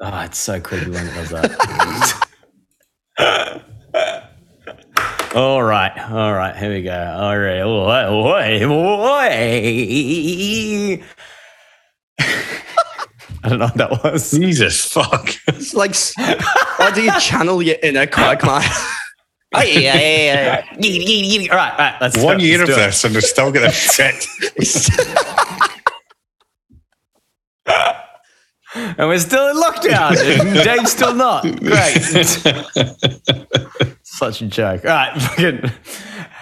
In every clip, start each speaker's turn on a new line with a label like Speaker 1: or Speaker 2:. Speaker 1: Oh, it's so creepy when it does that. all right, all right, here we go. All right, oi, oi, oi. I don't know what that was.
Speaker 2: Jesus fuck.
Speaker 3: It's like, s- why do you channel your inner quagmire?
Speaker 1: Aye, aye, aye, aye. Giddy, giddy, giddy. all right, all right, let's do
Speaker 2: One
Speaker 1: it,
Speaker 2: year of
Speaker 1: let's do it.
Speaker 2: this and they're still gonna shit.
Speaker 1: and we're still in lockdown. Dave's still not. Great. Such a joke. All right, fucking.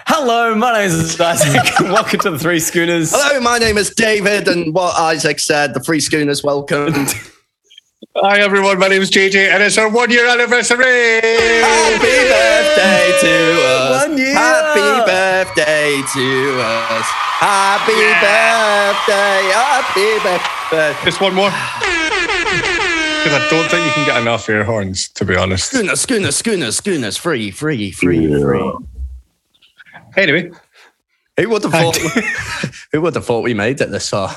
Speaker 1: Hello, my name is Isaac. and Welcome to the Three Schooners.
Speaker 3: Hello, my name is David, and what Isaac said, the free schooners welcome.
Speaker 2: Hi everyone, my name's JJ and it's our one year
Speaker 3: Happy
Speaker 2: anniversary.
Speaker 3: birthday to us.
Speaker 1: One year.
Speaker 3: Happy birthday to us. Happy birthday. Happy birthday.
Speaker 2: Just one more. Because I don't think you can get enough air horns, to be honest.
Speaker 3: Schooners, schooners, schooners, schooners. Free, free, free, free.
Speaker 2: Anyway,
Speaker 3: Who would have thought? who would have thought we made it this far?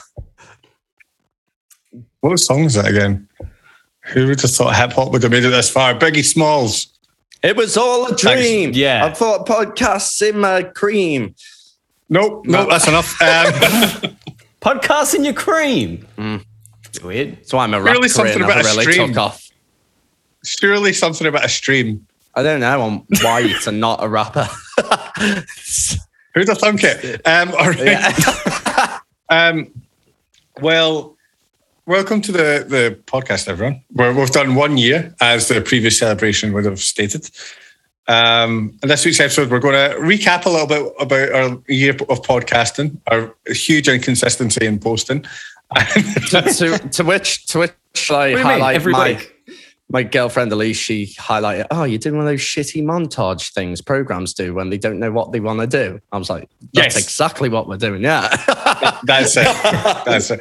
Speaker 2: what song is that again? Who would have thought hip hop would have made it this far? Biggie Smalls.
Speaker 3: It was all a dream.
Speaker 1: Yeah.
Speaker 3: I thought podcasts in my cream.
Speaker 2: Nope, nope, that's enough. Um,
Speaker 1: Podcast in your cream. Mm. Weird.
Speaker 3: That's why I'm a rap career
Speaker 2: Really something
Speaker 3: never
Speaker 2: about a
Speaker 3: really
Speaker 2: stream.
Speaker 3: took off.
Speaker 2: surely something about a stream.
Speaker 3: I don't know on why it's a not a rapper.
Speaker 2: Who'd have thunk it? Um, all right.
Speaker 3: yeah.
Speaker 2: Um, well, welcome to the, the podcast, everyone. We're, we've done one year, as the previous celebration would have stated. Um, and this week's episode, we're going to recap a little bit about our year of podcasting, our huge inconsistency in posting.
Speaker 3: to, to which to which shall I
Speaker 1: What do you mean,
Speaker 3: highlight
Speaker 1: every
Speaker 3: my
Speaker 1: week?
Speaker 3: my girlfriend Elise, she highlighted, oh, you're doing one of those shitty montage things programs do when they don't know what they want to do. I was like, that's
Speaker 2: Yes.
Speaker 3: exactly what we're doing. Yeah.
Speaker 2: That's it. That's it.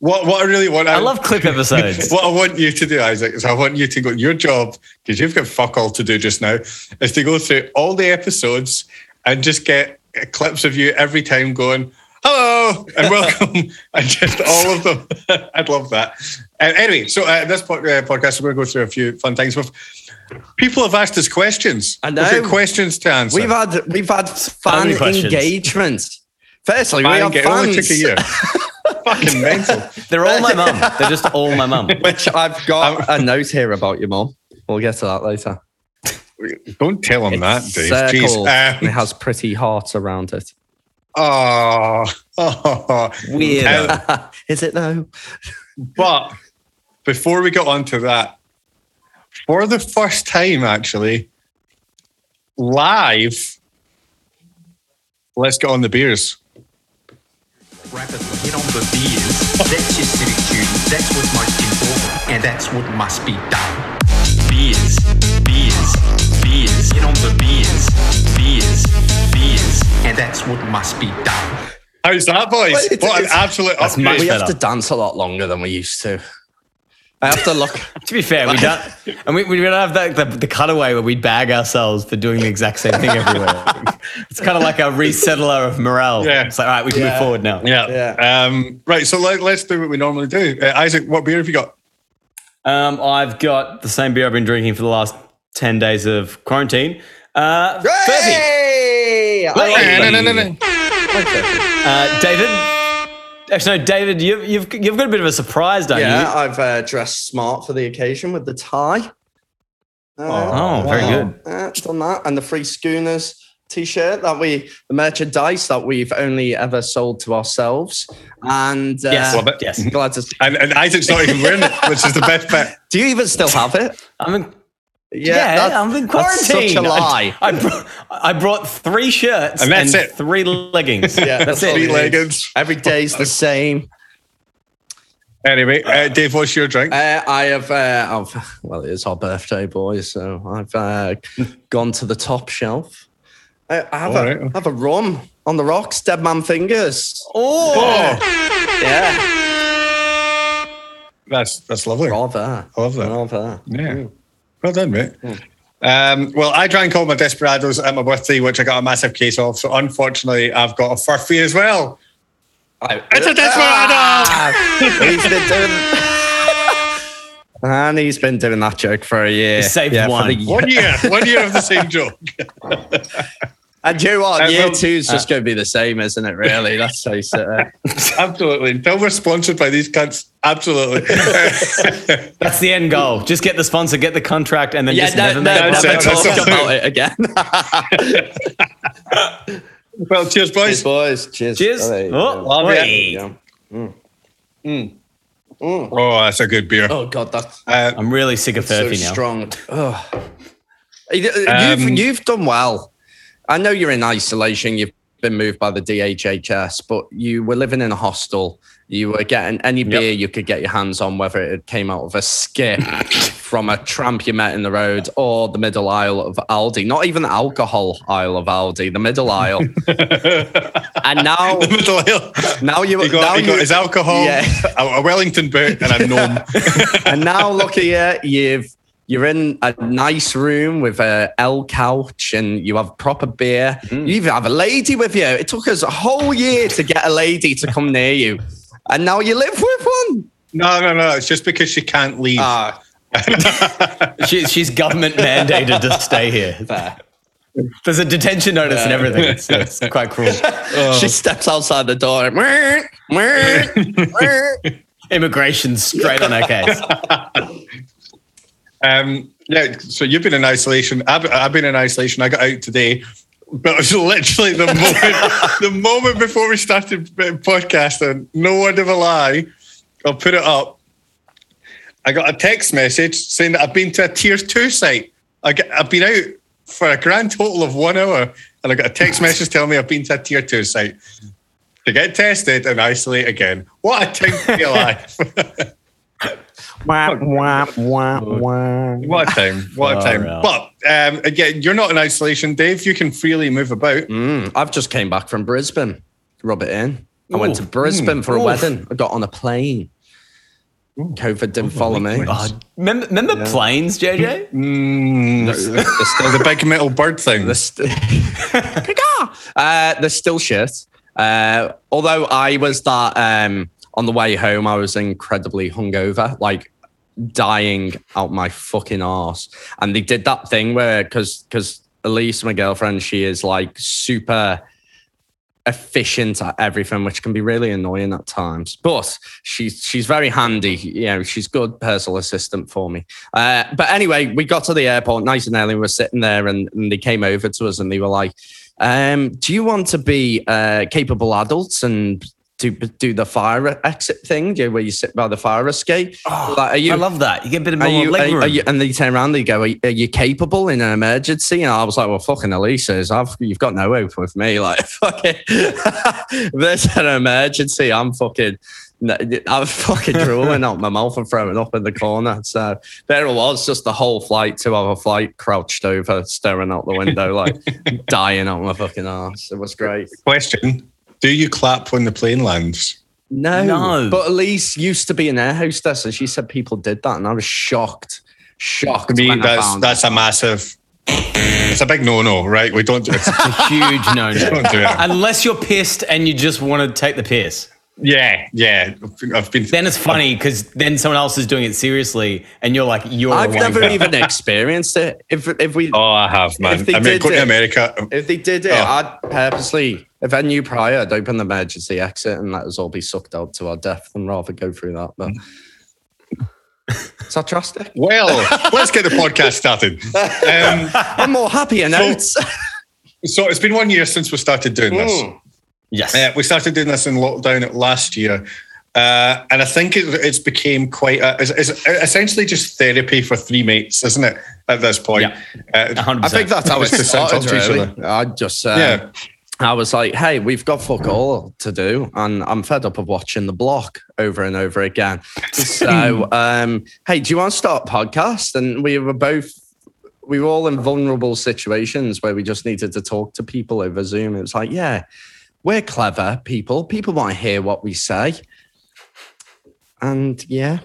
Speaker 2: What, what I really want,
Speaker 1: I love clip episodes.
Speaker 2: What I want you to do, Isaac, is I want you to go. Your job, because you've got fuck all to do just now, is to go through all the episodes and just get clips of you every time going, "Hello" and "Welcome," and just all of them. I'd love that. Uh, anyway, so uh, this pod- uh, podcast, we're going to go through a few fun things. We've, people have asked us questions.
Speaker 3: I
Speaker 2: We've got
Speaker 3: know.
Speaker 2: questions to answer.
Speaker 3: we've had we've had fan
Speaker 1: many questions.
Speaker 3: engagement. Firstly, we
Speaker 2: Fine,
Speaker 3: have
Speaker 2: get- it only took a
Speaker 3: fans,
Speaker 2: year. Fucking mental.
Speaker 1: They're all my mum. They're just all my mum.
Speaker 3: which I've got
Speaker 2: Um,
Speaker 3: a note here about your mom. We'll get to that later.
Speaker 2: Don't tell them that, Dave.
Speaker 3: Circle
Speaker 2: Jeez.
Speaker 3: and it
Speaker 2: Um,
Speaker 3: has pretty hearts around it.
Speaker 2: oh,
Speaker 1: Weird.
Speaker 2: Um,
Speaker 3: Is it though?
Speaker 2: But before we get on to that, for the first time, actually, live, let's get on the beers.
Speaker 4: rapidly hit on the beers. That's your civic duty. That's what's most important, and that's what must be done. Beers, beers, beers. Hit on the beers, beers, beers, and that's what must be done.
Speaker 2: How's that, boys?
Speaker 3: Well, it's-
Speaker 2: what an
Speaker 3: it's-
Speaker 2: absolute
Speaker 1: That's
Speaker 2: upgrade.
Speaker 1: much
Speaker 3: We
Speaker 1: better.
Speaker 3: have to dance a lot longer than we used to. I have to look.
Speaker 1: To be fair, we don't, and we, we don't have that the, the cutaway where we bag ourselves for doing the exact same thing everywhere. it's kind of like a resettler of morale.
Speaker 2: Yeah.
Speaker 1: It's like, all right, we can move forward now.
Speaker 2: Yeah.
Speaker 3: Yeah.
Speaker 2: Um, right. So let, us do what we normally do. Uh, Isaac, what beer have you got?
Speaker 1: Um, I've got the same beer I've been drinking for the last ten days of quarantine. Uh, Furby.
Speaker 3: Hey! I like
Speaker 1: Hey!
Speaker 3: that.
Speaker 1: No, no, no, no. Uh, David. Actually, no, David, you've, you've you've got a bit of a surprise, don't
Speaker 3: Yeah,
Speaker 1: you?
Speaker 3: I've uh, dressed smart for the occasion with the tie. Uh,
Speaker 1: Oh, very
Speaker 2: Wow.
Speaker 1: good.
Speaker 3: uh, done that, and the free schooners t-shirt that we, the merchandise that we've only ever sold to ourselves. And uh,
Speaker 1: Yes,
Speaker 2: Love it.
Speaker 1: yes.
Speaker 3: glad to.
Speaker 2: And, and Isaac's not even wearing it, which is the best bit.
Speaker 3: Do you even still have it?
Speaker 1: I'm in,
Speaker 3: Yeah,
Speaker 1: yeah,
Speaker 3: that-
Speaker 1: I'm in
Speaker 3: that's
Speaker 1: quarantine.
Speaker 3: such a lie.
Speaker 1: I, I, brought, I brought three shirts
Speaker 2: And that's it.
Speaker 1: three leggings.
Speaker 3: Yeah,
Speaker 1: that's,
Speaker 3: that's all
Speaker 2: Three
Speaker 1: it.
Speaker 3: we need.
Speaker 2: leggings.
Speaker 3: Every day's the same.
Speaker 2: Anyway, uh, Dave, what's your drink?
Speaker 3: Uh, I have, uh, I've, well, it is our birthday, boys, so I've uh, gone to the top shelf. I I have,
Speaker 2: All
Speaker 3: a,
Speaker 2: right.
Speaker 3: I have a rum on the rocks, Dead Man Fingers.
Speaker 1: Oh,
Speaker 2: Oh,
Speaker 3: Yeah,
Speaker 2: that's that's lovely.
Speaker 3: rather,
Speaker 2: I love that.
Speaker 3: rather.
Speaker 2: Yeah. Well done, mate. Hmm. Um, well, I drank all my desperados at my birthday, which I got a massive case of. So unfortunately, I've got a furphy as well.
Speaker 3: I,
Speaker 2: It's a desperado!
Speaker 3: Ah! He's been doing. And he's been doing that joke for a year.
Speaker 1: He saved
Speaker 3: yeah, for
Speaker 1: one.
Speaker 3: the year.
Speaker 2: One year, one year of the same joke.
Speaker 3: And you know what?
Speaker 2: And
Speaker 3: Year
Speaker 2: we'll-
Speaker 3: two is just going to be the same, isn't it? Really? Let's face it. uh,
Speaker 2: Absolutely. Until we're sponsored by these cunts, absolutely.
Speaker 1: That's the end goal. Just get the sponsor, get the contract, and then
Speaker 3: yeah,
Speaker 1: just
Speaker 3: no,
Speaker 1: never
Speaker 3: no,
Speaker 1: make
Speaker 3: never
Speaker 2: that's
Speaker 1: money.
Speaker 2: it, that's
Speaker 3: talk about
Speaker 2: all.
Speaker 3: it Oh, again.
Speaker 2: well, cheers,
Speaker 3: Cheers,
Speaker 2: boys.
Speaker 3: boys. Cheers.
Speaker 1: Cheers.
Speaker 3: Oh, there you
Speaker 1: Oh,
Speaker 3: go.
Speaker 2: Love
Speaker 1: wait.
Speaker 2: it.
Speaker 3: Yeah.
Speaker 2: Oh, that's a good beer.
Speaker 3: Oh God, that's
Speaker 2: Uh,
Speaker 1: I'm really sick of
Speaker 3: so
Speaker 1: therapy now.
Speaker 3: strong. Ugh. You- uh,
Speaker 2: Um,
Speaker 3: you've, you've done well. I know you're in isolation. You've been moved by the DHHS, but you were living in a hostel. You were getting any
Speaker 1: Yep.
Speaker 3: beer you could get your hands on, whether it came out of a skip from a tramp you met in the road or the middle aisle of Aldi. Not even the alcohol aisle of Aldi, the middle aisle. and now,
Speaker 2: the middle aisle.
Speaker 3: now you
Speaker 2: He
Speaker 3: now
Speaker 2: got, he
Speaker 3: you-
Speaker 2: got his alcohol,
Speaker 3: Yeah.
Speaker 2: a, a Wellington boot, and a gnome.
Speaker 3: and now look here, you've you're in a nice room with a L couch and you have proper beer.
Speaker 1: Mm.
Speaker 3: You even have a lady with you. It took us a whole year to get a lady to come near you. And now you live with one.
Speaker 2: no, no, no. It's just because she can't leave.
Speaker 3: Ah,
Speaker 1: She, she's government mandated to stay here.
Speaker 3: fair.
Speaker 1: There's a detention notice and everything. It's, it's quite cruel.
Speaker 3: She steps outside the door. and "Meow, meow, meow."
Speaker 1: Immigration straight on her case.
Speaker 2: Um, yeah, so you've been in isolation. I've, I've been in isolation. I got out today, but it was literally the moment, the moment before we started uh, podcasting. No word of a lie. I'll put it up. I got a text message saying that I've been to a tier two site. I get, I've been out for a grand total of one hour, and I got a text message telling me I've been to a tier two site to get tested and isolate again. What a time to be alive!
Speaker 3: Wah, wah, wah, wah.
Speaker 2: What a time. What a
Speaker 1: Far
Speaker 2: time.
Speaker 1: out.
Speaker 2: But um, again, you're not in isolation, Dave. You can freely move about.
Speaker 3: Mm, I've just came back from Brisbane. Rub it in. I went
Speaker 1: Ooh. Mm.
Speaker 3: to Brisbane for a
Speaker 1: Ooh.
Speaker 3: wedding. I got on a plane. COVID didn't follow me.
Speaker 1: Oh, remember remember planes, JJ?
Speaker 2: Mm,
Speaker 3: They're still
Speaker 2: the big metal bird thing.
Speaker 3: The st- uh, the still shit. Uh, although I was that um, on the way home, I was incredibly hungover, like dying out my fucking arse. And they did that thing where, because because Elise, my girlfriend, she is like super efficient at everything, which can be really annoying at times. But she's she's very handy. You know, she's good personal assistant for me. Uh, but anyway, we got to the airport nice and early. We were sitting there, and, and they came over to us, and they were like, um, "Do you want to be uh, capable adults and do do the fire exit thing? Do you, where you sit by the fire escape? like, are you?"
Speaker 1: Oh, I love that. You get a bit of
Speaker 3: are
Speaker 1: more
Speaker 3: you,
Speaker 1: leg
Speaker 3: are,
Speaker 1: room.
Speaker 3: are you, and they turn around, they go, are, are you capable in an emergency? And I was like, well, fucking Elisa's, I've, you've got no hope with me. Like, fucking, if there's an emergency. I'm fucking, I'm fucking drooling out my mouth and throwing up in the corner. So there it was, just the whole flight, two hour flight, crouched over, staring out the window, like dying out my fucking ass. It was great.
Speaker 2: Question Do you clap when the plane lands?
Speaker 3: No,
Speaker 1: No.
Speaker 3: But Elise used to be an air hostess, and she said people did that, and I was shocked. Shocked.
Speaker 2: To me,
Speaker 3: when I
Speaker 2: that's,
Speaker 3: found
Speaker 2: that's a massive. It's a big no no, right? We don't do it.
Speaker 1: a huge no no.
Speaker 2: Don't do it.
Speaker 1: Unless you're pissed and you just want to take the piss.
Speaker 2: Yeah, yeah. I've been.
Speaker 1: Then it's funny because then someone else is doing it seriously and you're like, you're a
Speaker 3: I've never
Speaker 1: wanker.
Speaker 3: even experienced it. If if we
Speaker 2: Oh, I have, man.
Speaker 3: If they
Speaker 2: I mean,
Speaker 3: did
Speaker 2: going
Speaker 3: it-
Speaker 2: to America.
Speaker 3: if they did it,
Speaker 2: Oh.
Speaker 3: I'd purposely if I knew prior, I'd open the emergency exit and let us all be sucked out to our death and rather go through that. But it's drastic.
Speaker 2: Well, let's get the podcast started. Um,
Speaker 3: I'm more happy and out.
Speaker 2: so it's been one year since we started doing this.
Speaker 3: Hmm.
Speaker 1: Yes.
Speaker 2: Uh, we started doing this in lockdown at last year, uh, and I think it, it's became quite a, it's, it's essentially just therapy for three mates, isn't it? At this point,
Speaker 1: Yeah.
Speaker 2: uh,
Speaker 1: 100%.
Speaker 3: I think that's how it
Speaker 2: Just to send
Speaker 3: started.
Speaker 2: talk to each
Speaker 3: Really, I just uh,
Speaker 2: yeah.
Speaker 3: I was like, hey, we've got fuck all to do, and I'm fed up of watching the block over and over again. So, um, hey, do you want to start a podcast? And we were both, we were all in vulnerable situations where we just needed to talk to people over Zoom. It was like, yeah, we're clever people. People want to hear what we say. And yeah,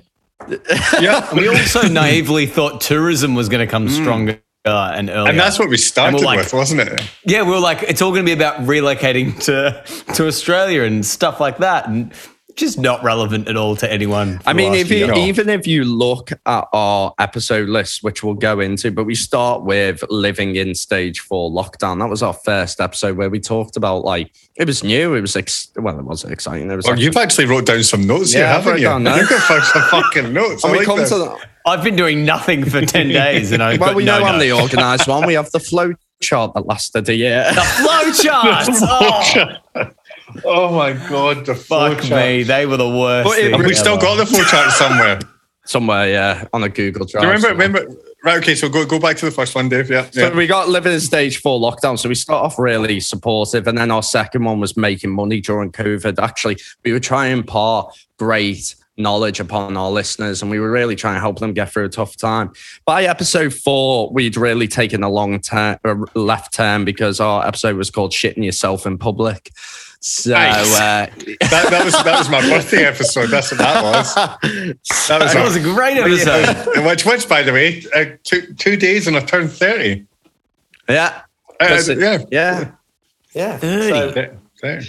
Speaker 2: yeah,
Speaker 1: And we also naively thought tourism was going to come stronger Oh, and earlier.
Speaker 2: and that's what we started
Speaker 1: And we're like-
Speaker 2: with, wasn't it?
Speaker 1: yeah, we were like, it's all going to be about relocating to to Australia and stuff like that. And Just not relevant at all to anyone. for
Speaker 3: I
Speaker 1: the
Speaker 3: mean,
Speaker 1: last
Speaker 3: if you,
Speaker 1: year.
Speaker 3: even if you look at our episode list, which we'll go into, but we start with living in stage four lockdown. That was our first episode where we talked about like it was new, it was ex- well, it wasn't exciting. It was
Speaker 2: Well,
Speaker 3: like-
Speaker 2: you've actually wrote down some notes
Speaker 3: Yeah,
Speaker 2: here,
Speaker 3: I've
Speaker 2: haven't
Speaker 3: wrote
Speaker 2: you?
Speaker 3: down notes.
Speaker 2: You've got fuck- some fucking notes.
Speaker 3: and
Speaker 2: I
Speaker 3: we
Speaker 2: like
Speaker 3: come
Speaker 2: this.
Speaker 3: to the,
Speaker 1: I've been doing nothing for 10 days and I've
Speaker 3: well,
Speaker 1: got
Speaker 3: we
Speaker 1: no
Speaker 3: know I'm the
Speaker 1: notes.
Speaker 3: organised one. We have the flow chart that lasted a year.
Speaker 1: The flowcharts! Oh,
Speaker 2: oh my god, the
Speaker 1: fuck me. They were the worst.
Speaker 3: But it-
Speaker 2: And
Speaker 1: thing
Speaker 2: we've still
Speaker 1: ever.
Speaker 2: got the flow chart somewhere. Do
Speaker 3: somewhere, yeah, on a Google Drive.
Speaker 2: you remember?
Speaker 3: somewhere.
Speaker 2: Remember? Right. Okay. So go go back to the first one, Dave. Yeah.
Speaker 3: So
Speaker 2: yeah.
Speaker 3: we got living in stage four lockdown. So we start off really supportive, and then our second one was making money during COVID. Actually, we were trying to impart great knowledge upon our listeners, and we were really trying to help them get through a tough time. By episode four, we'd really taken a long turn, a left turn, because our episode was called "Shitting Yourself in Public." So,
Speaker 2: Nice.
Speaker 3: uh,
Speaker 2: that, that was that was my birthday episode. That's what that was. That was,
Speaker 1: That was
Speaker 2: a,
Speaker 1: a great episode.
Speaker 2: which which by the way, uh, two two days and I turned thirty.
Speaker 3: yeah,
Speaker 2: Uh,
Speaker 3: That's it.
Speaker 2: yeah.
Speaker 3: yeah, yeah.
Speaker 1: Thirty.
Speaker 2: Yeah. there.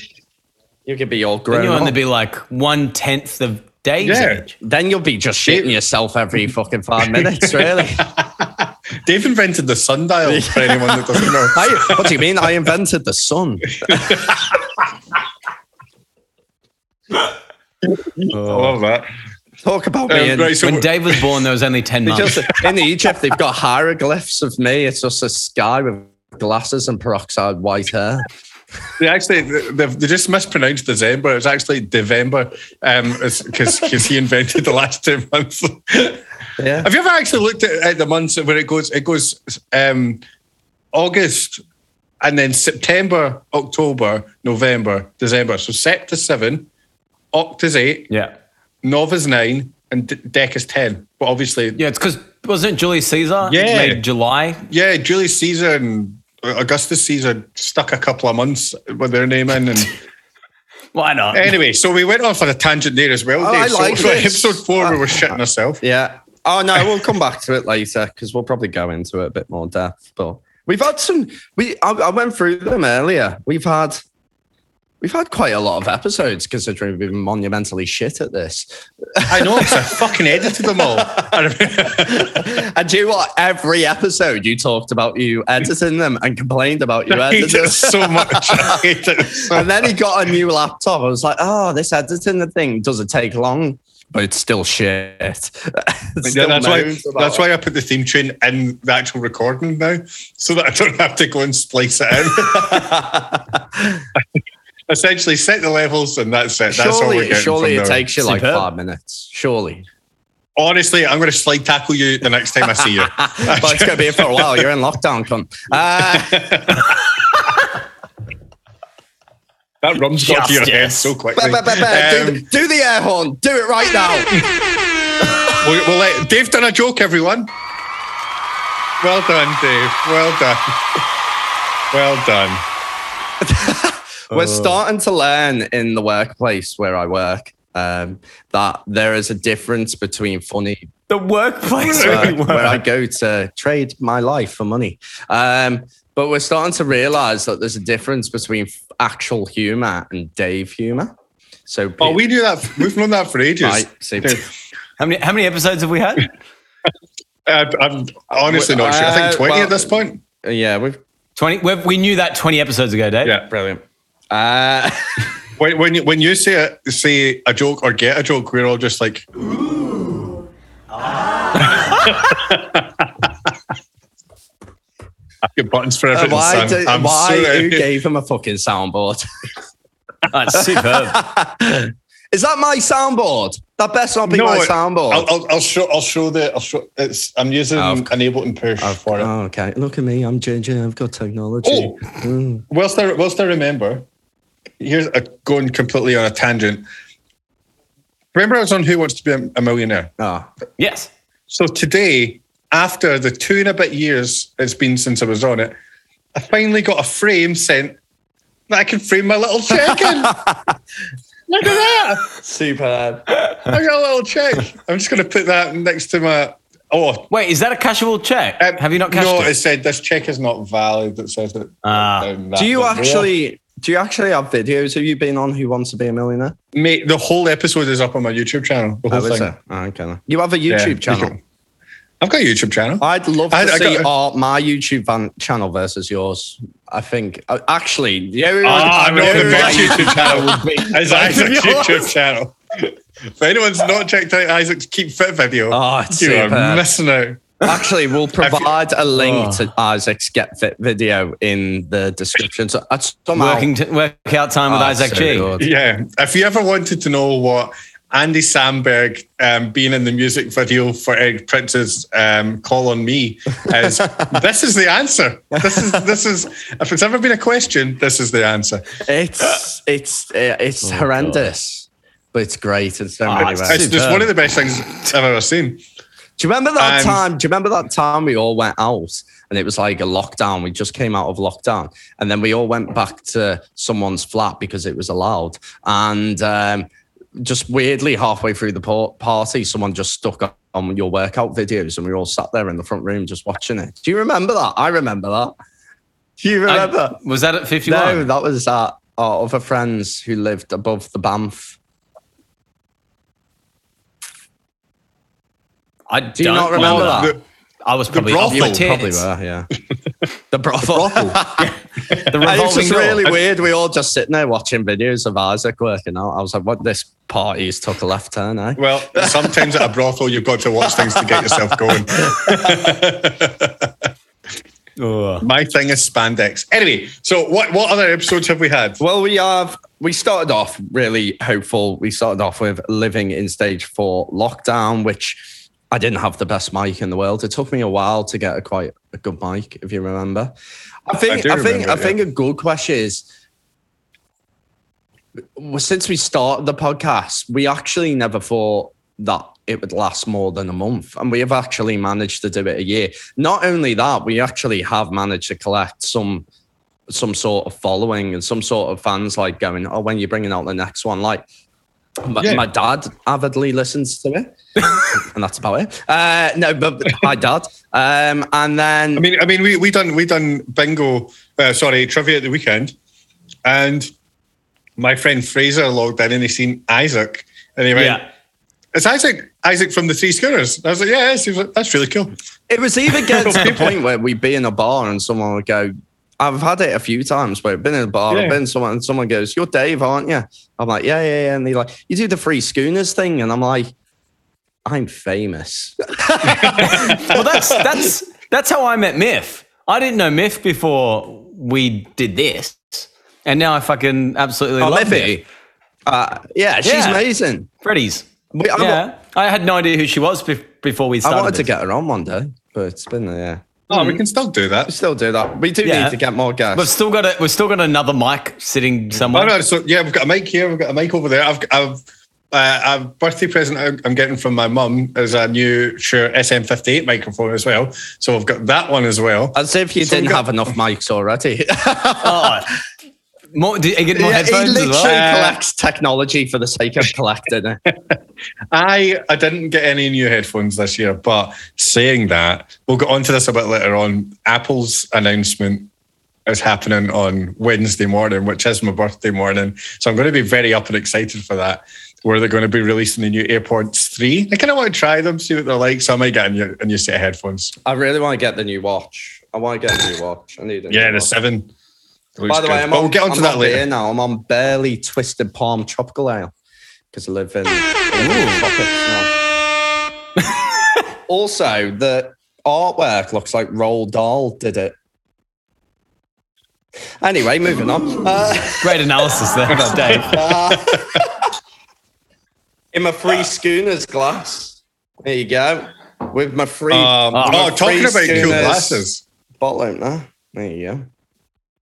Speaker 3: you could be all
Speaker 1: Then
Speaker 3: grown
Speaker 1: you want to
Speaker 3: up.
Speaker 1: be like one tenth of days
Speaker 2: Yeah.
Speaker 1: age.
Speaker 3: then you'll be just shitting yourself every fucking five minutes, really.
Speaker 2: Dave invented the sundial for anyone that doesn't know.
Speaker 3: I, what do you mean? I invented the sun.
Speaker 2: I love that.
Speaker 3: Talk about
Speaker 2: Um,
Speaker 3: me. in-
Speaker 2: right, so
Speaker 1: When Dave was born, there was only 10
Speaker 3: they
Speaker 1: months.
Speaker 3: just, in Egypt, they've got hieroglyphs of me. It's just a sky with glasses and peroxide white hair.
Speaker 2: They actually they, they just mispronounced December. It's actually Devember, um, because he invented the last two months.
Speaker 3: Yeah.
Speaker 2: Have you ever actually looked at, at the months where it goes? It goes um, August, and then September, October, November, December. So Sept is seven, Oct is eight,
Speaker 1: Yeah.
Speaker 2: Nov is nine, and D- Dec is ten. But obviously, yeah,
Speaker 1: Yeah, it's because wasn't it Julius Caesar?
Speaker 2: Yeah.
Speaker 1: Made July.
Speaker 2: Julius Caesar and Augustus Caesar stuck a couple of months with their name in and.
Speaker 1: Why not?
Speaker 2: Anyway, so we went off on a tangent there as well.
Speaker 3: Oh,
Speaker 2: Dave.
Speaker 3: I like
Speaker 2: so,
Speaker 3: this. Uh,
Speaker 2: episode four, we were shitting ourselves.
Speaker 3: Yeah. Oh no, we'll come back to it later because we'll probably go into it a bit more depth. But we've had some. We I, I went through them earlier. We've had. We've had quite a lot of episodes considering we've been monumentally shit at this.
Speaker 2: I know, 'cause I fucking edited them all.
Speaker 3: And do you know what? Every episode you talked about you editing them and complained about you
Speaker 2: I hate
Speaker 3: editing
Speaker 2: it so much. I hate it so
Speaker 3: and then he got a new laptop. I was like, oh, this editing the thing doesn't take long, but it's still shit. It's
Speaker 2: Yeah,
Speaker 3: still
Speaker 2: that's why.
Speaker 3: moans about
Speaker 2: That's
Speaker 3: it.
Speaker 2: why I put the theme tune in the actual recording now, so that I don't have to go and splice it in. Essentially, set the levels, and that's it. That's all we're
Speaker 3: surely, surely
Speaker 2: getting. from
Speaker 3: it
Speaker 2: now on.
Speaker 3: takes you like
Speaker 1: Superb.
Speaker 3: five minutes. Surely,
Speaker 2: Honestly, I'm going to slide tackle you the next time I see you.
Speaker 3: but it's gonna be for a while. You're in lockdown, cunt. Uh,
Speaker 2: That rum's got to your
Speaker 1: Just
Speaker 2: head
Speaker 1: yes.
Speaker 2: so quickly.
Speaker 3: ba- ba- ba- ba, do,
Speaker 2: Um,
Speaker 3: the- do the air horn. Do it right now.
Speaker 2: We'll, we'll let Dave done a joke, everyone. Well done, Dave. Well done. Well done.
Speaker 3: We're starting to learn in the workplace where I work um, that there is a difference between funny
Speaker 1: The workplace.
Speaker 3: where, I-
Speaker 1: we were.
Speaker 3: where I go to trade my life for money. Um, but we're starting to realize that there's a difference between f- actual humor and Dave humor. So,
Speaker 2: Oh, we knew that. We've known that for ages.
Speaker 3: I, so
Speaker 1: How many how many episodes have we had?
Speaker 2: I, am Uh, honestly not sure. I think
Speaker 3: Uh,
Speaker 2: 20
Speaker 3: well-
Speaker 2: at this point.
Speaker 3: yeah, we've
Speaker 1: Twenty. We, we knew that twenty episodes ago, Dave.
Speaker 2: Yeah.
Speaker 3: brilliant. Uh,
Speaker 2: When, when, you, when you say a, say a joke or get a joke, we're all just like, Ah. I've got buttons for everything.
Speaker 3: why?
Speaker 2: son.
Speaker 3: Do,
Speaker 2: I'm
Speaker 3: why?
Speaker 2: sorry.
Speaker 3: Who gave him a fucking soundboard?
Speaker 1: That's superb.
Speaker 3: Is that my soundboard? That best not be my
Speaker 2: it-
Speaker 3: soundboard.
Speaker 2: I'll, I'll, I'll show. I'll show the. I'll show. It's. I'm using
Speaker 3: Oh, of
Speaker 2: an Ableton Push for it.
Speaker 3: Oh, okay. Look at me. I'm ginger. I've got technology. Mm.
Speaker 2: Oh, whilst I whilst I remember, here's a, going completely on a tangent. Remember, I was on Who Wants to Be a- a Millionaire.
Speaker 3: Ah.
Speaker 1: yes.
Speaker 2: So today, after the two and a bit years it's been since I was on it, I finally got a frame sent that I can frame my little check in. Look at that!
Speaker 3: Superb.
Speaker 2: I got a little check. I'm just going to put that next to my. Oh,
Speaker 1: Wait, is that a cashable check?
Speaker 2: um,
Speaker 1: have you not cashed
Speaker 2: No,
Speaker 1: it?
Speaker 2: said this check is not valid. It says it.
Speaker 1: Ah.
Speaker 2: um, that-
Speaker 3: Do you
Speaker 2: that we are-
Speaker 3: actually Do you actually have videos of you being on Who Wants to Be a Millionaire?
Speaker 2: Mate, the whole episode is up on my YouTube channel. The whole
Speaker 3: Oh, is
Speaker 2: thing.
Speaker 3: it? Oh, okay. then. You have a
Speaker 2: Yeah,
Speaker 3: YouTube
Speaker 2: you
Speaker 3: channel.
Speaker 2: can- I've got a YouTube channel.
Speaker 3: I'd love to
Speaker 2: I- I
Speaker 3: see
Speaker 2: got-
Speaker 3: our, my YouTube van- channel versus yours. I think uh, actually, yeah,
Speaker 2: Ah, I know
Speaker 3: yeah,
Speaker 2: the
Speaker 3: yeah,
Speaker 2: best YouTube channel would be is Isaac's YouTube channel. If anyone's not checked out Isaac's Keep Fit video,
Speaker 3: Oh, it's
Speaker 2: you
Speaker 3: superb.
Speaker 2: are missing out.
Speaker 3: Actually, we'll provide a link
Speaker 2: Ah.
Speaker 1: Oh.
Speaker 3: to Isaac's Get Fit video in the description. So uh, somehow,
Speaker 1: Working t- workout time with
Speaker 3: Ah,
Speaker 1: Isaac
Speaker 3: so
Speaker 1: G.
Speaker 3: good.
Speaker 2: Yeah. If you ever wanted to know what Andy Samberg um, being in the music video for Eric Prince's um, Call on Me is, this is the answer. This is, this is, if it's ever been a question, this is the answer.
Speaker 3: it's it's uh, it's horrendous, but it's great in so
Speaker 1: Ah,
Speaker 3: many
Speaker 1: it's-
Speaker 3: ways.
Speaker 2: Oh, It's just
Speaker 1: Superb.
Speaker 2: one of the best things I've ever seen.
Speaker 3: Do you remember that
Speaker 2: Um,
Speaker 3: time? Do you remember that time we all went out and it was like a lockdown? We just came out of lockdown and then we all went back to someone's flat because it was allowed. And um, just weirdly, halfway through the por- party, someone just stuck on your workout videos and we all sat there in the front room just watching it. Do you remember that? I remember that. Do you
Speaker 1: I-
Speaker 3: remember?
Speaker 1: was that at 51?
Speaker 3: no, that was at our other friends who lived above the Banff.
Speaker 1: I
Speaker 3: Do you
Speaker 1: don't
Speaker 3: not remember that?
Speaker 2: The-
Speaker 1: I was probably
Speaker 2: brothel
Speaker 1: off my tits.
Speaker 3: Probably were, yeah. the brothel.
Speaker 1: The
Speaker 3: And it was
Speaker 1: revolving
Speaker 3: just
Speaker 1: door.
Speaker 3: really weird. We all just sitting there watching videos of Isaac working out. I was like, what? This party's took a left turn, eh?
Speaker 2: Well, sometimes at a brothel, you've got to watch things to get yourself going.
Speaker 1: Ugh.
Speaker 2: My thing is spandex. Anyway, so what, what other episodes have we had?
Speaker 3: Well, we have. We started off really hopeful. We started off with living in stage four lockdown, which I didn't have the best mic in the world. It took me a while to get a quite a good mic, if you remember. I think.
Speaker 2: do
Speaker 3: I, think.
Speaker 2: remember
Speaker 3: I
Speaker 2: it,
Speaker 3: think a good question is. well, Since we started the podcast, we actually never thought that it would last more than a month, and we have actually managed to do it a year. Not only that, we actually have managed to collect some some sort of following and some sort of fans like going, oh, when you're bringing out the next one, like my,
Speaker 2: Yeah.
Speaker 3: my dad avidly listens to it, and that's about it. Uh, no, but my dad, um, and then
Speaker 2: I mean, I mean, we we done we done bingo, uh, sorry, trivia at the weekend, and my friend Fraser logged in and he seen Isaac, and he went,
Speaker 1: Yeah.
Speaker 2: "It's Isaac, Isaac from the Three Schooners." And I was like, "Yeah, it is." He was like, that's really cool."
Speaker 3: It was even getting to the point where we'd be in a bar and someone would go, I've had it a few times where I've been in a bar,
Speaker 2: Yeah.
Speaker 3: I've been someone, and someone goes, You're Dave, aren't you? I'm like, Yeah, yeah, yeah. And they're like, You do the free schooners thing. And I'm like, I'm famous.
Speaker 1: well, that's that's that's how I met Miff. I didn't know Miff before we did this, and now I fucking absolutely love Miff.
Speaker 3: Oh, Miffy. Uh, yeah, she's
Speaker 1: Yeah.
Speaker 3: amazing.
Speaker 1: Freddy's.
Speaker 3: We- I,
Speaker 1: yeah, I had no idea who she was bef- before we
Speaker 3: I
Speaker 1: started.
Speaker 3: wanted to
Speaker 1: this.
Speaker 3: get her on one day, but it's been, yeah.
Speaker 2: Oh, we can still do that.
Speaker 3: Still do that. We do
Speaker 1: Yeah.
Speaker 3: need to get more guests.
Speaker 1: We've still got a, We've still got another mic sitting
Speaker 2: Oh
Speaker 1: somewhere.
Speaker 2: no, so yeah, we've got a mic here, we've got a mic over there. I've I've uh, a birthday present I'm- I'm getting from my mum is a new Shure SM58 microphone as well. So we've got that one as well.
Speaker 3: As if you
Speaker 2: So we
Speaker 3: didn't
Speaker 2: got-
Speaker 3: have enough mics already.
Speaker 1: Oh, more, do you get more
Speaker 3: Yeah, he
Speaker 1: headphones
Speaker 3: literally
Speaker 1: as well?
Speaker 3: collects technology for the sake of collecting it.
Speaker 2: I I didn't get any new headphones this year, but saying that, we'll get onto this a bit later on. Apple's announcement is happening on Wednesday morning, which is my birthday morning. So I'm going to be very up and excited for that. Where they're going to be releasing the new AirPods 3. I kind of want to try them, see what they're like. So I might get a new, a new set of headphones.
Speaker 3: I really want to get the new watch. I want to get a new watch. I need a new
Speaker 2: Yeah, the
Speaker 3: watch.
Speaker 2: 7.
Speaker 3: By the way, I'm
Speaker 2: But
Speaker 3: on,
Speaker 2: we'll get
Speaker 3: I'm
Speaker 2: onto that
Speaker 3: on
Speaker 2: later.
Speaker 3: beer now. I'm on barely twisted palm tropical ale because I live in. I live in tropics now. also, the artwork looks like Roald Dahl did it. Anyway, moving on. Uh,
Speaker 1: Great analysis there, Dave.
Speaker 3: in my free schooners glass. There you go. With my free
Speaker 2: Um,
Speaker 1: Oh,
Speaker 2: oh,
Speaker 3: free
Speaker 2: talking about cool
Speaker 3: schooners.
Speaker 2: glasses.
Speaker 3: bottle opener. There you go.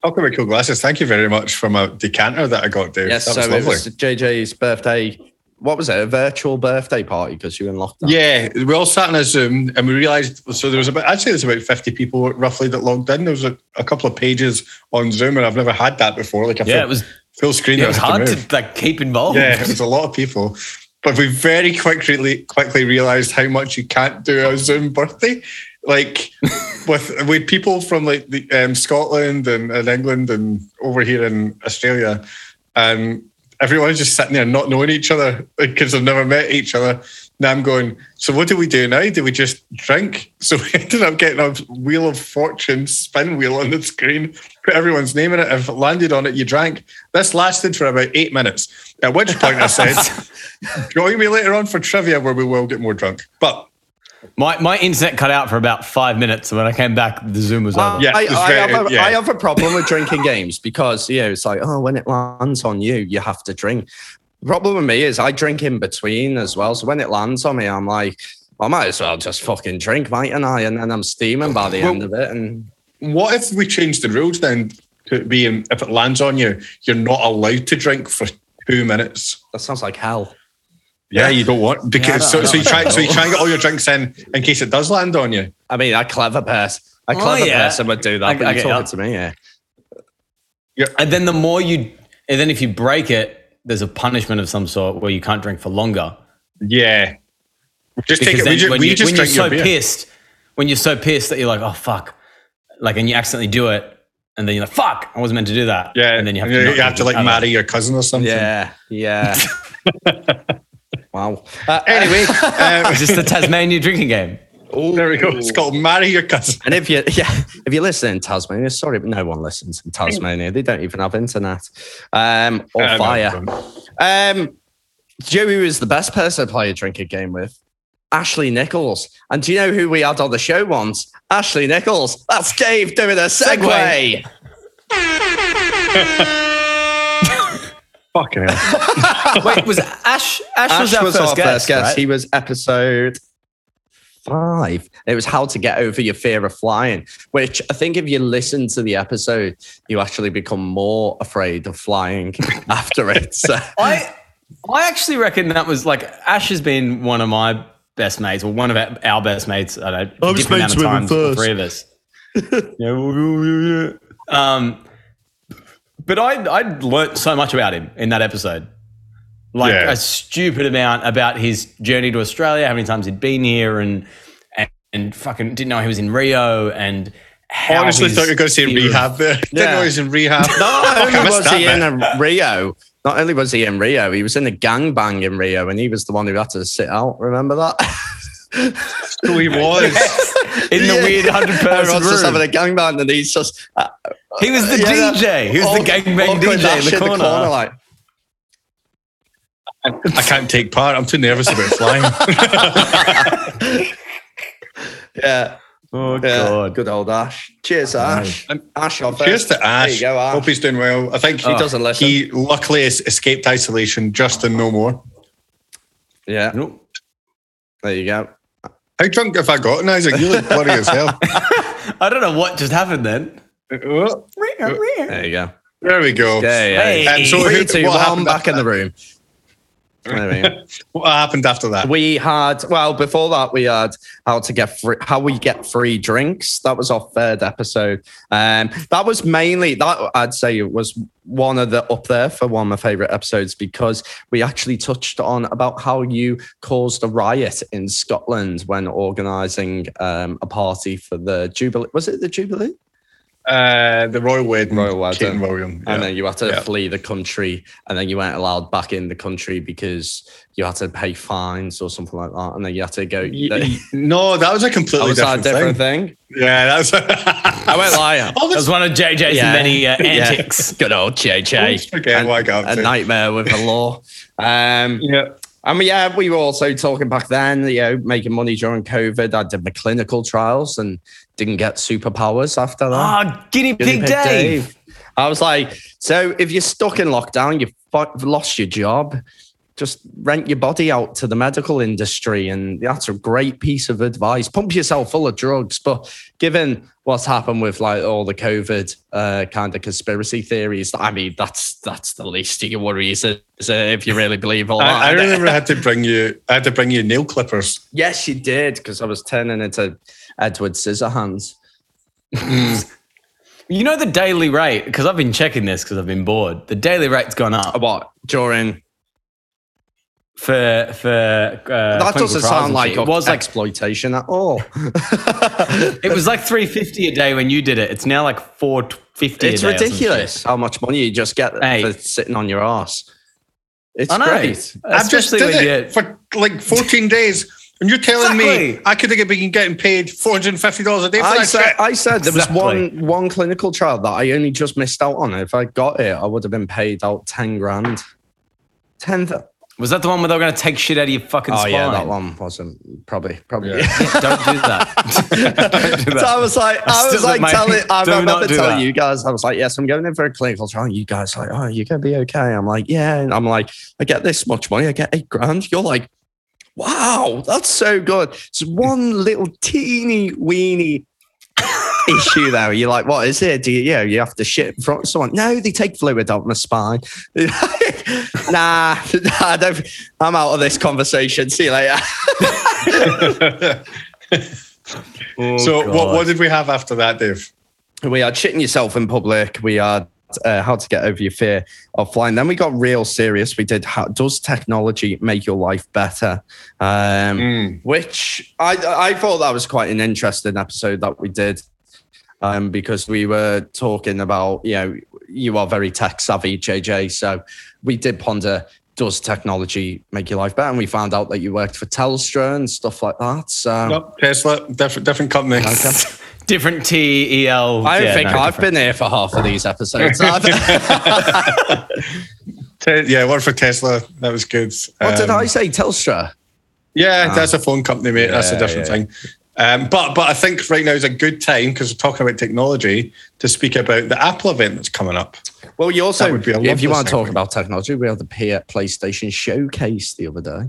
Speaker 2: Talking about cool glasses. Thank you very much from a decanter that I got, Dave.
Speaker 3: Yes,
Speaker 2: that
Speaker 3: so
Speaker 2: was
Speaker 3: it
Speaker 2: lovely.
Speaker 3: was JJ's birthday. What was it? A virtual birthday party because you were in lockdown.
Speaker 2: Yeah, we all sat in a Zoom and we realised. So there was about, I'd say there's about 50 people roughly that logged in. There was a, a couple of pages on Zoom, and I've never had that before. Like a
Speaker 1: Yeah,
Speaker 2: full,
Speaker 1: it was.
Speaker 2: full screen.
Speaker 1: It
Speaker 2: that
Speaker 1: was
Speaker 2: I had
Speaker 1: hard
Speaker 2: to
Speaker 1: to
Speaker 2: move.
Speaker 1: like keep involved.
Speaker 2: Yeah, it was a lot of people. But we very quickly quickly realised how much you can't do a Zoom birthday. like with with people from like the, um, Scotland and, and England and over here in Australia, um, and everyone's just sitting there not knowing each other because they've never met each other. And I'm going, so what do we do now? Do we just drink? So we ended up getting a Wheel of Fortune spin wheel on the screen, put everyone's name in it. If it landed on it, you drank. This lasted for about eight minutes, at which point I said, join me later on for trivia where we will get more drunk. But
Speaker 1: My, my internet cut out for about five minutes, and when I came back, the Zoom was over.
Speaker 2: yeah,
Speaker 3: Um, I,
Speaker 2: it's
Speaker 3: I
Speaker 2: very-
Speaker 3: have a,
Speaker 2: yeah.
Speaker 3: I have a problem with drinking games because you know it's like oh when it lands on you you have to drink. The problem with me is I drink in between as well, so when it lands on me, I'm like I might as well just fucking drink, mightn't I? And then I'm steaming by the end of it, and
Speaker 2: What if we change the rules then to it being if it lands on you, you're not allowed to drink for two minutes?
Speaker 3: that sounds like hell.
Speaker 2: Yeah, you don't want because so, so you try so you try and get all your drinks in in case it does land on you.
Speaker 3: I mean, a clever person, a
Speaker 1: Oh,
Speaker 3: clever
Speaker 1: yeah.
Speaker 3: person would do that.
Speaker 1: I-
Speaker 3: but
Speaker 1: I
Speaker 3: you're
Speaker 1: get
Speaker 3: talking
Speaker 1: that.
Speaker 3: to me, yeah.
Speaker 1: And then the more you, and then if you break it, there's a punishment of some sort where you can't drink for longer.
Speaker 2: Yeah. Just take
Speaker 1: Because
Speaker 2: it. We
Speaker 1: then
Speaker 2: just,
Speaker 1: when,
Speaker 2: we
Speaker 1: you,
Speaker 2: just
Speaker 1: when you're
Speaker 2: drink
Speaker 1: so
Speaker 2: your beer.
Speaker 1: pissed, when you're so pissed that you're like, oh fuck, like, and you accidentally do it, and then you're like, fuck, I wasn't meant to do that.
Speaker 2: Yeah,
Speaker 1: and then you have
Speaker 2: you
Speaker 1: to, not
Speaker 2: have to
Speaker 1: drink
Speaker 2: like
Speaker 1: it. I don't
Speaker 2: marry your cousin or something.
Speaker 3: Yeah, yeah. wow. Uh,
Speaker 2: Anyway,
Speaker 1: know.
Speaker 2: um,
Speaker 1: It's just the Tasmania drinking game.
Speaker 2: there we go. It's called marry your cousin.
Speaker 3: and if you yeah, if you listen in Tasmania, sorry, but no one listens in Tasmania. They don't even have internet um, or
Speaker 2: Uh, no,
Speaker 3: fire. Um, do you know who was the best person to play a drinking game with? Ashley Nichols. And do you know who we had on the show once? Ashley Nichols. That's Dave doing a segue.
Speaker 1: Segue.
Speaker 2: Fucking hell.
Speaker 1: Wait, was Ash? Ash,
Speaker 3: Ash
Speaker 1: was our first guest. right?
Speaker 3: He was episode five. It was how to get over your fear of flying, which I think if you listen to the episode, you actually become more afraid of flying after it. So,
Speaker 1: I I actually reckon that was like Ash has been one of my best mates, or one of our our best mates. I don't know. different amount of times, the three of us. Yeah, well, yeah, yeah. um, but I I learnt so much about him in that episode, like
Speaker 2: Yeah.
Speaker 1: a stupid amount about his journey to Australia, how many times he'd been here, and and, and fucking didn't know he was in Rio, and how
Speaker 2: Honestly,
Speaker 1: his
Speaker 2: thought you were going to say
Speaker 1: fear of-
Speaker 2: rehab there. Didn't
Speaker 3: Yeah.
Speaker 2: know he was in rehab.
Speaker 3: not
Speaker 2: Fuck, I
Speaker 3: only
Speaker 2: missed
Speaker 3: was
Speaker 2: that
Speaker 3: he
Speaker 2: bit.
Speaker 3: in a Rio, not only was he in Rio, he was in a gangbang in Rio, and he was the one who had to sit out. Remember that?
Speaker 2: So he was.
Speaker 1: in the
Speaker 3: Yeah.
Speaker 1: weird hundred person
Speaker 3: Everyone's just
Speaker 1: room.
Speaker 3: having a gangbang, and he's just uh,
Speaker 1: He was the
Speaker 3: Yeah, that-
Speaker 1: DJ. He was
Speaker 3: awkward-
Speaker 1: the gangbang
Speaker 3: awkward Ash
Speaker 1: DJ in the corner.
Speaker 3: like,
Speaker 2: I can't take part. I'm too nervous about flying.
Speaker 3: yeah.
Speaker 1: Oh
Speaker 3: Yeah,
Speaker 1: god.
Speaker 3: good old Ash. Cheers, Ash. Ash, our
Speaker 2: Cheers
Speaker 3: first.
Speaker 2: to
Speaker 3: There
Speaker 2: Ash.
Speaker 3: you go,
Speaker 1: ah.
Speaker 3: Ash.
Speaker 2: Hope he's doing well. I think
Speaker 3: He doesn't listen.
Speaker 2: He luckily has escaped isolation. Justin, no more.
Speaker 3: yeah,
Speaker 1: Nope.
Speaker 3: there you go.
Speaker 2: How drunk have I gotten, Isaac? You look bloody as hell.
Speaker 1: I don't know what just happened then.
Speaker 2: Oh,
Speaker 3: There you go.
Speaker 2: There we go.
Speaker 3: Yeah, yeah.
Speaker 1: Hey.
Speaker 3: yeah.
Speaker 2: Um, so
Speaker 1: Three,
Speaker 2: who-
Speaker 3: Three, two,
Speaker 2: what,
Speaker 3: one,
Speaker 2: happened
Speaker 3: back
Speaker 2: after,
Speaker 3: in the room. There we go.
Speaker 2: what happened after that?
Speaker 3: We had well before that we had how to get free, how we get free drinks. That was our third episode. Um, that was mainly that I'd say it was one of the up there for one of my favorite episodes because we actually touched on about how you caused a riot in Scotland when organising um, a party for the Jubilee. Was it the Jubilee?
Speaker 2: Uh, the royal wedding.
Speaker 3: Royal wedding.
Speaker 2: Kate and William.
Speaker 3: And
Speaker 2: yeah.
Speaker 3: then you had to
Speaker 2: Yeah.
Speaker 3: flee the country, and then you weren't allowed back in the country because you had to pay fines or something like that, and then you had to go.
Speaker 2: Y- y- no, Oh, that was a
Speaker 3: That
Speaker 2: completely
Speaker 3: was
Speaker 2: different,
Speaker 3: a different
Speaker 2: thing.
Speaker 3: thing.
Speaker 2: Yeah, Oh, that's.
Speaker 3: I
Speaker 2: I
Speaker 3: won't lie.
Speaker 1: That was one of JJ's
Speaker 3: Yeah.
Speaker 1: many uh,
Speaker 3: Yeah.
Speaker 1: antics.
Speaker 3: Good old
Speaker 2: Always
Speaker 3: JJ.
Speaker 2: forget what I got up
Speaker 3: A
Speaker 2: to.
Speaker 3: nightmare with the law. Um,
Speaker 2: Yeah.
Speaker 3: I mean, yeah, we were also talking back then, you know, making money during COVID. I did my clinical trials and didn't get superpowers after that.
Speaker 1: Ah, guinea pig
Speaker 3: Guinea pig
Speaker 1: Dave.
Speaker 3: I was like, so if you're stuck in lockdown, you've fu- lost your job, just rent your body out to the medical industry. And that's a great piece of advice. Pump yourself full of drugs. But given what's happened with like all the COVID uh, kind of conspiracy theories, I mean, that's that's the least of your worries is, uh, if you really believe all that.
Speaker 2: I, I remember I had to bring you. I had to bring you nail clippers.
Speaker 3: Yes, you did, because I was turning into Edward Scissorhands.
Speaker 1: You know the daily rate because I've been checking this because I've been bored. The daily rate's gone up.
Speaker 3: What? During
Speaker 1: for for uh,
Speaker 3: that
Speaker 1: clinical
Speaker 3: doesn't
Speaker 1: trials
Speaker 3: sound
Speaker 1: and
Speaker 3: like
Speaker 1: shit. it was like
Speaker 3: exploitation at all.
Speaker 1: it was like three fifty a day when you did it. It's now like four fifty.
Speaker 3: It's ridiculous how much money you just get
Speaker 1: Hey.
Speaker 3: for sitting on your ass. It's
Speaker 1: I know.
Speaker 3: great.
Speaker 2: I've just
Speaker 1: Especially
Speaker 2: did
Speaker 1: when
Speaker 2: it
Speaker 1: you-
Speaker 2: for like 14 days. And you're telling me
Speaker 1: Exactly.
Speaker 2: I could have been getting paid $450 a day for
Speaker 3: I
Speaker 2: that
Speaker 3: said,
Speaker 2: shit.
Speaker 3: I said there was
Speaker 1: Exactly.
Speaker 3: one one clinical trial that I only just missed out on. If I got it, I would have been paid out ten grand. Ten. Th-
Speaker 1: Was that the one where they were going to take shit out of your fucking
Speaker 3: oh
Speaker 1: spine?
Speaker 3: yeah, that one wasn't probably probably.
Speaker 2: Yeah.
Speaker 1: Yeah, don't do that. Don't do
Speaker 3: so I
Speaker 1: that.
Speaker 3: was like,
Speaker 1: I
Speaker 3: I, was
Speaker 1: still-
Speaker 3: like,
Speaker 1: mate,
Speaker 3: telling, I
Speaker 1: do
Speaker 3: remember
Speaker 1: not do
Speaker 3: telling
Speaker 1: that.
Speaker 3: you guys, I was like, yes, I'm going in for a clinical trial. And you guys like, oh, you're gonna be okay. I'm like, yeah. And I'm like, I get this much money. I get eight grand. You're like, wow, that's so good. It's one little teeny weeny issue though. You're like, what is it? Do you, yeah, you have to shit in front of someone? No, they take fluid out my spine. nah, nah, I don't, I'm out of this conversation. See you later.
Speaker 1: Oh,
Speaker 2: so, what,
Speaker 1: God.
Speaker 2: what did we have after that, Dave?
Speaker 3: we had shitting yourself in public. We had uh, how to get over your fear of flying. Then we got real serious. We did how, does technology make your life better? Um, Which I I thought that was quite an interesting episode that we did um, because we were talking about you know you are very tech savvy JJ, so we did ponder. Does technology make your life better? And we found out that you worked for Telstra and stuff like that. So
Speaker 2: Nope, Tesla, different, different company.
Speaker 3: Okay.
Speaker 1: Different T E L.
Speaker 3: I don't
Speaker 1: yeah,
Speaker 3: think
Speaker 1: no,
Speaker 3: I've been here for half of these episodes.
Speaker 2: Te- yeah, I worked for Tesla. That was good.
Speaker 3: What did
Speaker 2: Um,
Speaker 3: I Ah. say? Telstra.
Speaker 2: Yeah, that's a phone company, mate. that's a
Speaker 3: Yeah,
Speaker 2: different
Speaker 3: yeah.
Speaker 2: thing. Um, but but I think right now is a good time because we're talking about technology to speak about the Apple event that's coming up.
Speaker 3: Well, you also,
Speaker 2: That would be a
Speaker 3: if
Speaker 2: lovely
Speaker 3: you want to talk
Speaker 2: segue.
Speaker 3: about technology, we had the P- PlayStation showcase the other day.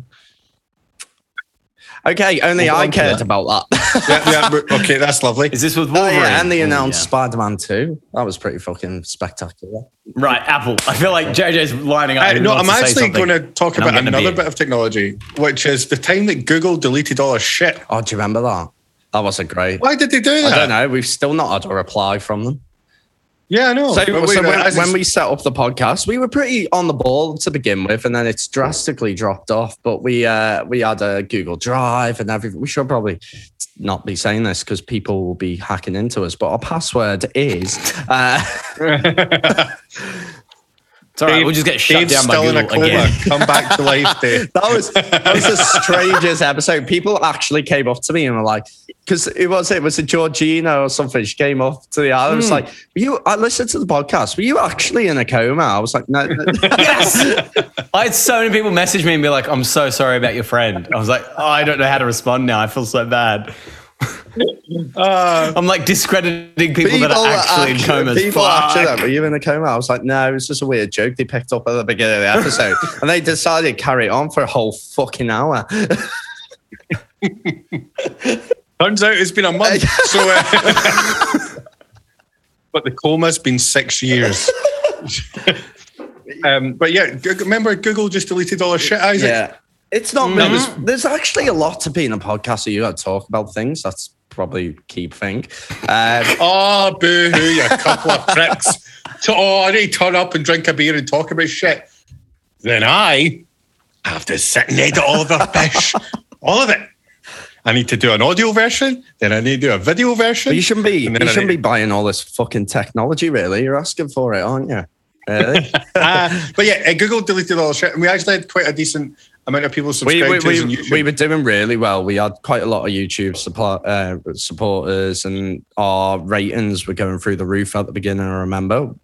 Speaker 3: Okay, only
Speaker 2: Hold
Speaker 3: I
Speaker 2: on to
Speaker 3: cared
Speaker 2: that.
Speaker 3: about that.
Speaker 2: yeah, yeah, we- okay, that's lovely.
Speaker 1: Is this with
Speaker 3: oh,
Speaker 1: Wolverine?
Speaker 3: yeah,
Speaker 2: Mm,
Speaker 3: and they announced
Speaker 1: Yeah.
Speaker 3: Spider Man 2. That was pretty fucking spectacular.
Speaker 1: Right, Apple. I feel like JJ's lining up.
Speaker 2: Uh, no, I'm actually
Speaker 1: going
Speaker 2: going to talk
Speaker 1: and I'm
Speaker 2: about
Speaker 1: gonna
Speaker 2: another
Speaker 1: be-
Speaker 2: bit of technology, which is the time that Google deleted all our shit.
Speaker 3: Oh, do you remember that? That wasn't great.
Speaker 2: Why did they do that?
Speaker 3: I don't know. We've still not had a reply from them.
Speaker 2: Yeah, I Oh, know.
Speaker 3: So,
Speaker 2: But wait,
Speaker 3: so when,
Speaker 2: as
Speaker 3: when
Speaker 2: it's-
Speaker 3: we set up the podcast, we were pretty on the ball to begin with, and then it's drastically dropped off. But we uh, we had a Google Drive and everything. We should probably not be saying this because people will be hacking into us. But our password is uh,
Speaker 1: It's all right. We'll just get shut
Speaker 2: Dave's
Speaker 1: down by
Speaker 2: still in a
Speaker 1: Google
Speaker 2: coma.
Speaker 1: again.
Speaker 2: Come back to life, Dave.
Speaker 3: that was that was the strangest episode. People actually came up to me and were like, because it was it was a Georgina or something. She came up to the I was
Speaker 2: Hmm.
Speaker 3: like, were you I listened to the podcast. Were you actually in a coma? I was like, no.
Speaker 1: yes. I had so many people message me and be like, "I'm so sorry about your friend." I was like, oh, "I don't know how to respond now. I feel so bad."
Speaker 3: Oh,
Speaker 1: I'm like discrediting people, that are actually in comas.
Speaker 3: People
Speaker 1: Fuck.
Speaker 3: actually, like, were you in a coma? I was like, no, it was just a weird joke they picked up at the beginning of the episode, and they decided to carry it on for a whole fucking hour.
Speaker 2: Turns out it's been a month. so, uh, but the coma's been six years. um, but yeah, Goog- remember Google just deleted all our shit, Isaac.
Speaker 3: it's not.
Speaker 2: That was-
Speaker 3: there's actually a lot to be in a podcast, so you got to talk about things. That's probably a key thing. Um,
Speaker 2: Oh, boo hoo, you couple of pricks. So, oh, I need to turn up and drink a beer and talk about shit. Then I have to sit and edit all of our fish, all of it. I need to do an audio version, then I need to do a video version.
Speaker 3: but you shouldn't be.
Speaker 2: And then
Speaker 3: You
Speaker 2: I
Speaker 3: shouldn't
Speaker 2: need-
Speaker 3: be buying all this fucking technology. Really, you're asking for it, aren't you? Really?
Speaker 2: Uh, but yeah, uh, Google deleted all the shit, and we actually had quite a decent amount of people
Speaker 3: we,
Speaker 2: subscribed
Speaker 3: we,
Speaker 2: to us on
Speaker 3: we,
Speaker 2: YouTube.
Speaker 3: we were doing really well. We had quite a lot of YouTube support, uh, supporters, and our ratings were going through the roof at the beginning. I remember,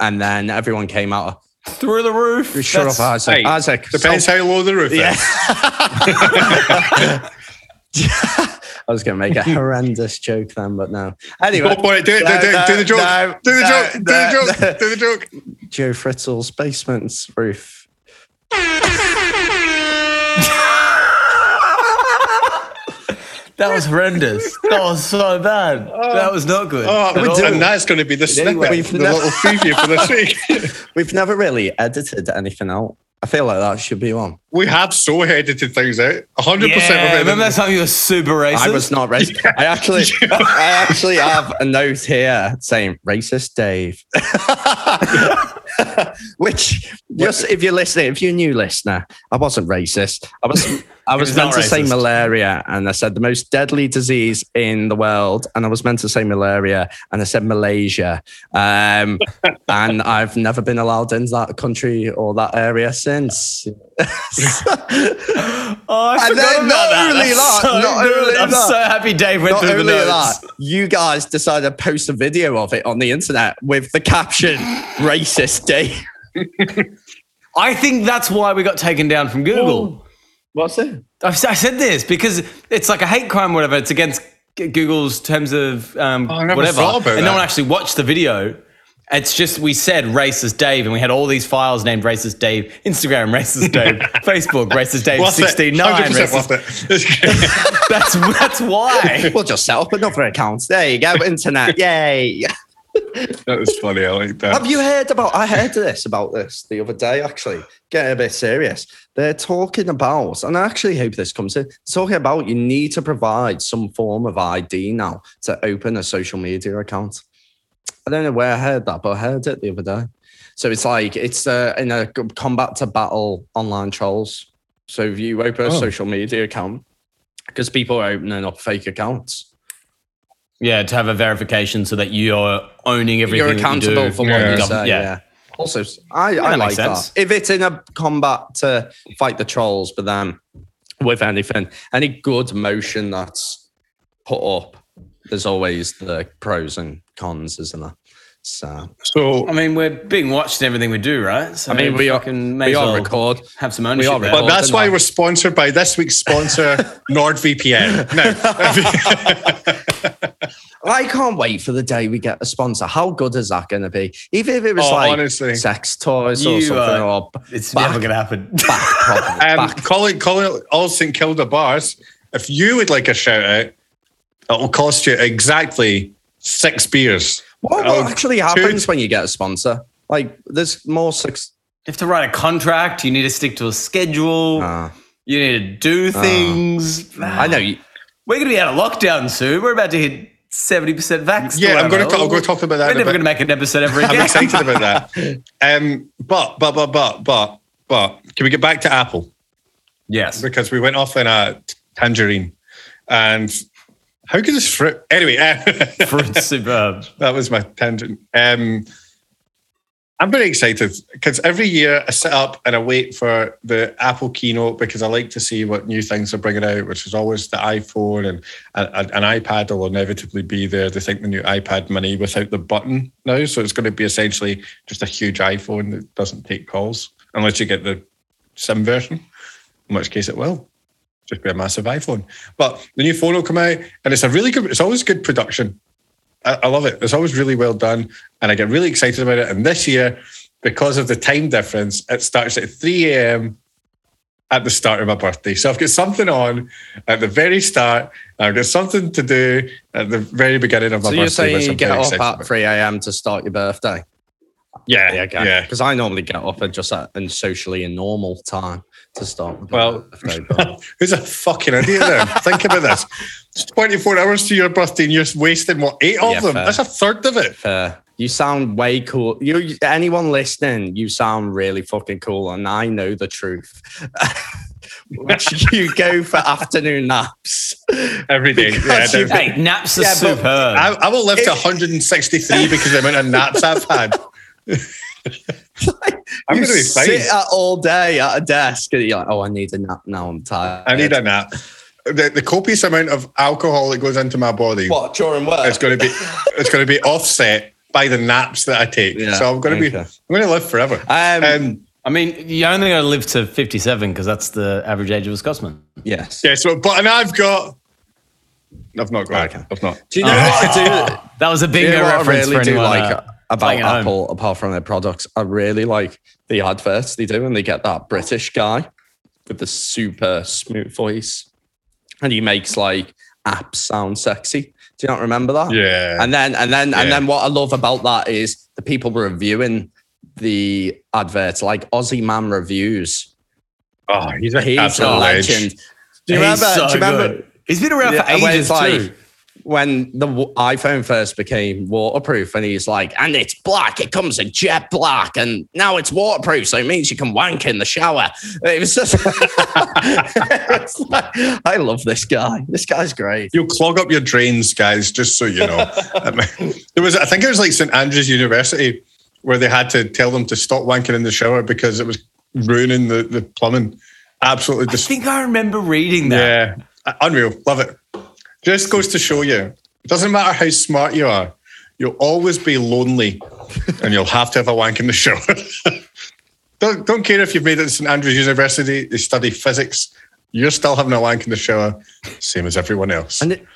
Speaker 3: and then everyone came out.
Speaker 1: through the roof.
Speaker 3: Shut
Speaker 1: That's-
Speaker 3: up, Isaac!
Speaker 2: Hey,
Speaker 3: Isaac,
Speaker 2: Depends
Speaker 3: stop."
Speaker 2: how low the roof
Speaker 3: Yeah.
Speaker 2: is.
Speaker 3: I was going to make a horrendous joke then, but no. Anyway,
Speaker 2: Go for it. Do it. Do,
Speaker 3: No,
Speaker 2: do-
Speaker 3: no,
Speaker 2: do the joke.
Speaker 3: no,
Speaker 2: do the
Speaker 3: no,
Speaker 2: joke. Do the
Speaker 3: no,
Speaker 2: joke.
Speaker 3: no.
Speaker 2: Do the joke.
Speaker 3: Joe Fritzl's basement's roof.
Speaker 1: That was horrendous. that was so bad. that was not good.
Speaker 2: Oh,
Speaker 1: at all.
Speaker 2: and that's going to be the snippet,
Speaker 3: we've
Speaker 2: the
Speaker 3: never-
Speaker 2: little preview for this week.
Speaker 3: We've never really edited anything out. I feel like that should be one.
Speaker 2: we have so edited things out.
Speaker 1: yeah,
Speaker 2: 100% of it.
Speaker 1: remember that time you were super racist?
Speaker 3: I was not racist. I actually, I actually have a note here saying "racist Dave." Which, just if you're listening, if you're a new listener, I wasn't racist. I was, I was,
Speaker 1: was
Speaker 3: meant
Speaker 1: not
Speaker 3: to say
Speaker 1: racist.
Speaker 3: malaria, and I said the most deadly disease in the world, and I was meant to say malaria, and I said Malaysia, um, and I've never been allowed into that country or that area since.
Speaker 1: Oh, I
Speaker 3: And
Speaker 1: forgot
Speaker 3: then
Speaker 1: about
Speaker 3: not
Speaker 1: that.
Speaker 3: only
Speaker 1: That's
Speaker 3: that,
Speaker 1: so
Speaker 3: not
Speaker 1: good.
Speaker 3: only
Speaker 1: I'm
Speaker 3: that.
Speaker 1: so happy Dave went
Speaker 3: Not
Speaker 1: through the
Speaker 3: only
Speaker 1: notes.
Speaker 3: that, you guys decided to post a video of it on the internet with the caption "Racist Day."
Speaker 1: I think that's why we got taken down from Google.
Speaker 3: What's it?
Speaker 1: I've, s- I said this because it's like a hate crime, or whatever. It's against G- Google's terms of um,
Speaker 2: Oh, I never
Speaker 1: whatever,
Speaker 2: thought about
Speaker 1: and no
Speaker 2: that.
Speaker 1: one actually watched the video. It's just we said racist Dave, and we had all these files named racist Dave, Instagram racist Dave, Facebook racist Dave
Speaker 2: Worth it.
Speaker 1: sixty nine.
Speaker 2: 100%
Speaker 1: That's
Speaker 2: worth it.
Speaker 1: that's why.
Speaker 3: We'll just set up another account. There you go, internet. Yay.
Speaker 2: that was funny. I like that.
Speaker 3: Have you heard about I heard this about this the other day actually. Getting a bit serious. They're talking about, and I actually hope this comes in, talking about you need to provide some form of ID now to open a social media account. I don't know where I heard that, but I heard it the other day. So it's like it's uh, in a g- combat to battle online trolls. So if you open a
Speaker 2: Oh.
Speaker 3: social media account, because people are opening up fake accounts.
Speaker 1: Yeah, to have a verification so that you're owning everything.
Speaker 3: You're accountable for what
Speaker 2: Yeah.
Speaker 3: you say.
Speaker 1: Yeah.
Speaker 3: Yeah. Also, I, I
Speaker 1: That
Speaker 3: like
Speaker 1: makes sense.
Speaker 3: that. If it's in a combat to fight the trolls, but then with anything, any good motion that's put up, there's always the pros and cons, isn't there? So
Speaker 2: So,
Speaker 1: I mean, we're being watched in everything we do, right? So
Speaker 3: I mean, we are-
Speaker 1: fucking may
Speaker 3: we
Speaker 1: as
Speaker 3: all
Speaker 1: well
Speaker 3: record.
Speaker 1: have some ownership.
Speaker 3: are
Speaker 1: there.
Speaker 2: but
Speaker 3: recording.
Speaker 2: that's why we're sponsored by this week's sponsor, NordVPN. Now,
Speaker 3: I can't wait for the day we get a sponsor. How good is that going to be? Even if it was
Speaker 2: Oh,
Speaker 3: like
Speaker 2: honestly.
Speaker 3: sex toys or
Speaker 1: You,
Speaker 3: something,
Speaker 1: uh,
Speaker 3: or
Speaker 1: It's
Speaker 3: back,
Speaker 1: never going to happen.
Speaker 3: back, problem-
Speaker 2: um,
Speaker 3: back
Speaker 2: calling, calling all St Kilda bars, if you would like a shout out, it'll cost you exactly six beers.
Speaker 3: What,
Speaker 2: Oh,
Speaker 3: what
Speaker 1: um,
Speaker 3: actually happens when you get a sponsor? Like, there's more success.
Speaker 1: You have to write a contract. You need to stick to a schedule.
Speaker 3: Ah.
Speaker 1: you need to do things. Ah.
Speaker 3: I know. You,
Speaker 1: We're going to be out of lockdown soon. We're about to hit 70% vax.
Speaker 2: Yeah, I'm
Speaker 1: going
Speaker 2: gonna- I'll go talk about that
Speaker 1: We're
Speaker 2: in
Speaker 1: never
Speaker 2: a bit.
Speaker 1: going to make an episode ever
Speaker 2: I'm
Speaker 1: again.
Speaker 2: excited about that. Um, but, but, but, but, but, but, can we get back to Apple?
Speaker 1: yes.
Speaker 2: because we went off in a t- tangerine. And how could this fruit? Anyway, uh,
Speaker 1: Fruit superb.
Speaker 2: that was my tangent. Um, I'm very excited because every year I sit up and I wait for the Apple keynote because I like to see what new things are bringing out, which is always the iPhone and a- a- an iPad will inevitably be there. They think the new iPad mini without the button now. So it's going to be essentially just a huge iPhone that doesn't take calls unless you get the SIM version, in which case it will just be a massive iPhone. But the new phone will come out, and it's a really good. It's always good production. I, I love it. It's always really well done, and I get really excited about it. And this year, because of the time difference, it starts at three a.m. at the start of my birthday. So I've got something on at the very start. and I've got something to do at the very beginning of my
Speaker 3: so
Speaker 2: birthday.
Speaker 3: you're saying
Speaker 2: which
Speaker 3: you
Speaker 2: I'm
Speaker 3: get
Speaker 2: very
Speaker 3: up
Speaker 2: excited
Speaker 3: at
Speaker 2: about.
Speaker 3: 3 a.m. to start your birthday?
Speaker 2: Yeah,
Speaker 3: Yeah,
Speaker 2: yeah,
Speaker 3: okay. Because I normally get up at just at and socially a normal time to start. my
Speaker 2: Well-
Speaker 3: birthday, but-
Speaker 2: Who's a fucking idiot then? Think about this. It's 24 hours to your birthday and you're wasting, what, eight of
Speaker 3: Yeah,
Speaker 2: them?
Speaker 3: fair.
Speaker 2: That's a third of it.
Speaker 3: uh, you sound way cool. You, anyone listening, you sound really fucking cool, and I know the truth. Which you go for afternoon naps.
Speaker 2: Every day. Yeah,
Speaker 3: Because you-
Speaker 2: I do.
Speaker 1: Hey, naps are
Speaker 3: Yeah, but-
Speaker 1: superb.
Speaker 2: I, I will live
Speaker 3: If-
Speaker 2: to 163 because of the amount of naps I've had. I'm
Speaker 3: you
Speaker 2: going to be fine.
Speaker 3: sit at all day at a desk, and you're like, "Oh, I need a nap now. I'm tired."
Speaker 2: I need a nap. The, the copious amount of alcohol that goes into my body
Speaker 3: what during work?
Speaker 2: it's going to be it's going to be offset by the naps that I take.
Speaker 3: Yeah,
Speaker 2: so I'm going to be
Speaker 3: okay.
Speaker 2: I'm going to live forever.
Speaker 3: Um,
Speaker 2: Um,
Speaker 1: I mean, you only going to live to 57 because that's the average age of a Scotsman.
Speaker 3: yes.
Speaker 2: yeah. So but and I've got. I've not got.
Speaker 3: Oh, Okay. Uh-huh.
Speaker 2: I've not.
Speaker 3: Do you know what I do?
Speaker 1: That was a
Speaker 3: Do
Speaker 1: bingo
Speaker 3: you know what I
Speaker 1: reference
Speaker 3: really
Speaker 1: for
Speaker 3: do
Speaker 1: anyone.
Speaker 3: like
Speaker 1: uh,
Speaker 3: about
Speaker 1: playing at home.
Speaker 3: Apple, apart from their products? I really like the adverts they do, and they get that British guy with the super smooth voice, and he makes like apps sound sexy. Do you not remember that?
Speaker 2: Yeah.
Speaker 3: And then and then and
Speaker 2: Yeah.
Speaker 3: then what I love about that is the people were reviewing the adverts, like Aussie Man reviews.
Speaker 2: oh, he's a,
Speaker 3: He's
Speaker 2: absolute
Speaker 3: a
Speaker 2: legend.
Speaker 3: legend. Do you
Speaker 1: He's
Speaker 3: remember?
Speaker 1: so
Speaker 3: do you remember?
Speaker 1: good. He's been around
Speaker 3: Yeah,
Speaker 1: for
Speaker 3: where
Speaker 1: ages
Speaker 3: it's like,
Speaker 1: too.
Speaker 3: when the w- iPhone first became waterproof, and he's like, and it's black, it comes in jet black, and now it's waterproof, so it means you can wank in the shower. It was just, It's like, I love this guy. This guy's great.
Speaker 2: You'll clog up your drains, guys, just so you know. Um, there was, I think it was like St Andrews University where they had to tell them to stop wanking in the shower because it was ruining the, the plumbing. Absolutely
Speaker 1: I
Speaker 2: just
Speaker 1: think I remember reading that.
Speaker 2: yeah. Uh, Unreal. Love it. Just goes to show you. It doesn't matter how smart you are, you'll always be lonely and you'll have to have a wank in the shower. don't don't care if you've made it to St Andrews University, they study physics. You're still having a wank in the shower, same as everyone else.
Speaker 3: And it,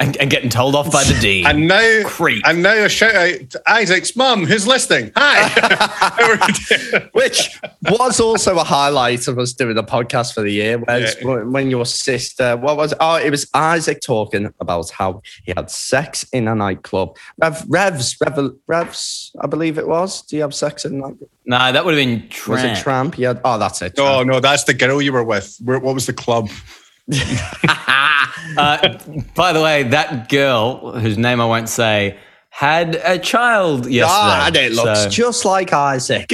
Speaker 1: And, and getting told off by the dean.
Speaker 2: And now,
Speaker 1: Creep.
Speaker 2: and now a shout out to Isaac's mum who's listening. Hi. How are you doing?
Speaker 3: which was also a highlight of us doing the podcast for the year. Was
Speaker 2: Yeah.
Speaker 3: when- when your sister, what was? Oh, it was Isaac talking about how he had sex in a nightclub. Rev, Revs, Rev, Revs, I believe it was. Do you have sex in a nightclub?
Speaker 1: no, that would have been
Speaker 3: Was
Speaker 1: Tramp.
Speaker 3: it Tramp? Yeah. Oh, that's it.
Speaker 2: no, no, that's the girl you were with. Where, what was the club?
Speaker 1: Uh, by the way, that girl, whose name I won't say, had a child yesterday.
Speaker 3: Ah, and it looks
Speaker 1: so-
Speaker 3: just like Isaac.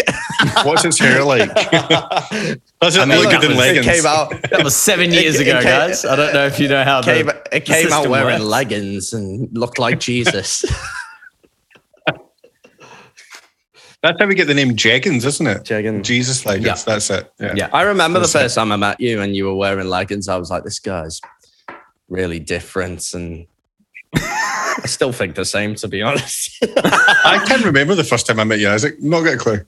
Speaker 2: What's his hair like? Does it
Speaker 1: I mean,
Speaker 2: look
Speaker 1: that
Speaker 2: good
Speaker 1: was-
Speaker 2: in
Speaker 3: it
Speaker 2: leggings?
Speaker 3: came out.
Speaker 1: That was seven
Speaker 3: It-
Speaker 1: years
Speaker 3: it
Speaker 1: ago,
Speaker 3: came-
Speaker 1: guys. I don't know if you know how the-
Speaker 3: Came, it came out
Speaker 1: system
Speaker 3: wearing
Speaker 1: works.
Speaker 3: leggings and looked like Jesus.
Speaker 2: That's how we get the name Jeggins, isn't it?
Speaker 3: Jeggins.
Speaker 2: Jesus like
Speaker 1: Yeah.
Speaker 2: That's it. Yeah.
Speaker 1: Yeah.
Speaker 3: I remember the
Speaker 2: Listen.
Speaker 3: first time I met you and you were wearing leggings. I was like, this guy's really different. And I still think the same, to be honest.
Speaker 2: I can remember the first time I met you, Isaac. Not got a clue.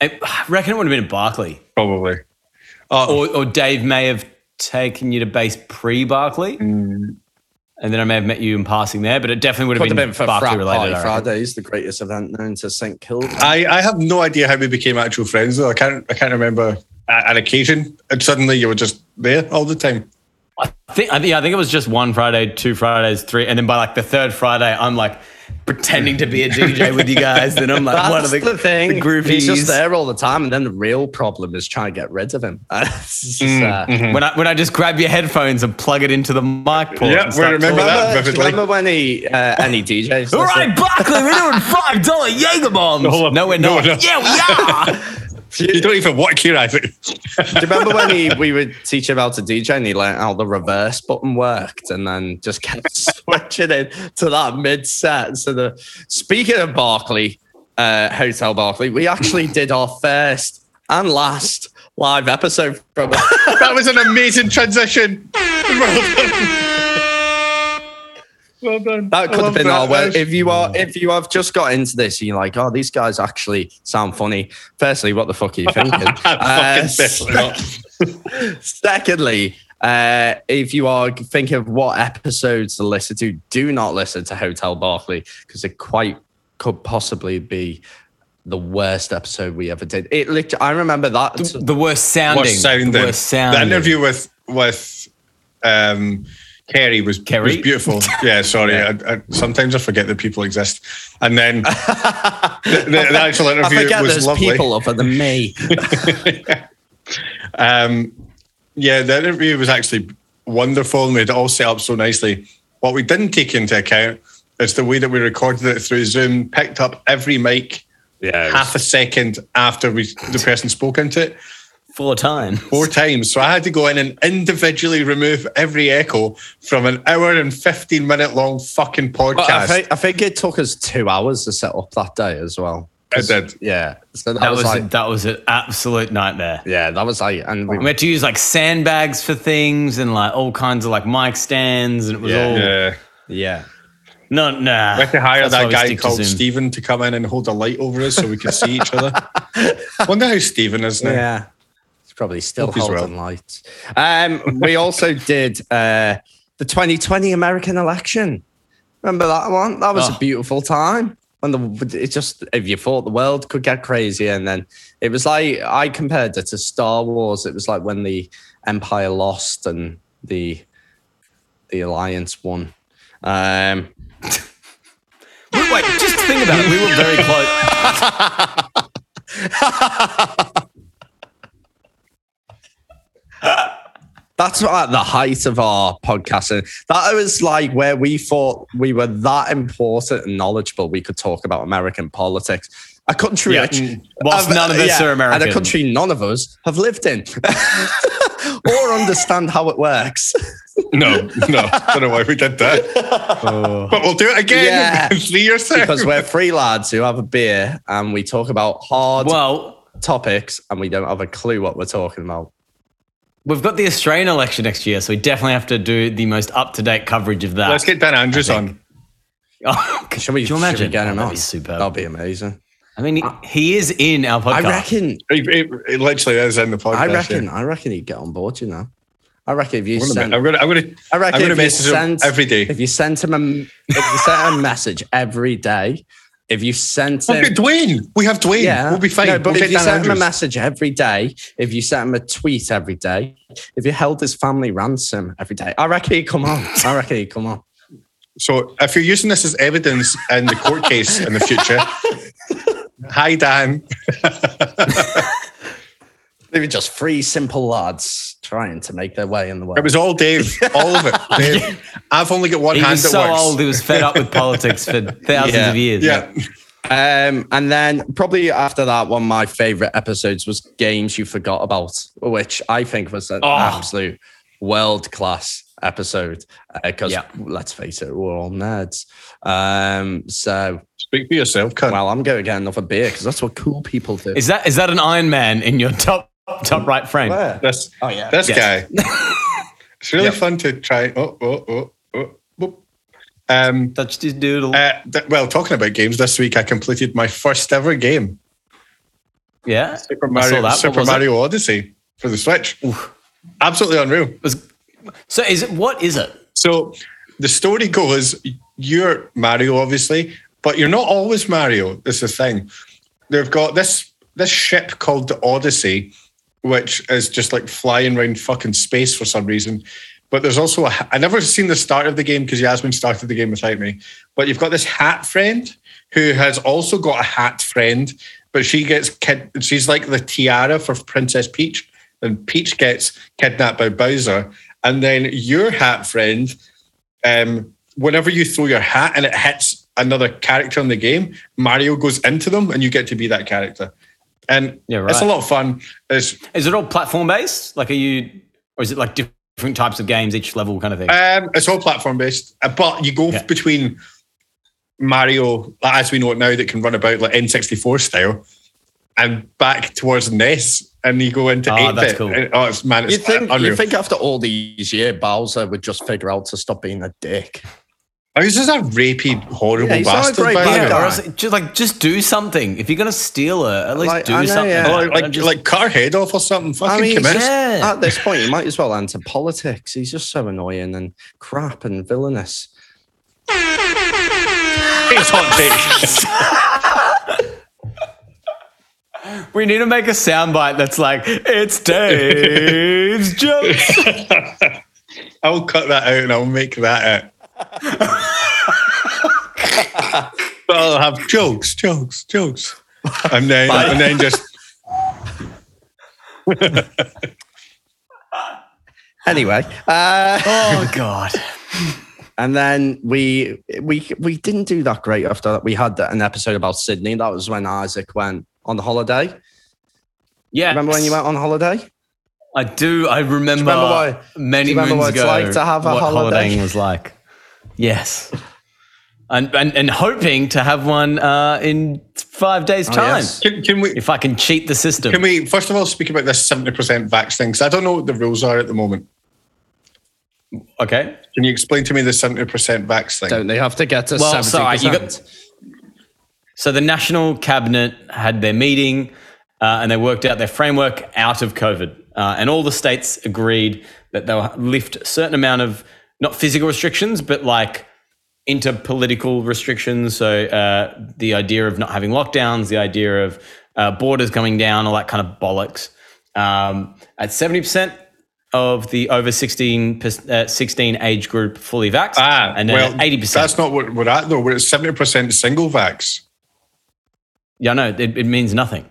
Speaker 1: I I reckon it would have been at Barclay.
Speaker 2: Probably. Oh,
Speaker 1: Or, or Dave may have taken you to base pre Barclay. And then I may have met you in passing there, but it definitely would have
Speaker 3: Mm. Could
Speaker 1: been,
Speaker 3: have been for
Speaker 1: Barclay
Speaker 3: Frat Party
Speaker 1: related. I reckon.
Speaker 3: Fridays, the greatest event known to St. Kilda.
Speaker 2: I, I have no idea how we became actual friends though. I can't I can't remember a- an occasion and suddenly you were just there all the time.
Speaker 1: I think, I, think, yeah, I think it was just one Friday, two Fridays, three. And then by like the third Friday, I'm like pretending to be a DJ with you guys. Then I'm like
Speaker 3: That's
Speaker 1: one of the,
Speaker 3: the, thing.
Speaker 1: the groupies.
Speaker 3: He's just there all the time. And then the real problem is trying to get rid of him. It's just,
Speaker 2: Mm, mm-hmm.
Speaker 3: uh,
Speaker 1: When I when I just grab your headphones and plug it into the mic port.
Speaker 2: Yeah,
Speaker 1: and
Speaker 2: we
Speaker 1: start
Speaker 2: remember
Speaker 1: talking.
Speaker 3: Remember,
Speaker 2: that.
Speaker 3: do you
Speaker 2: vividly.
Speaker 3: remember when he, uh, any DJs?
Speaker 1: All right, Barclay, we're doing five dollar Jaeger bombs.
Speaker 2: No,
Speaker 1: No, we're
Speaker 2: no,
Speaker 1: not.
Speaker 2: no.
Speaker 1: Yeah, we are.
Speaker 2: You don't even work here, Isaac.
Speaker 3: Do you remember when he, we would teach him how to DJ and he learned how the reverse button worked and then just kept switching it to that mid set? So, the speaking of Barclay, uh, Hotel Barclay, we actually did our first and last live episode from
Speaker 2: That was an amazing transition. well done.
Speaker 3: that could have
Speaker 2: I love
Speaker 3: been
Speaker 2: that.
Speaker 3: our
Speaker 2: That
Speaker 3: way.
Speaker 2: was-
Speaker 3: If you are, if you have just got into this, and you're like, oh, these guys actually sound funny. Firstly, what the fuck are you thinking? Uh,
Speaker 2: Fucking definitely not.
Speaker 3: Secondly, uh, if you are thinking of what episodes to listen to, do not listen to Hotel Barclay because it quite could possibly be the worst episode we ever did. It lit- I remember that.
Speaker 1: The worst sounding.
Speaker 2: Worst sounding.
Speaker 1: The worst sounding.
Speaker 2: The interview with with um, Kerry was
Speaker 1: Kerry?
Speaker 2: was beautiful. Yeah, sorry. I, I, sometimes I forget that people exist. And then the, the- the actual
Speaker 3: I
Speaker 2: interview
Speaker 3: forget
Speaker 2: was
Speaker 3: there's
Speaker 2: lovely.
Speaker 3: people other than me.
Speaker 2: Um, yeah, the interview was actually wonderful, and we had it all set up so nicely. What we didn't take into account is the way that we recorded it through Zoom, picked up every mic half a second after we, the person spoke into it.
Speaker 1: four times.
Speaker 2: four times. So I had to go in and individually remove every echo from an hour and 15 minute long fucking
Speaker 3: But I,
Speaker 2: podcast.
Speaker 3: think, I think it took us two hours to set up that day as well.
Speaker 2: It did.
Speaker 3: Yeah. So that,
Speaker 1: That
Speaker 3: was,
Speaker 1: was
Speaker 3: like,
Speaker 1: a, that was an absolute nightmare.
Speaker 3: yeah, that was like, and we,
Speaker 1: We had to use like sandbags for things and like all kinds of like mic stands, and it was
Speaker 3: Yeah.
Speaker 1: all
Speaker 2: yeah.
Speaker 3: yeah.
Speaker 1: no, nah.
Speaker 2: We had to hire
Speaker 1: That's why
Speaker 2: that
Speaker 1: we
Speaker 2: guy
Speaker 1: stick to
Speaker 2: called
Speaker 1: Zoom.
Speaker 2: Stephen to come in and hold a light over us so we could see each other. Wonder how Stephen is now.
Speaker 3: Yeah. It's probably still
Speaker 2: Hope he's
Speaker 3: holding lights. Um, we also did uh, the 2020 American election. Remember that one? That was
Speaker 1: Oh.
Speaker 3: a beautiful time. When the it just if you thought the world could get crazy, and then it was like I compared it to Star Wars. It was like when the Empire lost and the the Alliance won. Um,
Speaker 1: Wait, wait, just think about it. We were very close.
Speaker 3: That's at the height of our podcasting. That was like where we thought we were that important and knowledgeable. We could talk about American politics, a country
Speaker 1: Yeah,
Speaker 3: which,
Speaker 1: mm, whilst
Speaker 3: um,
Speaker 1: none of us are American.
Speaker 3: and a country none of us have lived in or understand how it works.
Speaker 2: No, no. I don't know why we did that.
Speaker 1: Oh.
Speaker 2: But we'll do it again
Speaker 3: Yeah.
Speaker 2: in three years' time.
Speaker 3: because we're three lads who have a beer and we talk about hard
Speaker 1: Well,
Speaker 3: topics and we don't have a clue what we're talking about.
Speaker 1: we've got the Australian election next year, so we definitely have to do the most up to date coverage of that.
Speaker 2: Let's get Dan Andrews on.
Speaker 1: Oh,
Speaker 3: Should we,
Speaker 1: Can you imagine?
Speaker 3: Should we get
Speaker 1: Oh,
Speaker 3: him
Speaker 1: that'd
Speaker 3: on?
Speaker 1: be superb. Oh,
Speaker 3: That'd be amazing.
Speaker 1: I mean, he is in our podcast.
Speaker 3: I reckon.
Speaker 2: It, it, it literally is in the podcast.
Speaker 3: I reckon.
Speaker 2: yeah.
Speaker 3: I reckon he'd get on board. You know. I reckon if you
Speaker 2: I'm gonna,
Speaker 3: sent.
Speaker 2: I'm gonna, I'm gonna,
Speaker 3: I
Speaker 2: I'm
Speaker 3: reckon
Speaker 2: gonna
Speaker 3: if you
Speaker 2: message him
Speaker 3: sent
Speaker 2: every day.
Speaker 3: if you sent him a m- if you sent a message every day. If you sent
Speaker 2: Look at
Speaker 3: him.
Speaker 2: Dwayne. We have Dwayne.
Speaker 3: Yeah,
Speaker 2: We'll be fine.
Speaker 3: No, but if
Speaker 2: we'll get
Speaker 3: you
Speaker 2: Dan
Speaker 3: sent him a
Speaker 2: Andrews.
Speaker 3: message every day, if you sent him a tweet every day, if you held his family ransom every day, I reckon he'd come on. I reckon he'd come on.
Speaker 2: so if you're using this as evidence in the court case in the future, hi Dan.
Speaker 3: They were just three simple lads trying to make their way in the world.
Speaker 2: It was all Dave. All of it. Dave. I've only got one
Speaker 1: he
Speaker 2: hand
Speaker 1: was
Speaker 2: that
Speaker 1: so
Speaker 2: works.
Speaker 1: old, he was fed up with politics for thousands
Speaker 3: Yeah.
Speaker 1: of years.
Speaker 2: Yeah.
Speaker 3: Um, and then probably after that, one of my favorite episodes was Games You Forgot About, which I think was an
Speaker 1: Oh.
Speaker 3: absolute world class episode. Because
Speaker 1: Yeah.
Speaker 3: let's face it, we're all nerds. Um, so,
Speaker 2: Speak for yourself, cunt.
Speaker 3: well, I'm going to get another beer because that's what cool people do.
Speaker 1: Is that is that an Iron Man in your top top right frame?
Speaker 3: Where?
Speaker 2: this
Speaker 3: Oh, yeah.
Speaker 2: this
Speaker 1: Yes.
Speaker 2: guy. it's really
Speaker 3: Yep.
Speaker 2: fun to try. Oh, oh, oh, oh, boop. Um,
Speaker 1: Touched his doodle.
Speaker 2: uh, th- well, talking about games, this week I completed my first ever game.
Speaker 1: yeah.
Speaker 2: Super
Speaker 1: I saw
Speaker 2: Mario,
Speaker 1: that. What
Speaker 2: Super
Speaker 1: was it?
Speaker 2: Mario Odyssey for the Switch. Absolutely unreal.
Speaker 1: Was- so is it what is it?
Speaker 2: So the story goes you're Mario, obviously, but you're not always Mario. That's the thing. They've got this this ship called the Odyssey, which is just like flying around fucking space for some reason. But there's also a, I never seen the start of the game because Yasmin started the game without me. But you've got this hat friend who has also got a hat friend, but she gets kid, she's like the tiara for Princess Peach, and Peach gets kidnapped by Bowser, and then your hat friend, um, whenever you throw your hat and it hits another character in the game, Mario goes into them, and you get to be that character. And
Speaker 1: Yeah,
Speaker 2: it's a
Speaker 1: right.
Speaker 2: lot of fun. It's
Speaker 1: Is it all platform based? Like are you or is it like different types of games each level kind of thing?
Speaker 2: Um, it's all platform based, uh, but you go
Speaker 1: Yeah.
Speaker 2: between Mario, like, as we know it now, that can run about like N64 style, and back towards NES, and you go into
Speaker 1: Ah,
Speaker 2: 8
Speaker 1: that's
Speaker 2: bit.
Speaker 1: cool.
Speaker 2: Oh, it's man, it's
Speaker 3: You think,
Speaker 2: unreal.
Speaker 3: you think after all these years, Bowser would just figure out to stop being a dick?
Speaker 2: I mean, this is a rapey, horrible
Speaker 3: Yeah, he's not a
Speaker 2: bastard.
Speaker 3: great
Speaker 2: by the
Speaker 1: yeah,
Speaker 2: way.
Speaker 3: guy.
Speaker 1: or else, just like just do something. If you're gonna steal her, at least
Speaker 3: Like,
Speaker 1: do
Speaker 3: I know,
Speaker 1: something.
Speaker 3: yeah.
Speaker 2: Or like,
Speaker 1: Don't
Speaker 2: like,
Speaker 1: just-
Speaker 2: cut her head off or something. Fucking
Speaker 3: mean,
Speaker 2: commit.
Speaker 1: yeah.
Speaker 3: At this point, you might as well enter politics. He's just so annoying and crap and villainous.
Speaker 2: It's hot take.
Speaker 1: We need to make a soundbite that's like, it's Dave's jokes.
Speaker 2: I'll cut that out and I'll make that it. but I'll have jokes, jokes, jokes, and then and then just
Speaker 3: Anyway, uh,
Speaker 1: oh God.
Speaker 3: and then we we we didn't do that great after that. We had an episode about Sydney. That was when Isaac went on the holiday.
Speaker 1: Yeah.
Speaker 3: Remember when you went on holiday?
Speaker 1: I do. I remember,
Speaker 3: remember what- do
Speaker 1: many
Speaker 3: you remember
Speaker 1: moons
Speaker 3: what it's
Speaker 1: ago
Speaker 3: like to have a
Speaker 1: what
Speaker 3: holiday?
Speaker 1: holidaying was like. Yes. And, and, and hoping to have one uh, in five days' time
Speaker 3: Oh, yes.
Speaker 2: can, can we
Speaker 1: if I can cheat the system.
Speaker 2: can we first of all speak about this seventy percent vax thing? Because I don't know what the rules are at the moment.
Speaker 1: okay.
Speaker 2: Can you explain to me the seventy percent vax thing?
Speaker 3: Don't they have to get to
Speaker 1: Well, sorry,
Speaker 3: seventy
Speaker 1: you got-
Speaker 3: percent?
Speaker 1: So the national cabinet had their meeting uh, and they worked out their framework out of COVID. Uh, and all the states agreed that they'll lift a certain amount of not physical restrictions, but like interpolitical restrictions. So uh, the idea of not having lockdowns, the idea of uh, borders coming down, all that kind of bollocks. Um, at 70% of the over 16, uh, 16 age group fully vaxxed,
Speaker 2: Ah,
Speaker 1: and then
Speaker 2: well,
Speaker 1: 80%.
Speaker 2: That's not what we're at though. We're at seventy percent single vax.
Speaker 1: yeah, no, it, it means nothing.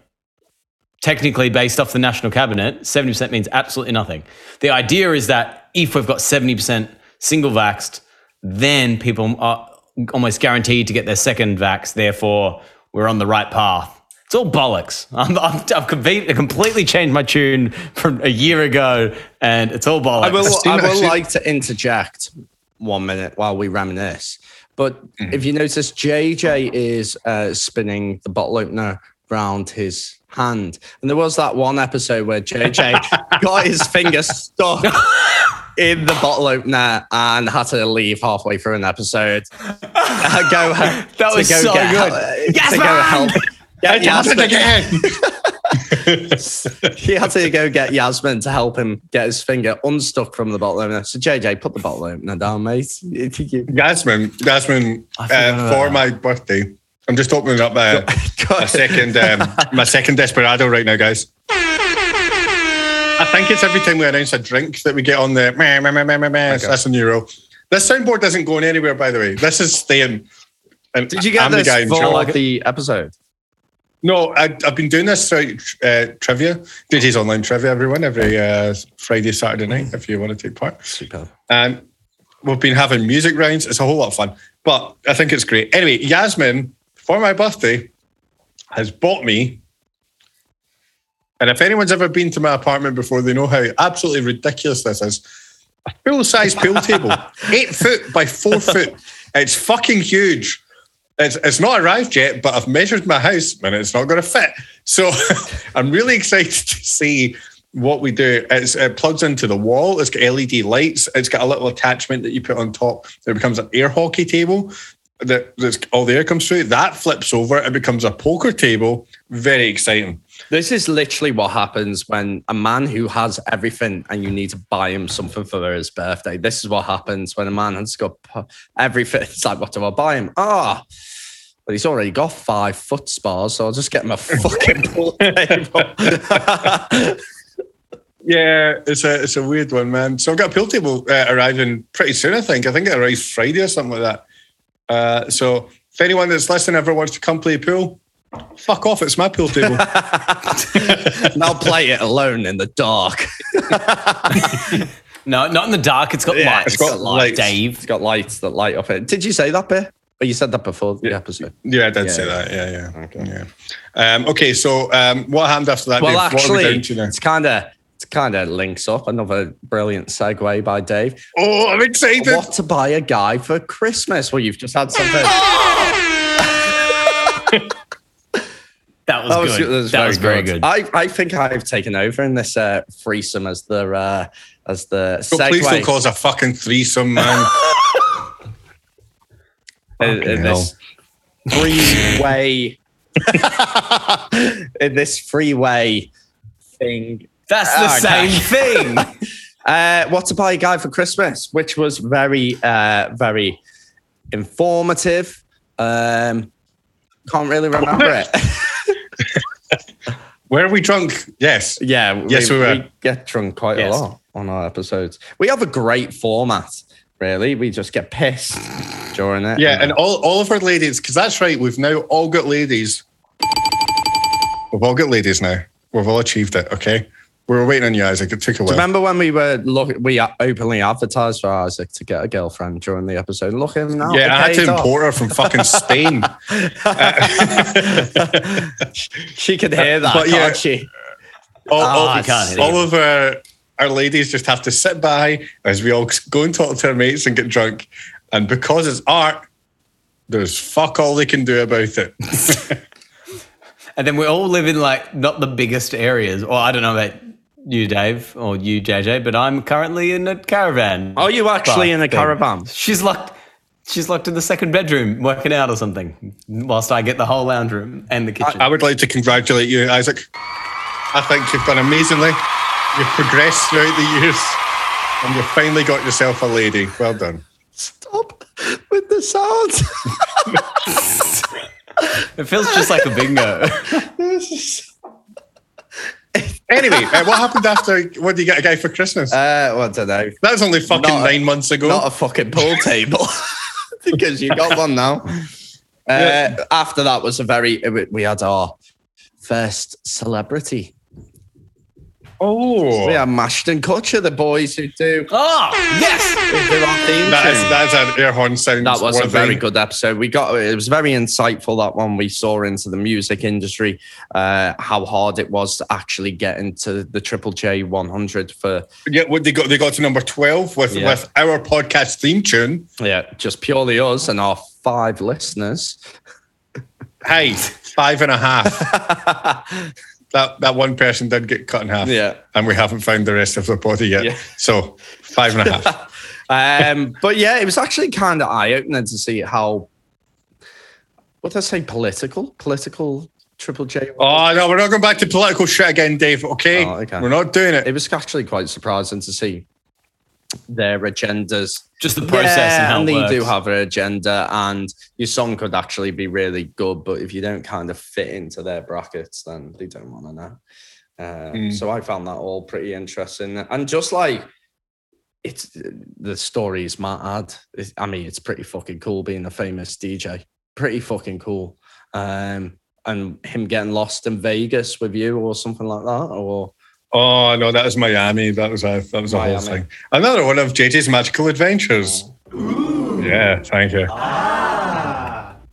Speaker 1: technically based off the national cabinet, 70% means absolutely nothing. The idea is that if we've got 70% single vaxxed, then people are almost guaranteed to get their second vax. Therefore, we're on the right path. It's all bollocks. I'm, I'm, I've complete- completely changed my tune from a year ago, and it's all bollocks.
Speaker 3: I will,
Speaker 2: I've seen
Speaker 3: I
Speaker 2: that
Speaker 3: will
Speaker 2: shit.
Speaker 3: like to interject one minute while we reminisce. But if you notice, JJ is uh, spinning the bottle opener round his hand. And there was that one episode where JJ got his finger stuck in the bottle opener and had to leave halfway through an episode. Uh, go that
Speaker 1: That was so good.
Speaker 3: Yes, to go
Speaker 1: Yasman!
Speaker 3: help. Yeah,
Speaker 2: Happened
Speaker 3: Yasman.
Speaker 2: again.
Speaker 3: he had to go get Yasmin to help him get his finger unstuck from the bottle opener. So JJ, put the bottle opener down, mate. If you-
Speaker 2: Yasmin, Yasmin,
Speaker 1: I forgot
Speaker 2: uh, for
Speaker 1: about
Speaker 2: my birthday, I'm just opening up uh, my second um, my second desperado right now, guys. I think it's every time we announce a drink that we get on the meh, meh, meh, meh, meh, meh. that's a new rule. This soundboard isn't going anywhere, by the way. This is staying. And
Speaker 3: Did you get
Speaker 2: I'm
Speaker 3: this
Speaker 2: the guy in
Speaker 3: for
Speaker 2: charge.
Speaker 3: the episode?
Speaker 2: No, I, I've been doing this throughout uh, trivia, JJ's online trivia, everyone, every uh, Friday, Saturday night, if you want to take part.
Speaker 3: Super.
Speaker 2: Um, we've been having music rounds. It's a whole lot of fun, but I think it's great. Anyway, Yasmin, for my birthday, has bought me. And if anyone's ever been to my apartment before, they know how absolutely ridiculous this is. A full size pool table, eight foot by four foot. It's fucking huge. It's, it's not arrived yet, but I've measured my house and it's not going to fit. So I'm really excited to see what we do. It's, it plugs into the wall. It's got LED lights. It's got a little attachment that you put on top. It becomes an air hockey table. That that's, all the air comes through. That flips over. It becomes a poker table. Very exciting.
Speaker 3: This is literally what happens when a man who has everything and you need to buy him something for his birthday. This is what happens when a man has got p- everything. It's like, what do I buy him? Ah, but he's already got five foot spars, so I'll just get him a fucking pool table.
Speaker 2: Yeah, it's a it's a weird one, man. So I've got a pool table uh, arriving pretty soon. I think I think it arrives Friday or something like that. Uh, so if anyone that's listening ever wants to come play pool, fuck off. It's my pool table.
Speaker 3: and I'll play it alone in the dark.
Speaker 1: no, not in the dark. It's got
Speaker 3: Yeah,
Speaker 1: lights.
Speaker 3: it's got
Speaker 2: lights.
Speaker 1: Dave.
Speaker 3: It's got lights that light up it. Did you say that bit? Oh, you said that before the episode.
Speaker 2: yeah, I did say that. Yeah, yeah, yeah. Um, okay, so um, what happened after that?
Speaker 3: Well,
Speaker 2: Dave? what are we
Speaker 3: actually,
Speaker 2: down to now?
Speaker 3: it's kind of it's kind of links up. Another brilliant segue by Dave.
Speaker 2: Oh, I'm excited.
Speaker 3: What to buy a guy for Christmas? Well, you've just had something.
Speaker 1: That was, good. that was very good.
Speaker 3: I, I think I've taken over in this uh, threesome as the uh, as the
Speaker 2: But
Speaker 3: segue.
Speaker 2: please don't call us a fucking threesome, man.
Speaker 3: in, in this freeway in this freeway thing.
Speaker 1: That's the
Speaker 3: Okay.
Speaker 1: same thing.
Speaker 3: Uh, what to buy a guy for Christmas, which was very uh, very informative. Um, can't really remember it.
Speaker 2: Where are we drunk? Yes.
Speaker 3: yeah,
Speaker 2: Yes, we were.
Speaker 3: get drunk quite
Speaker 1: Yes.
Speaker 3: a lot on our episodes. We have a great format. Really, we just get pissed during it.
Speaker 2: Yeah, and all, all of our ladies, because that's right, we've now all got ladies. We've all got ladies now. We've all achieved it, okay? We were waiting on you, Isaac. It took a while.
Speaker 3: Remember when we were look we openly advertised for Isaac to get a girlfriend during the episode? Look at him now.
Speaker 2: yeah, I had
Speaker 3: it
Speaker 2: to
Speaker 3: paid off.
Speaker 2: import her from fucking Spain.
Speaker 3: She could hear that,
Speaker 2: But
Speaker 3: can't
Speaker 2: yeah.
Speaker 3: she?
Speaker 2: All,
Speaker 1: Ah,
Speaker 2: all-
Speaker 1: I can't hear
Speaker 2: all
Speaker 1: you.
Speaker 2: of our, our ladies just have to sit by as we all go and talk to our mates and get drunk. And because it's art, there's fuck all they can do about it.
Speaker 1: And then we all live in like not the biggest areas. Or I don't know about you, Dave, or you, JJ, but I'm currently in a caravan.
Speaker 3: Are you actually in a
Speaker 1: Thing.
Speaker 3: caravan?
Speaker 1: She's locked. She's locked in the second bedroom working out or something, whilst I get the whole lounge room and the kitchen.
Speaker 2: I would like to congratulate you, Isaac. I think you've done amazingly. You've progressed throughout the years, and you've finally got yourself a lady. Well done.
Speaker 3: Stop with the sounds.
Speaker 1: it feels just like a bingo.
Speaker 2: Anyway, uh, what happened after? What do you get a guy for Christmas?
Speaker 3: uh, well, I don't know.
Speaker 2: that was only fucking
Speaker 3: not a-
Speaker 2: nine months ago.
Speaker 3: Not a fucking pool table because you got one now. Uh, After that was a very we- we had our first celebrity.
Speaker 2: Oh,
Speaker 3: We are Mashton Kutcher, the boys who do,
Speaker 1: Oh, yes.
Speaker 3: who do our theme
Speaker 2: that
Speaker 3: tune.
Speaker 2: is that's an air horn sound.
Speaker 3: That was a
Speaker 2: worthy.
Speaker 3: very good episode. We got it was very insightful that one. We saw into the music industry, uh, how hard it was to actually get into the Triple J 100 for
Speaker 2: Yeah, what they got they got to number twelve with
Speaker 3: Yeah.
Speaker 2: with our podcast theme tune.
Speaker 3: yeah, just purely us and our five listeners.
Speaker 2: Hey, five and a half. that that one person did get cut in half.
Speaker 3: Yeah.
Speaker 2: and we haven't found the rest of the body yet.
Speaker 3: Yeah.
Speaker 2: So five and a half.
Speaker 3: Um, but yeah, it was actually kind of eye opening to see how what did I say political, political Triple J.
Speaker 2: oh no, we're not going back to political shit again, Dave. Okay,
Speaker 3: Oh, okay.
Speaker 2: we're not doing it.
Speaker 3: It was actually quite surprising to see their agendas
Speaker 1: Just the process and how it
Speaker 3: they
Speaker 1: works.
Speaker 3: do have an agenda, and your song could actually be really good, but if you don't kind of fit into their brackets, then they don't want to know. Uh,
Speaker 2: Mm.
Speaker 3: So I found that all pretty interesting, and just like it's the stories mad. It's- I mean, it's pretty fucking cool being a famous DJ. Pretty fucking cool. Um, and him getting lost in Vegas with you or something like that, or
Speaker 2: Oh no, that was Miami. That was a that was a whole
Speaker 3: Miami.
Speaker 2: thing. Another one of JJ's magical adventures. Yeah, thank you.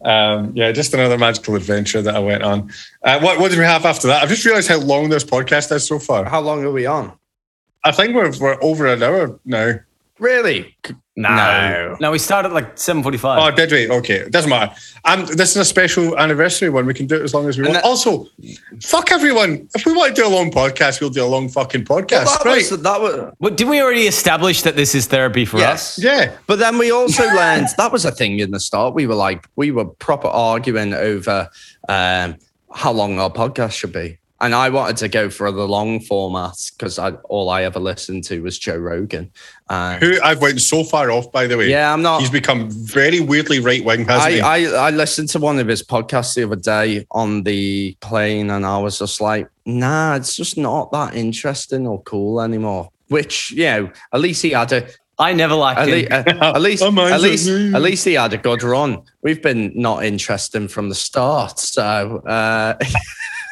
Speaker 2: Um, yeah, just another magical adventure that I went on. Uh, what what did we have after that? I've just realised how long this podcast is so far.
Speaker 3: how long are we on?
Speaker 2: I think we're we're over an hour now.
Speaker 3: Really?
Speaker 1: No. No, we start at like 7.45.
Speaker 2: Oh, did we? Okay, it doesn't matter. Um, this is a special anniversary one. We can do it as long as we
Speaker 3: And
Speaker 2: want.
Speaker 3: that-
Speaker 2: also, fuck everyone. If we want to do a long podcast, we'll do a long fucking podcast,
Speaker 3: Well, that
Speaker 2: right?
Speaker 3: was- that was
Speaker 1: But did we already establish that this is therapy for us?
Speaker 2: yeah.
Speaker 3: But then we also learned that was a thing in the start. We were like, we were proper arguing over um, how long our podcast should be. And I wanted to go for the long format because I, all I ever listened to was Joe Rogan. Uh,
Speaker 2: Who I've went so far off, by the way.
Speaker 3: yeah, I'm not.
Speaker 2: He's become very weirdly right wing, hasn't
Speaker 3: I,
Speaker 2: he?
Speaker 3: I, I listened to one of his podcasts the other day on the plane, and I was just like, nah, it's just not that interesting or cool anymore. Which, you know, at least he had a
Speaker 1: I never liked
Speaker 3: At, le-
Speaker 1: it.
Speaker 3: uh, at least,
Speaker 2: Oh, mine's
Speaker 3: at least,
Speaker 2: okay.
Speaker 3: at least he had a good run. We've been not interesting from the start, so. Uh,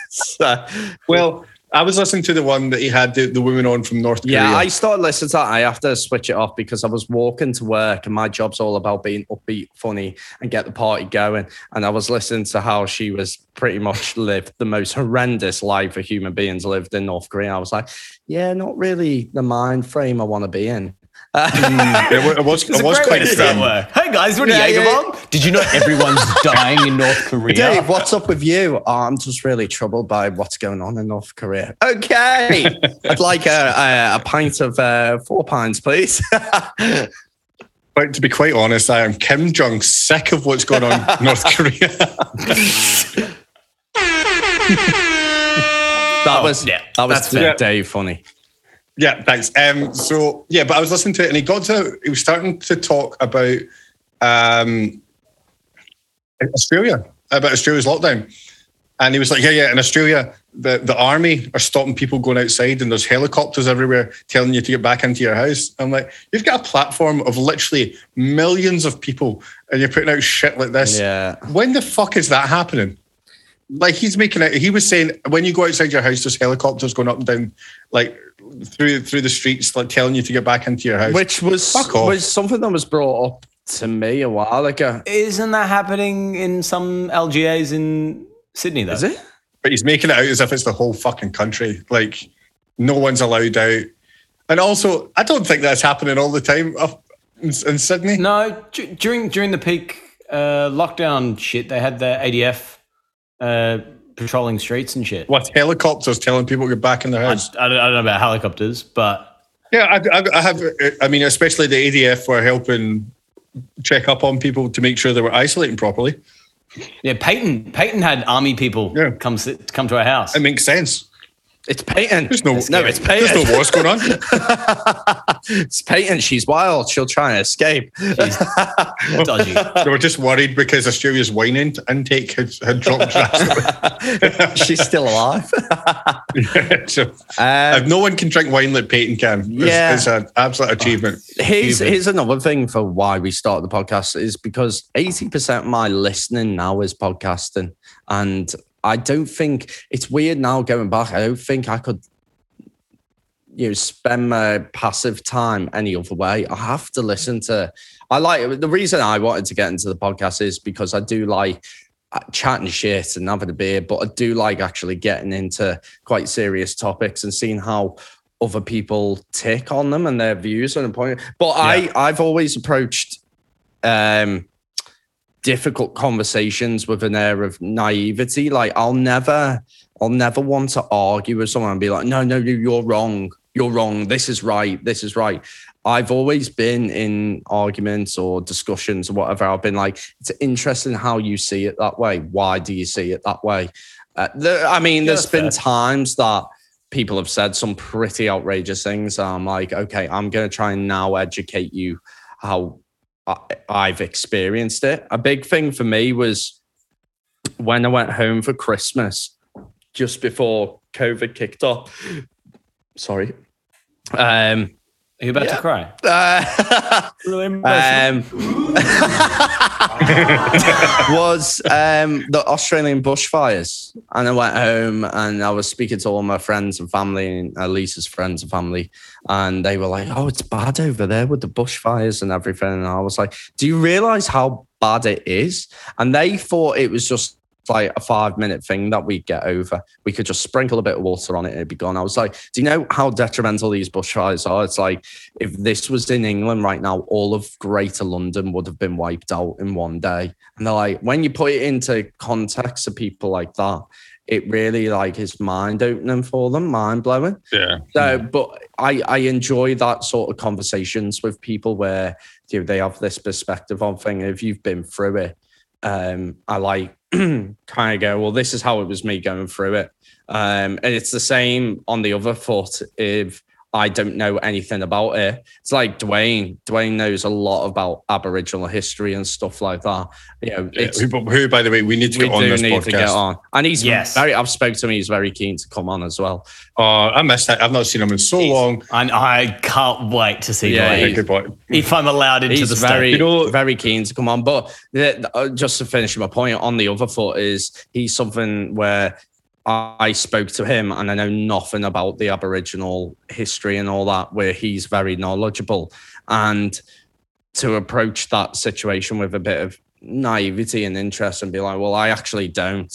Speaker 3: so
Speaker 2: well, I was listening to the one that he had the, the woman on from North Korea.
Speaker 3: yeah, I started listening to that. I have to switch it off because I was walking to work, and my job's all about being upbeat, funny, and get the party going. And I was listening to how she was pretty much lived the most horrendous life a human beings lived in North Korea. I was like, yeah, not really the mind frame I want to be in.
Speaker 2: Mm. it, wa- it was,
Speaker 1: It's
Speaker 2: it
Speaker 1: a
Speaker 2: was
Speaker 1: great way
Speaker 2: quite
Speaker 1: to start
Speaker 2: grim.
Speaker 1: work. Hey guys, what are
Speaker 3: Yeah,
Speaker 1: yeah,
Speaker 3: yeah,
Speaker 1: Jagerbomb? Did you know everyone's dying in North Korea?
Speaker 3: Dave, what's up with you? Oh, I'm just really troubled by what's going on in North Korea. Okay. I'd like a, a, a pint of uh, four pints, please.
Speaker 2: But to be quite honest, I am Kim Jong sick of what's going on in North Korea.
Speaker 3: That
Speaker 2: Oh,
Speaker 3: was
Speaker 1: yeah,
Speaker 3: that was
Speaker 1: that's fair.
Speaker 3: Dave funny.
Speaker 2: Yeah, thanks. Um, so yeah, but I was listening to it, and he got to he was starting to talk about um, Australia, about Australia's lockdown, and he was like, yeah, yeah, in Australia, the the army are stopping people going outside, and there's helicopters everywhere telling you to get back into your house. I'm like, you've got a platform of literally millions of people, and you're putting out shit like this.
Speaker 3: Yeah.
Speaker 2: When the fuck is that happening? Like he's making it. He was saying when you go outside your house, there's helicopters going up and down, like through through the streets, like telling you to get back into your house.
Speaker 3: Which was
Speaker 2: Fuck off.
Speaker 3: was something that was brought up to me a while ago.
Speaker 1: Isn't that happening in some LGAs in Sydney though?
Speaker 3: Is it?
Speaker 2: but he's making it out as if it's the whole fucking country. Like no one's allowed out. And also, I don't think that's happening all the time up in, in Sydney.
Speaker 1: No, d- during during the peak uh, lockdown shit, they had the ADF uh, patrolling streets and shit.
Speaker 2: With helicopters telling people to get back in their
Speaker 1: I,
Speaker 2: house.
Speaker 1: I don't, I don't know about helicopters, but
Speaker 2: Yeah, I, I, I have. I mean, especially the ADF were helping check up on people to make sure they were isolating properly.
Speaker 1: yeah, Peyton Peyton had army people
Speaker 2: Yeah.
Speaker 1: come sit, come to our house.
Speaker 2: It makes sense.
Speaker 3: It's Peyton.
Speaker 2: There's no,
Speaker 3: no, it's Peyton.
Speaker 2: There's no wars going on.
Speaker 3: it's Peyton. She's wild. She'll try and escape.
Speaker 1: Jeez, dodgy.
Speaker 2: they were just worried because Australia's wine in- intake had, had dropped drastically.
Speaker 3: She's still alive.
Speaker 2: so,
Speaker 3: Um,
Speaker 2: if no one can drink wine like Peyton can, it's,
Speaker 3: Yeah. Oh,
Speaker 2: it's an absolute achievement.
Speaker 3: Here's
Speaker 1: Stupid.
Speaker 3: here's another thing for why we started the podcast is because eighty percent of my listening now is podcasting, and I don't think it's weird now going back. I don't think I could, you know, spend my passive time any other way. I have to listen to. I like the reason I wanted to get into the podcast is because I do like uh, chatting shit and having a beer, but I do like actually getting into quite serious topics and seeing how other people tick on them and their views and point. But I, I've always approached um, difficult conversations with an air of naivety. Like I'll never, I'll never want to argue with someone and be like, no, no, you- you're wrong. You're wrong. This is right. This is right. I've always been in arguments or discussions or whatever. I've been like, it's interesting how you see it that way. Why do you see it that way? Uh, there, I mean, there's
Speaker 1: that's
Speaker 3: been
Speaker 1: fair.
Speaker 3: times that people have said some pretty outrageous things. and I'm like, okay, I'm going to try and now educate you how I, I've experienced it. A big thing for me was when I went home for Christmas, just before COVID kicked off. Sorry. Um,
Speaker 1: Are you about
Speaker 3: Yeah.
Speaker 1: to cry?
Speaker 3: uh,
Speaker 1: Really emotional.
Speaker 3: um, was um, the Australian bushfires. And I went home and I was speaking to all my friends and family and Elisa's friends and family. And they were like, oh, it's bad over there with the bushfires and everything. And I was like, do you realize how bad it is? And they thought it was just like a five minute thing that we'd get over. We could just sprinkle a bit of water on it and it'd be gone. I was like, do you know how detrimental these bushfires are? It's like, if this was in England right now, all of Greater London would have been wiped out in one day. And they're like, when you put it into context of people like that, it really like is mind opening for them, mind blowing.
Speaker 2: Yeah. Mm.
Speaker 3: So, but I I enjoy that sort of conversations with people where you know, they have this perspective on thing. If you've been through it, um, I like kind of go, well, this is how it was me going through it. Um, and it's the same on the other foot. If I don't know anything about it, it's like Dwayne. Dwayne knows a lot about Aboriginal history and stuff like that. You know,
Speaker 2: Yeah,
Speaker 3: it's
Speaker 2: Uh, who, who, by the way, we need to
Speaker 3: we
Speaker 2: get on
Speaker 3: do
Speaker 2: this
Speaker 3: need
Speaker 2: podcast.
Speaker 3: to get on, and he's
Speaker 1: Yes.
Speaker 3: very. I've spoke to him. He's very keen to come on as well.
Speaker 2: Oh, I missed that. I've not seen him in so long.
Speaker 1: and I can't wait to see yeah,
Speaker 3: Yeah,
Speaker 2: Yeah,
Speaker 3: he's-
Speaker 2: good boy.
Speaker 1: if I'm allowed into
Speaker 3: He's
Speaker 1: the
Speaker 3: very,
Speaker 1: state.
Speaker 2: You know-
Speaker 3: very keen to come on. But the, uh, just to finish my point on the other foot is he's something where I I spoke to him and I know nothing about the Aboriginal history and all that, where he's very knowledgeable. And to approach that situation with a bit of naivety and interest and be like, well, I actually don't.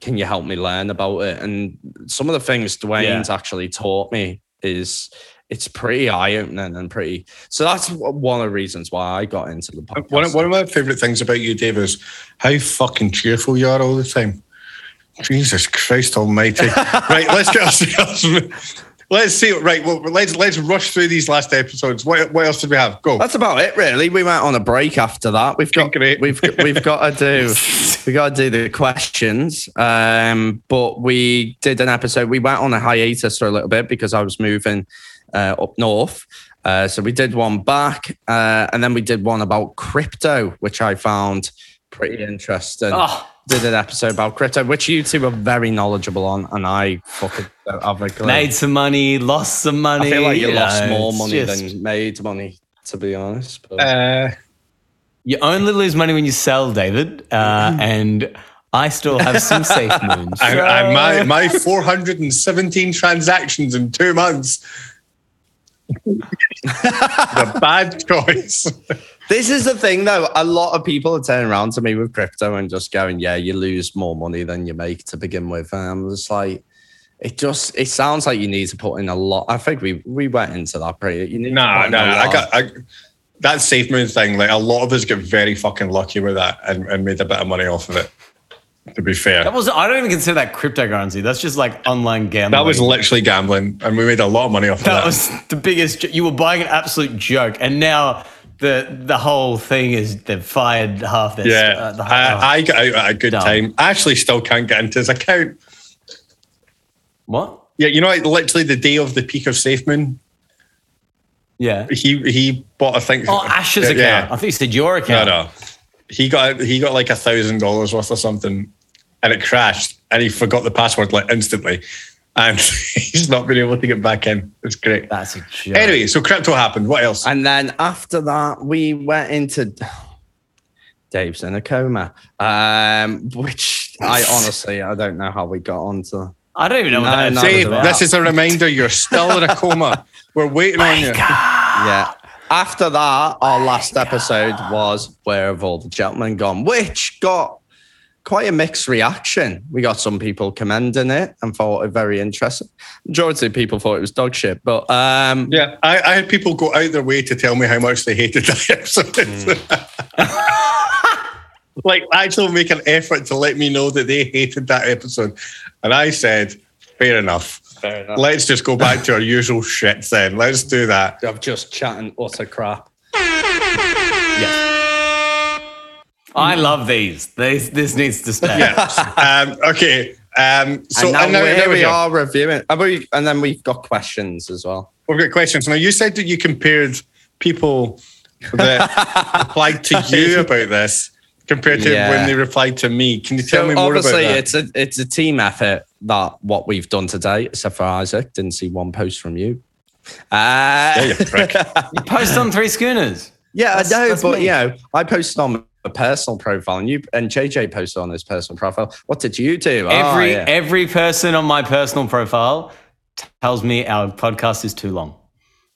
Speaker 3: Can you help me learn about it? And some of the things Dwayne's actually taught me is it's pretty eye opening and pretty. So that's w- one of the reasons why I got into the podcast.
Speaker 2: One of, one of my favourite things about you, Dave, is how fucking cheerful you are all the time. Jesus Christ Almighty! right, let's get ourselves. Let's see. Right, well, let's let's rush through these last episodes. What what else did we have? Go.
Speaker 3: That's about it, really. We went on a break after that. We've got
Speaker 2: Great.
Speaker 3: we've we've got to do we got to do the questions. Um, but we did an episode. We went on a hiatus for a little bit because I was moving uh, up north. Uh, so we did one back, uh, and then we did one about crypto, which I found pretty interesting.
Speaker 1: Oh.
Speaker 3: Did an episode about crypto, which you two are very knowledgeable on, and I fucking don't have a clue.
Speaker 1: Made some money, lost some money.
Speaker 3: I feel like you lost
Speaker 1: know,
Speaker 3: more
Speaker 1: it's
Speaker 3: money
Speaker 1: just-
Speaker 3: than made money, to be honest. but-
Speaker 2: Uh,
Speaker 1: You only lose money when you sell, David. Uh, and I still have some safe moons.
Speaker 2: I, I,
Speaker 1: uh,
Speaker 2: my my 417 transactions in two months. the bad choice.
Speaker 3: This is the thing, though. A lot of people are turning around to me with crypto and just going, "Yeah, you lose more money than you make to begin with." And I'm just like, it just it sounds like you need to put in a lot. I think we we went into that pretty. You need to
Speaker 2: No,
Speaker 3: put in
Speaker 2: Oh, no,
Speaker 3: a
Speaker 2: I
Speaker 3: lot.
Speaker 2: got I, that safe moon thing. Like a lot of us get very fucking lucky with that and, and made a bit of money off of it. To be fair,
Speaker 1: That was I don't even consider that cryptocurrency. That's just like online gambling.
Speaker 2: that was literally gambling, and we made a lot of money off of
Speaker 1: that
Speaker 2: that.
Speaker 1: was the biggest. jo- You were buying an absolute joke, and now the the whole thing is they've fired half their
Speaker 2: yeah,
Speaker 1: uh, the,
Speaker 2: I, I got out at a good
Speaker 1: Dumb.
Speaker 2: time. Ashley still can't get into his account.
Speaker 1: what?
Speaker 2: Yeah, you know, like literally the day of the peak of safe moon,
Speaker 1: Yeah.
Speaker 2: he he bought a thing.
Speaker 1: Oh, Ash's
Speaker 2: Yeah,
Speaker 1: account.
Speaker 2: yeah.
Speaker 1: I thought you said your
Speaker 2: No,
Speaker 1: account.
Speaker 2: no. uh, He got he got like a thousand dollars worth of something, and it crashed, and he forgot the password like instantly, and he's not been able to get back in. It's great.
Speaker 1: That's a joke.
Speaker 2: Anyway, so crypto happened. What else?
Speaker 3: And then after that, we went into Dave's in a coma, um, which I honestly, I don't know how we got onto.
Speaker 1: I don't even know what
Speaker 3: No,
Speaker 1: that
Speaker 3: no,
Speaker 1: episode
Speaker 2: Dave,
Speaker 1: was about.
Speaker 2: this is a reminder you're still in a coma. We're waiting on you.
Speaker 3: Yeah. After that, our last episode was Where Have All the Gentlemen Gone, which got quite a mixed reaction. We got some people commending it and thought it very interesting. Majority of people thought it was dog shit, but um,
Speaker 2: Yeah, I, I had people go out their way to tell me how much they hated that episode. Hmm. like, actually make an effort to let me know that they hated that episode. And I said, fair enough.
Speaker 3: fair enough.
Speaker 2: Let's just go back to our usual shit then. Let's do that.
Speaker 3: I'm just chatting utter crap.
Speaker 1: I love these. These this needs to stay.
Speaker 2: Um, okay. Um, so
Speaker 3: and now,
Speaker 2: and now-
Speaker 3: here
Speaker 2: now
Speaker 3: we
Speaker 2: go.
Speaker 3: are reviewing. And, we, and then we've got questions as well.
Speaker 2: We've got questions. Now, you said that you compared people that replied to you about this compared to
Speaker 3: Yeah.
Speaker 2: when they replied to me. Can you tell
Speaker 3: so
Speaker 2: me more about
Speaker 3: obviously,
Speaker 2: that?
Speaker 3: it's a it's a team effort that what we've done today. Except for Isaac, didn't see one post from you. Uh,
Speaker 2: Yeah, you prick.
Speaker 1: Post on three schooners.
Speaker 3: Yeah,
Speaker 1: That's-
Speaker 3: I know,
Speaker 1: that's
Speaker 3: but
Speaker 1: me.
Speaker 3: you know, I posted on a personal profile, and you and JJ posted on his personal profile. What did you do? Ah,
Speaker 1: Every e-,
Speaker 3: yeah.
Speaker 1: every person on my personal profile tells me our podcast is too long.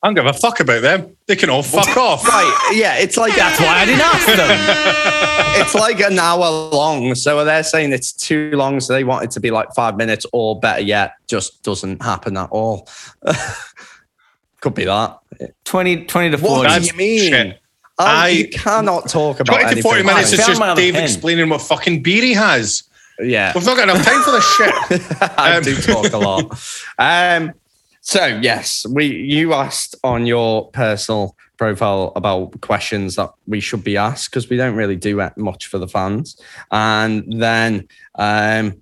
Speaker 2: I don't give a fuck about them. They can all fuck off.
Speaker 3: right, yeah, it's like
Speaker 1: That's why I didn't ask them.
Speaker 3: it's like an hour long. So they're saying it's too long, so they want it to be like five minutes, or better yet, just doesn't happen at all. Could be that. Um,
Speaker 1: 20, 20 to
Speaker 3: What
Speaker 1: 40.
Speaker 3: do you mean?
Speaker 2: Shit.
Speaker 3: Oh,
Speaker 2: I-
Speaker 3: you cannot talk about
Speaker 2: 20 to 40
Speaker 3: anything.
Speaker 2: minutes
Speaker 1: I
Speaker 2: is
Speaker 1: found
Speaker 2: just
Speaker 1: my other
Speaker 2: Dave
Speaker 1: pen.
Speaker 2: explaining what fucking beer he has.
Speaker 3: Yeah.
Speaker 2: We've not got enough time for this shit.
Speaker 3: I
Speaker 2: Um,
Speaker 3: do talk a lot. Um, so yes, we you asked on your personal profile about questions that we should be asked because we don't really do that much for the fans, and then um,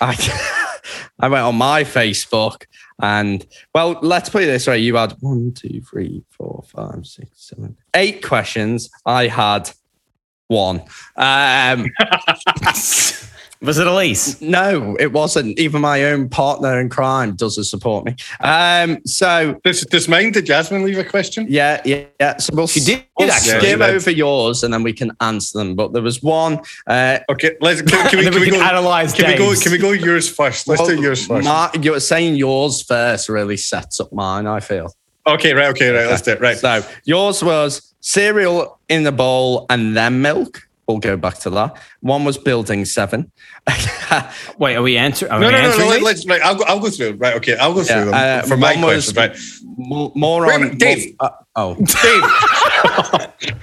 Speaker 3: I I went on my Facebook and well, let's put it this way: you had one, two, three, four, five, six, seven, eight questions. I had one. Um,
Speaker 1: Was it Elise?
Speaker 3: no, it wasn't. Even my own partner in crime doesn't support me. Um, so
Speaker 2: Does, does mine, did Jasmine leave a question?
Speaker 3: yeah, yeah, yeah. So we'll,
Speaker 1: She did
Speaker 3: we'll
Speaker 1: actually.
Speaker 3: skim
Speaker 2: Yeah, she did.
Speaker 3: over yours and then we can answer them. But there was one. Uh,
Speaker 2: Okay, let's, can, can we,
Speaker 1: And then
Speaker 2: can we go?
Speaker 1: analyze
Speaker 2: Can we go?
Speaker 1: Dave's.
Speaker 2: Can we go yours first? Let's do yours first.
Speaker 3: Mark, you're saying yours first really sets up mine. I feel.
Speaker 2: Okay, right. Okay, right. Let's do it. Right.
Speaker 3: So yours was cereal in the bowl and then milk. We'll go back to that. One was building seven.
Speaker 1: Wait, are we, answer- are
Speaker 2: No,
Speaker 1: we
Speaker 2: no, no,
Speaker 1: answering?
Speaker 2: no. Let,
Speaker 1: these?
Speaker 2: let's, right, I'll go. I'll go through. them. Right. Okay, I'll go through
Speaker 3: Yeah,
Speaker 2: them
Speaker 3: uh,
Speaker 2: for my
Speaker 3: one was-
Speaker 2: questions. Right.
Speaker 3: Mo- More
Speaker 2: Wait a
Speaker 3: on
Speaker 2: minute, Dave.
Speaker 3: uh, oh.
Speaker 2: Dave.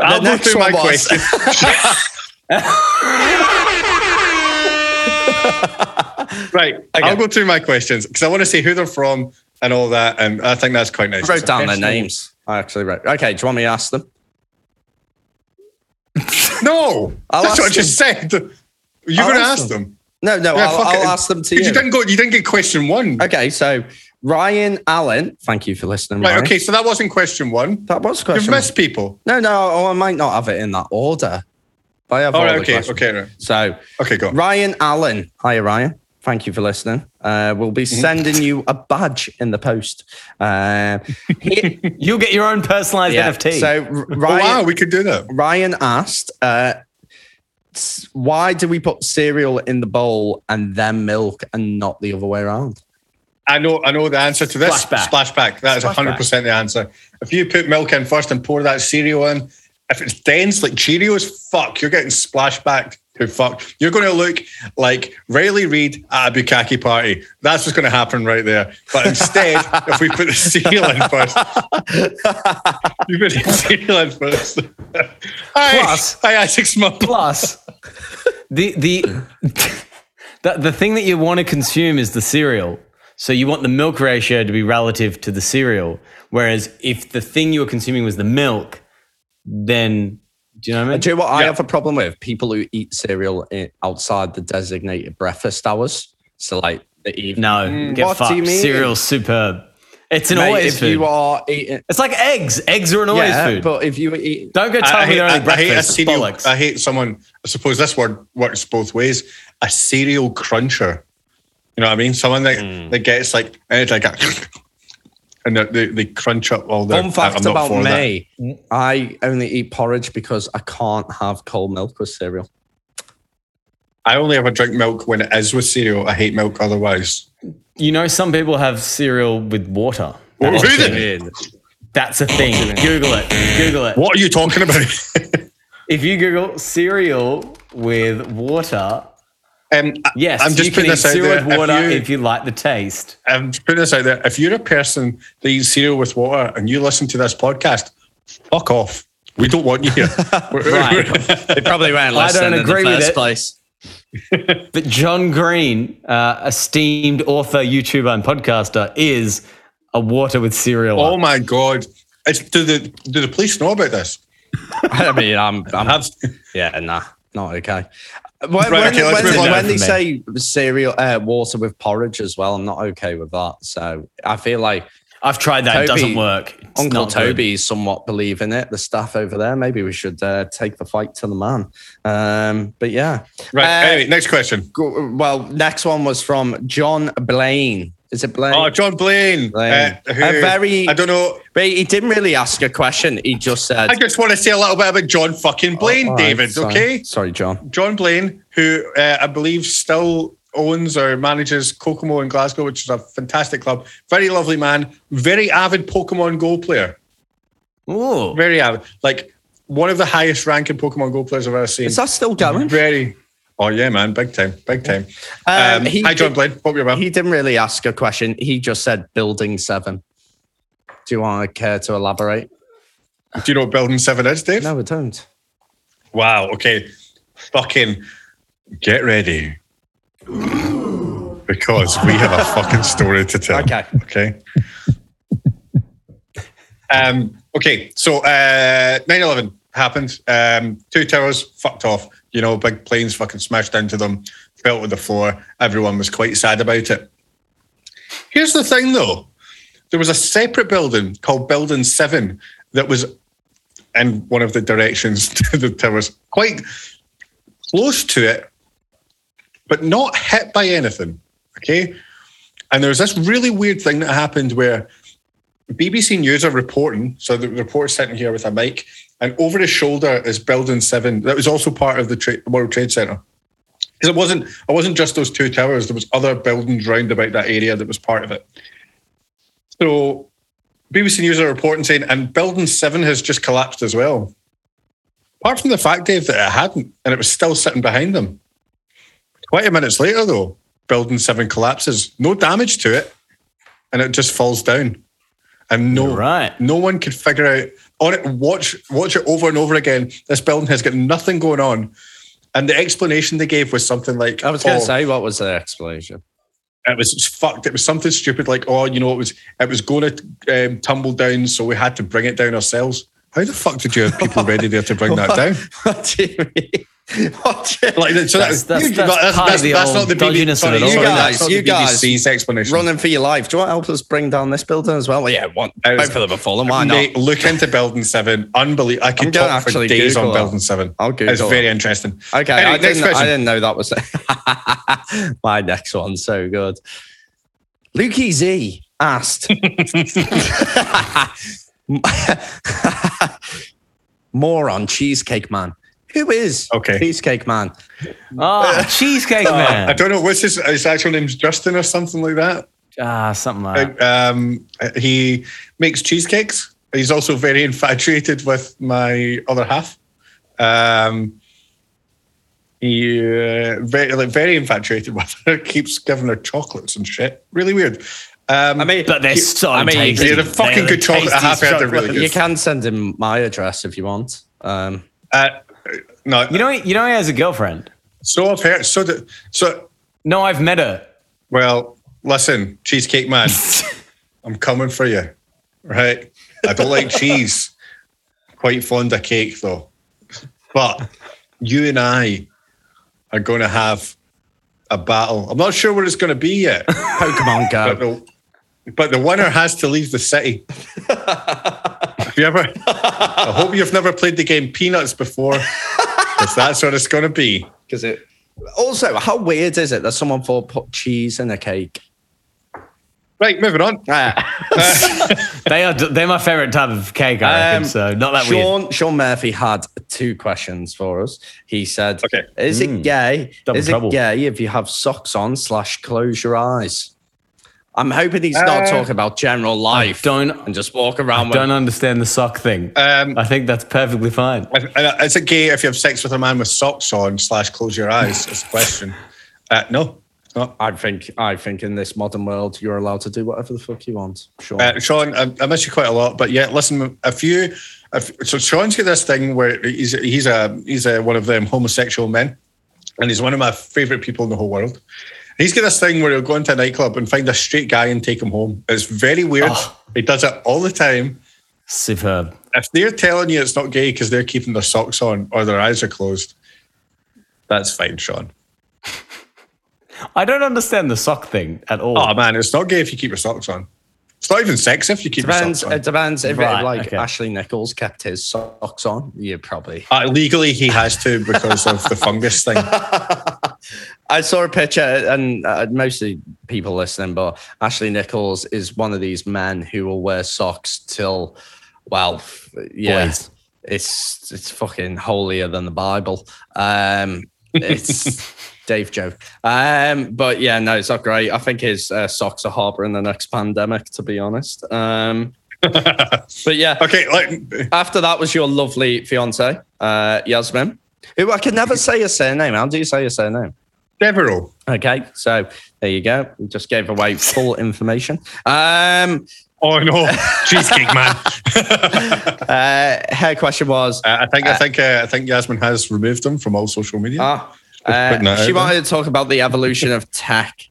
Speaker 2: I'll go
Speaker 3: next
Speaker 2: through my
Speaker 3: one was-
Speaker 2: question. right. I'll go through my questions because I want to see who they're from and all that. And I think that's quite nice.
Speaker 3: I wrote
Speaker 2: It's a
Speaker 3: down their
Speaker 2: personal-
Speaker 3: names. I actually wrote. Okay, do you want me to ask them?
Speaker 2: No.
Speaker 3: I'll
Speaker 2: that's what I
Speaker 3: ask
Speaker 2: just said. You're
Speaker 3: I'll
Speaker 2: going to
Speaker 3: ask
Speaker 2: ask
Speaker 3: them.
Speaker 2: them.
Speaker 3: No, no,
Speaker 2: Yeah,
Speaker 3: I'll,
Speaker 2: fuck
Speaker 3: I'll
Speaker 2: it.
Speaker 3: ask them to
Speaker 2: You.
Speaker 3: you.
Speaker 2: didn't go. You didn't get question one.
Speaker 3: Okay, so Ryan Allen, thank you for listening.
Speaker 2: Right.
Speaker 3: Ryan.
Speaker 2: Okay. So that wasn't question one.
Speaker 3: that was
Speaker 2: You've
Speaker 3: question.
Speaker 2: missed people.
Speaker 3: No, no, oh, I might not have it in that order. But I have
Speaker 2: All
Speaker 3: all
Speaker 2: right.
Speaker 3: the
Speaker 2: Okay.
Speaker 3: questions.
Speaker 2: Okay. Right.
Speaker 3: So
Speaker 2: Okay. Go. on.
Speaker 3: Ryan Allen, hi Ryan, thank you for listening. Uh, we'll
Speaker 2: Mhm.
Speaker 3: be sending you a badge in the post. Uh, he-
Speaker 1: You'll get your own personalized
Speaker 3: yeah,
Speaker 1: NFT.
Speaker 3: So R-
Speaker 2: Oh,
Speaker 3: Ryan,
Speaker 2: wow. We could do that.
Speaker 3: Ryan asked, uh, s- why do we put cereal in the bowl and then milk and not the other way around?
Speaker 2: I know, I know the answer to this.
Speaker 1: Splashback.
Speaker 2: Splashback. That is
Speaker 1: Splashback.
Speaker 2: 100% the answer. If you put milk in first and pour that cereal in, if it's dense like Cheerios, fuck, you're getting splashback to fuck. You're going to look like Riley Reid at a bukkake party. That's what's going to happen right there. But instead, if we put the cereal in first, you put the cereal in first. Hi,
Speaker 1: Plus-
Speaker 2: hi, Isaac Smith.
Speaker 1: Plus, the the the, the thing that you want to consume is the cereal. So you want the milk ratio to be relative to the cereal. Whereas if the thing you were consuming was the milk, then do you know what I mean?
Speaker 3: Do you know what I
Speaker 2: Yeah.
Speaker 3: have a problem with? People who eat cereal i- outside the designated breakfast hours. So, like the evening.
Speaker 1: No, get
Speaker 3: Mm. what do
Speaker 1: fucked.
Speaker 3: you mean?
Speaker 1: Cereal's superb. It's an
Speaker 3: Mate,
Speaker 1: always
Speaker 3: if
Speaker 1: food.
Speaker 3: you are eating.
Speaker 1: it's like eggs. Eggs are an always
Speaker 3: Yeah,
Speaker 1: food.
Speaker 3: but if you were eating.
Speaker 1: Don't go tell
Speaker 2: I, I
Speaker 1: me
Speaker 2: hate,
Speaker 1: they're only
Speaker 2: I, I hate a
Speaker 1: breakfast.
Speaker 2: cereal.
Speaker 1: Bollocks.
Speaker 2: I hate someone. I suppose this word works both ways. A cereal cruncher. You know what I mean? Someone that,
Speaker 1: Hmm.
Speaker 2: that gets like and it's like a and they- they, they crunch up all their.
Speaker 3: Fun fact
Speaker 2: I'm not
Speaker 3: about
Speaker 2: for that.
Speaker 3: me I only eat porridge because I can't have cold milk with cereal.
Speaker 2: I only ever drink milk when it is with cereal. I hate milk otherwise.
Speaker 1: You know, some people have cereal with water.
Speaker 2: What,
Speaker 1: That's,
Speaker 2: who did?
Speaker 3: Weird.
Speaker 1: that's a thing. Google it. Google it.
Speaker 2: What are you talking about?
Speaker 1: If you Google cereal with water,
Speaker 2: um, I-
Speaker 1: yes,
Speaker 2: I'm just
Speaker 1: you can eat
Speaker 2: putting this out
Speaker 1: cereal
Speaker 2: there.
Speaker 1: with water
Speaker 2: if you,
Speaker 1: if you like the taste.
Speaker 2: I'm just putting this out there. If you're a person that eats cereal with water and you listen to this podcast, fuck off. We don't want you here. We're-
Speaker 1: Right.
Speaker 3: They probably
Speaker 1: I
Speaker 3: weren't
Speaker 1: don't
Speaker 3: listening in the
Speaker 1: agree with
Speaker 3: first
Speaker 1: it.
Speaker 3: place.
Speaker 1: But John Green, uh, esteemed author, YouTuber, and podcaster, is a water with cereal.
Speaker 2: oh my god! It's, do the do the police know about this?
Speaker 3: I mean, I'm, I'm
Speaker 2: Have-
Speaker 3: yeah, nah, not okay. When,
Speaker 2: Right, okay,
Speaker 3: when,
Speaker 2: let's
Speaker 3: when-
Speaker 2: move on.
Speaker 3: when they
Speaker 1: For
Speaker 3: say cereal, uh, water with porridge as well, I'm not okay with that. So I feel like
Speaker 1: I've tried that. it
Speaker 3: Toby-
Speaker 1: doesn't work. It's
Speaker 3: Uncle
Speaker 1: not good.
Speaker 3: Toby somewhat believe in it. The staff over there, maybe we should uh, take the fight to the man. Um, but yeah,
Speaker 2: Right.
Speaker 3: Uh,
Speaker 2: anyway, next question.
Speaker 3: Go- well, next one was from John Blaine. Is it Blaine?
Speaker 2: Oh, John Blaine.
Speaker 3: Blaine.
Speaker 2: uh, who-
Speaker 3: A very-
Speaker 2: I don't know.
Speaker 3: But he didn't really ask a question. He just said,
Speaker 2: I just want to say a little bit about John fucking Blaine,
Speaker 3: Oh, all right,
Speaker 2: David.
Speaker 3: sorry.
Speaker 2: Okay. Mm-hmm.
Speaker 3: Sorry, John.
Speaker 2: John Blaine, who uh, I believe still owns or manages Kokomo in Glasgow, which is a fantastic club. Very lovely man. Very avid Pokemon Go player.
Speaker 1: Ooh.
Speaker 2: Very avid. Like one of the highest ranking Pokemon Go players I've ever seen.
Speaker 3: Is that still going?
Speaker 2: Very. Oh yeah, man! Big time, big time.
Speaker 3: Um,
Speaker 2: Um,
Speaker 3: he
Speaker 2: hi, John
Speaker 3: did-
Speaker 2: Blaine. What were you about?
Speaker 3: He didn't really ask a question. He just said building seven. Do you want to care to elaborate?
Speaker 2: Do you know what Building Seven is, Dave?
Speaker 3: No, we don't.
Speaker 2: Wow. Okay. Fucking get ready. Because we have a fucking story to tell.
Speaker 3: Okay.
Speaker 2: Okay. Um, okay. So uh, 9 11 happened. Um, two towers fucked off. You know, big planes fucking smashed into them, fell to the floor. Everyone was quite sad about it. Here's the thing though there was a separate building called Building 7 that was in one of the directions to the towers, quite close to it, but not hit by anything. Okay. And there was this really weird thing that happened where BBC News are reporting. So the reporter's sitting here with a mic, and over his shoulder is Building 7. That was also part of the tra- World Trade Center. Because it wasn't, it wasn't just those two towers. There was other buildings round about that area that was part of it. So BBC News are reporting saying, and Building 7 has just collapsed as well. Apart from the fact, Dave, that it hadn't, and it was still sitting behind them. 20 minutes later, though, Building 7 collapses. No damage to it, and it just falls down. And no,
Speaker 1: Right.
Speaker 2: no one could figure out on it. Watch, watch it over and over again. This building has got nothing going on. And the explanation they gave was something like,
Speaker 3: I was going
Speaker 2: "Oh,
Speaker 3: to say, what was the explanation?
Speaker 2: it was just fucked. It was something stupid like, oh, you know, it was it was going to um, tumble down, so we had to bring it down ourselves. How the fuck did you have people ready there to bring that down?
Speaker 3: what do you mean? What do you-
Speaker 2: Like, so
Speaker 1: That's-
Speaker 2: that-
Speaker 1: that's- that's part of the old
Speaker 2: BBC
Speaker 1: dodginess of it
Speaker 2: sorry,
Speaker 1: all.
Speaker 2: sorry,
Speaker 1: You
Speaker 2: that's
Speaker 3: guys,
Speaker 2: not the
Speaker 3: you guys.
Speaker 2: BBC's explanation.
Speaker 3: running for your life. Do you want to help us bring down this building as well? Well, yeah, one,
Speaker 2: I was-
Speaker 3: both of them are falling. Why not?
Speaker 2: Mate, look into Building Seven. Unbelievable. I
Speaker 3: I'm
Speaker 2: could
Speaker 3: gonna
Speaker 2: talk for
Speaker 3: actually
Speaker 2: days
Speaker 3: Google
Speaker 2: on
Speaker 3: it.
Speaker 2: Building Seven.
Speaker 3: I'll Google
Speaker 2: It's
Speaker 3: it.
Speaker 2: very interesting.
Speaker 3: Okay,
Speaker 2: Anyway,
Speaker 3: I,
Speaker 2: next
Speaker 3: didn't, I
Speaker 2: question.
Speaker 3: didn't know that was my next one. So good. Lukey Z asked more on Cheesecake Man. Who is
Speaker 2: Okay.
Speaker 3: Cheesecake Man?
Speaker 1: Oh, Cheesecake
Speaker 2: I
Speaker 1: Man.
Speaker 2: don't know what's his, his actual name's Justin or something like that.
Speaker 1: Ah, something like that.
Speaker 2: Like, um, he makes cheesecakes. He's also very infatuated with my other half. Um, he uh, very like very infatuated with her. Keeps giving her chocolates and shit. Really weird. Um,
Speaker 3: I mean,
Speaker 1: But they're
Speaker 3: you,
Speaker 1: so
Speaker 3: I mean,
Speaker 1: tasty.
Speaker 2: they're the fucking
Speaker 1: They're
Speaker 2: good chocolate. I have
Speaker 1: tastiest
Speaker 2: had. They're really
Speaker 3: you
Speaker 2: good.
Speaker 3: can send him my address if you want. Um,
Speaker 2: uh, no,
Speaker 1: You know, you know, he has a girlfriend.
Speaker 2: so I've heard. So that so
Speaker 1: No, I've met her.
Speaker 2: well. Listen, cheesecake man, I'm coming for you. Right? I don't like cheese. Quite fond of cake though. But you and I are going to have a battle. I'm not sure where it's going to be yet,
Speaker 3: Pokemon
Speaker 2: but
Speaker 3: Go.
Speaker 2: the, but the winner has to leave the city. have you ever? I hope you've never played the game Peanuts before, because that's what it's going to be.
Speaker 3: Because it. Also, how weird is it that someone thought put cheese in a cake?
Speaker 2: Right, moving on.
Speaker 3: Ah.
Speaker 2: Uh,
Speaker 1: They are they're my favorite type of cake. I
Speaker 2: Um,
Speaker 1: reckon so. Not that weird.
Speaker 3: Sean, Sean Murphy had two questions for us. He said,
Speaker 2: Okay.
Speaker 3: Is it gay?
Speaker 1: Hmm. Double
Speaker 3: is
Speaker 1: trouble.
Speaker 3: it gay if you have socks on slash close your eyes? I'm hoping he's
Speaker 2: Uh,
Speaker 3: not talking about general life.
Speaker 1: Don't
Speaker 3: and just walk around with
Speaker 1: don't understand the sock thing.
Speaker 2: Um,
Speaker 1: I think that's perfectly fine.
Speaker 2: I- I- Is it gay if you have sex with a man with socks on slash close your eyes? Is the question. Uh, no, it's not.
Speaker 3: I think I think in this modern world you're allowed to do whatever the fuck you want. Sure.
Speaker 2: Uh, Sean, I, I miss you quite a lot, but yeah, listen, if you, if, so Sean's got this thing where he's he's a he's a, one of them homosexual men, and he's one of my favorite people in the whole world. He's got this thing where he'll go into a nightclub and find a straight guy and take him home. It's very weird. He does it all the time.
Speaker 1: Superb.
Speaker 2: If they're telling you it's not gay because they're keeping their socks on or their eyes are closed, that's fine, Sean.
Speaker 1: I don't understand the sock thing at all.
Speaker 2: Oh man, it's not gay if you keep your socks on. It's not even sex if you keep
Speaker 3: depends.
Speaker 2: your
Speaker 3: It
Speaker 2: socks on.
Speaker 3: depends if
Speaker 1: Right,
Speaker 3: it, like
Speaker 1: okay.
Speaker 3: Ashley Nichols kept his socks on. You probably.
Speaker 2: Uh, legally, he has to because of the fungus thing.
Speaker 3: I saw a picture, and uh, mostly people listening, but Ashley Nichols is one of these men who will wear socks till, well, yeah,
Speaker 1: Boys.
Speaker 3: it's it's fucking holier than the Bible. Um, it's Dave joke, um, but yeah, no, it's not great. I think his uh, socks are harboring the next pandemic, to be honest. Um, but yeah,
Speaker 2: Okay, like
Speaker 3: after that was your lovely fiance, uh, Yasmin, who I can never say your surname. How do you say your surname?
Speaker 2: Devereaux.
Speaker 3: Okay, so there you go. We just gave away full information. Um,
Speaker 2: Oh no, cheesecake man.
Speaker 3: uh, her question was
Speaker 2: Uh, I think I think uh, I think Yasmin has removed him from all social media.
Speaker 3: ah,
Speaker 2: Uh, putting
Speaker 3: uh,
Speaker 2: that
Speaker 3: she
Speaker 2: out
Speaker 3: wanted to talk about the evolution of tech.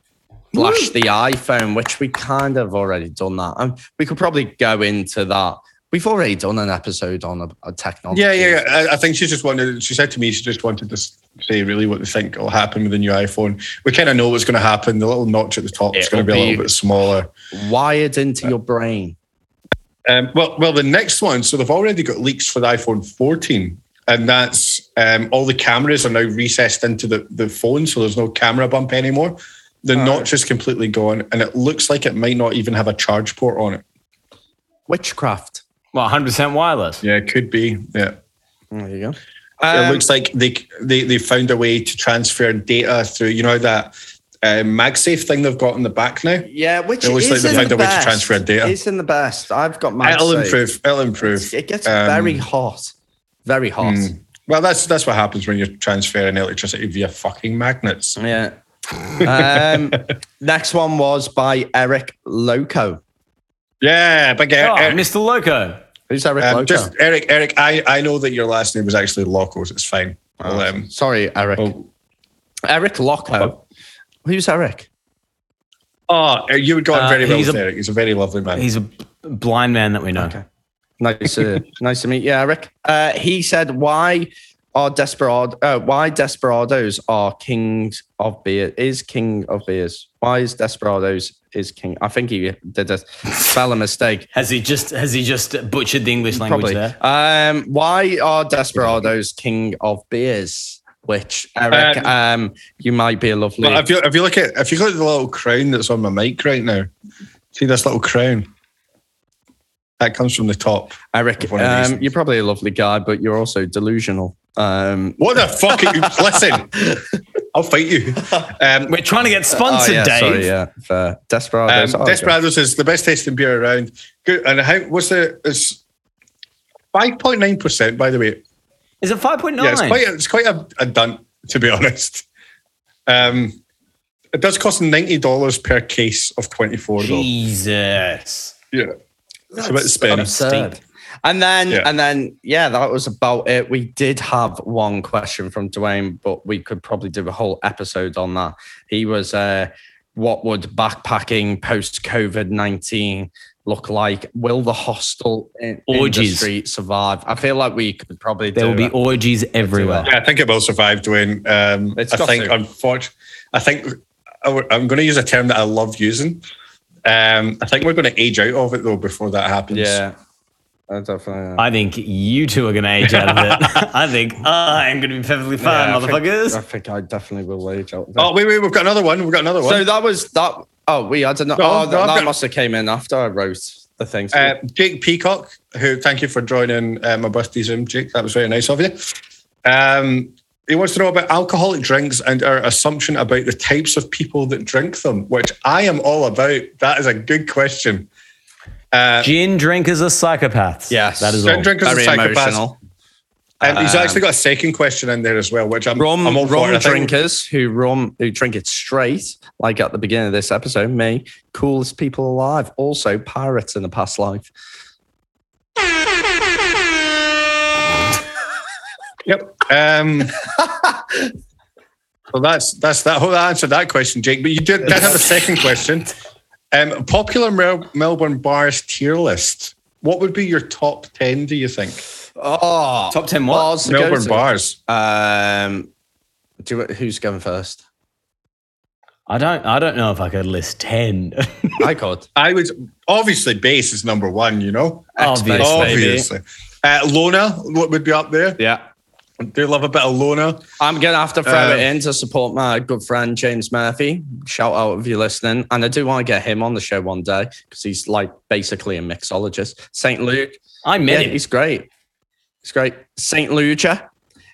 Speaker 3: Flash the iPhone, which we kind of already done that. Um, we could probably go into that. We've already done an episode on a, a technology.
Speaker 2: yeah, yeah. yeah. I, I think she just wanted. She said to me, she just wanted to s- say really what they think will happen with the new iPhone. We kind of know what's going to happen. The little notch at the top is going to
Speaker 3: It'll
Speaker 2: be a
Speaker 3: be-
Speaker 2: little bit smaller.
Speaker 3: Wired into your brain.
Speaker 2: Um, well, well, the next one. So they've already got leaks for the iPhone 14, and that's um, all the cameras are now recessed into the the phone, so there's no camera bump anymore. The notch is completely gone, and it looks like it might not even have a charge port on it.
Speaker 3: Witchcraft.
Speaker 1: Well, 100% wireless.
Speaker 2: Yeah, it could be. Yeah.
Speaker 3: There you go.
Speaker 2: it looks like they, they they found a way to transfer data through. You know that uh, MagSafe thing they've got in the back now.
Speaker 3: Yeah, which
Speaker 2: It looks like
Speaker 3: is
Speaker 2: they
Speaker 3: in
Speaker 2: found
Speaker 3: the
Speaker 2: a way to
Speaker 3: best.
Speaker 2: transfer data.
Speaker 3: It's in the best. I've got my.
Speaker 2: it'll
Speaker 3: safe.
Speaker 2: improve. It'll improve.
Speaker 3: It gets
Speaker 2: Um, hmm.
Speaker 3: very hot, very hot.
Speaker 2: Well, that's that's what happens when you're transferring electricity via fucking magnets.
Speaker 3: Yeah. um, next one was by Eric Loco.
Speaker 2: Yeah, but
Speaker 1: Oh,
Speaker 2: uh,
Speaker 3: eh.
Speaker 2: Eric-
Speaker 1: Mr. Loco.
Speaker 3: Who's Eric
Speaker 2: um,
Speaker 3: Loco?
Speaker 2: just Eric, Eric. I, I know that your last name was actually Locos. It's fine. Well, um,
Speaker 3: Oh,
Speaker 2: uh,
Speaker 3: Sorry, Eric.
Speaker 2: oh.
Speaker 3: Eric Loco. Who's Eric?
Speaker 2: oh, you would go on
Speaker 1: Uh,
Speaker 2: very well
Speaker 1: he's
Speaker 2: with
Speaker 1: a-
Speaker 2: Eric. He's a very lovely man.
Speaker 1: He's a b- blind man that we know.
Speaker 3: Okay. Nice, uh, nice to meet you, Eric. Uh, he said, "Why are desperado? Uh, why desperados are kings of beer? Is king of beers? Why is desperados is king? I think he did a spelling mistake.
Speaker 1: Has he just has he just butchered the English language
Speaker 3: Probably.
Speaker 1: there?
Speaker 3: Um, why are desperados king of beers? Which Eric, um, you might be a lovely.
Speaker 2: But if you if you look at if you look at the little crown that's on my mic right now, see this little crown. That comes from the top.
Speaker 3: Eric,
Speaker 2: of one of these
Speaker 3: um,
Speaker 2: things.
Speaker 3: you're probably a lovely guy, but you're also delusional. Um,
Speaker 2: What the fuck? Are you, listen, I'll fight you. Um,
Speaker 1: We're trying to get
Speaker 3: oh,
Speaker 1: sponsored,
Speaker 3: yeah,
Speaker 1: Dave.
Speaker 3: sorry, yeah, for
Speaker 2: um,
Speaker 3: desperados. Oh, are good.
Speaker 2: Desperados is the best tasting beer around. Good. And how? What's the? It's five point nine percent. By the way,
Speaker 1: Is it 5.9?
Speaker 2: yeah, it's quite a, it's quite a, a dunt to be honest. Um, it does cost ninety dollars per case of twenty four. though.
Speaker 1: Jesus.
Speaker 2: Yeah, it's a bit spin.
Speaker 3: absurd. And then,
Speaker 2: Yeah.
Speaker 3: and then, yeah, that was about it. We did have one question from Dwayne, but we could probably do a whole episode on that. He was, uh, what would backpacking post COVID 19 look like? Will the hostel in-
Speaker 1: Orgies.
Speaker 3: industry survive? I feel like we could probably
Speaker 1: There
Speaker 3: do
Speaker 1: will be
Speaker 3: a-
Speaker 1: orgies everywhere.
Speaker 2: Yeah, I think it will survive, Dwayne. Um,
Speaker 3: It's
Speaker 2: I
Speaker 3: got
Speaker 2: think,
Speaker 3: to.
Speaker 2: unfortunately, I think I w- I'm going to use a term that I love using. Um, I think we're going to age out of it though before that happens.
Speaker 3: yeah. I definitely. uh,
Speaker 1: I think you two are going to age out of it. I think I am going to be perfectly fine,
Speaker 3: yeah, I think- I
Speaker 1: motherfuckers.
Speaker 3: think I definitely will wage out.
Speaker 2: Oh wait, wait, we've got another one. We've got another one.
Speaker 3: so that was that. Oh, we, I don't know.
Speaker 2: No,
Speaker 3: oh,
Speaker 2: no,
Speaker 3: that,
Speaker 2: I've
Speaker 3: that
Speaker 2: got-
Speaker 3: must have came in after I wrote the things.
Speaker 2: Uh, Jake Peacock, who thank you for joining uh, my birthday Zoom, Jake. That was very nice of you. Um, he wants to know about alcoholic drinks and our assumption about the types of people that drink them, which I am all about. That is a good question. Uh,
Speaker 1: Gin drinkers are psychopaths.
Speaker 3: Yes.
Speaker 1: That is
Speaker 2: Gin
Speaker 1: all.
Speaker 2: drinkers are
Speaker 3: very
Speaker 2: psychopaths.
Speaker 3: emotional.
Speaker 2: And he's
Speaker 3: Um,
Speaker 2: actually got a second question in there as well, which I'm,
Speaker 3: Rum,
Speaker 2: I'm all for.
Speaker 3: rum
Speaker 2: I think-
Speaker 3: drinkers who rum who drink it straight, like at the beginning of this episode, me, coolest people alive, also pirates in a past life.
Speaker 2: Yep. Um, well, that's that's that. Hope that answered that question, Jake. But you did, did have a second question. Um, popular Mel- Melbourne bars tier list. What would be your top ten? Do you think
Speaker 3: Oh,
Speaker 1: Top 10 what?
Speaker 3: bars to go
Speaker 2: Melbourne
Speaker 3: to.
Speaker 2: bars?
Speaker 3: Um, do it- who's going first?
Speaker 1: I don't I don't know if I could list 10.
Speaker 3: I could.
Speaker 2: I would obviously base is number one. You know,
Speaker 1: Obviously.
Speaker 3: X-Base, baby.
Speaker 2: obviously. Uh, Lona what would be up there.
Speaker 3: Yeah.
Speaker 2: Do love a bit of Lona.
Speaker 3: I'm gonna have to throw
Speaker 2: Uh,
Speaker 3: it in to support my good friend James Murphy. Shout out if you're listening, and I do want to get him on the show one day because he's like basically a mixologist. Saint Luke,
Speaker 1: I
Speaker 3: yeah,
Speaker 1: met him.
Speaker 3: he's great. He's great. Saint Lucia.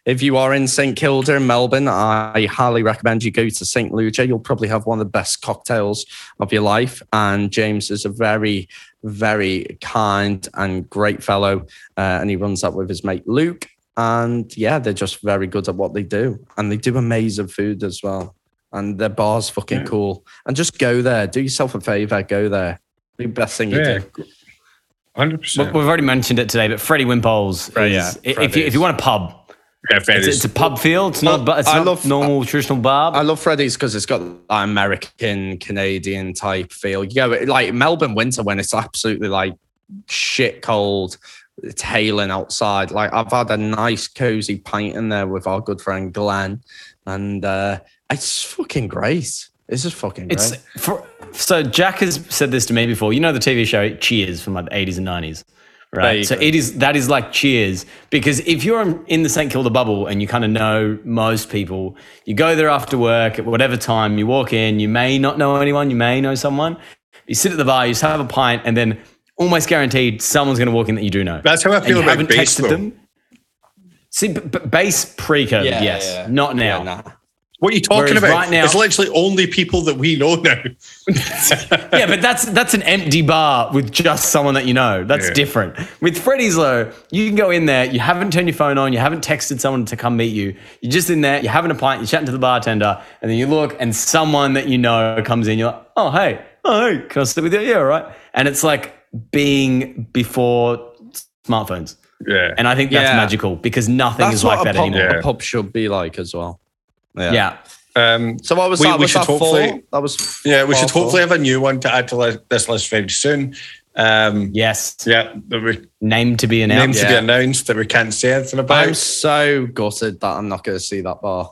Speaker 3: If you are in St Kilda in Melbourne, I highly recommend you go to St Lucia. You'll probably have one of the best cocktails of your life. And James is a very, very kind and great fellow, uh, and he runs that with his mate Luke. And yeah, they're just very good at what they do, and they do amazing food as well. And their bar's fucking cool. And just go there. Do yourself a favor. Go there. The best thing you
Speaker 2: Yeah.
Speaker 3: do.
Speaker 2: Hundred
Speaker 1: We-
Speaker 2: percent.
Speaker 1: We've already mentioned it today, but Freddie Wimpole's
Speaker 3: Fred-
Speaker 1: is,
Speaker 3: yeah,
Speaker 1: i- if, you,
Speaker 3: Freddy's.
Speaker 1: if you want a pub, it's, it's a pub feel. It's not, a bu- it's
Speaker 3: Oh, I
Speaker 1: not
Speaker 3: love-
Speaker 1: normal traditional bar.
Speaker 3: I love Freddy's because it's got that American Canadian type feel. You go like Melbourne winter when it's absolutely like shit cold, it's hailing outside. Like I've had a nice cozy pint in there with our good friend Glenn, and uh, it's fucking great. This is fucking great.
Speaker 1: It's for, so Jack has said this to me before. You know the TV show Cheers from like the eighties and nineties,
Speaker 3: There you
Speaker 1: right? So
Speaker 3: go.
Speaker 1: it is that is like Cheers because if you're in- in the St Kilda bubble and you kind of know most people, you go there after work at whatever time you walk in. You may not know anyone, you may know someone. You sit at the bar, you just have a pint, and then almost guaranteed someone's going to walk in that you do know.
Speaker 2: That's how I
Speaker 1: And
Speaker 2: feel
Speaker 1: you
Speaker 2: about
Speaker 1: haven't
Speaker 2: base,
Speaker 1: texted
Speaker 2: though.
Speaker 1: them. See, but, but base pre-COVID,
Speaker 3: Yeah,
Speaker 1: yes,
Speaker 3: yeah.
Speaker 1: not now.
Speaker 3: Yeah, nah.
Speaker 2: What are you talking
Speaker 1: Whereas
Speaker 2: about?
Speaker 1: right now-
Speaker 2: it's literally only people that we know now.
Speaker 1: yeah, but that's that's an empty bar with just someone that you know. That's
Speaker 2: Yeah.
Speaker 1: different. With Freddy's though, you can go in there. You haven't turned your phone on. You haven't texted someone to come meet you. You're just in there. You're having a pint. You're chatting to the bartender, and then you look, and someone that you know comes in. You're like, oh hey, oh hey, can I sit with you? Yeah, all right. And it's like being before smartphones,
Speaker 2: Yeah.
Speaker 1: and I think that's
Speaker 3: Yeah.
Speaker 1: magical because nothing
Speaker 3: That's
Speaker 1: is like
Speaker 3: what a
Speaker 1: that
Speaker 3: pub,
Speaker 1: anymore.
Speaker 2: Yeah.
Speaker 3: a pub should be like as well. Yeah.
Speaker 1: yeah.
Speaker 2: Um,
Speaker 3: So what was
Speaker 2: We-
Speaker 3: that?
Speaker 2: we
Speaker 3: was
Speaker 2: should
Speaker 3: that four?
Speaker 2: hopefully-
Speaker 3: That was
Speaker 2: Yeah, we
Speaker 3: four,
Speaker 2: should
Speaker 3: four.
Speaker 2: hopefully have a new one to add to li- this list very soon. Um,
Speaker 1: Yes.
Speaker 2: yeah, that we
Speaker 1: Name to be
Speaker 2: name
Speaker 1: announced.
Speaker 2: to be
Speaker 3: yeah.
Speaker 2: announced that we can't say anything about.
Speaker 3: I'm so gutted that I'm not going to see that bar.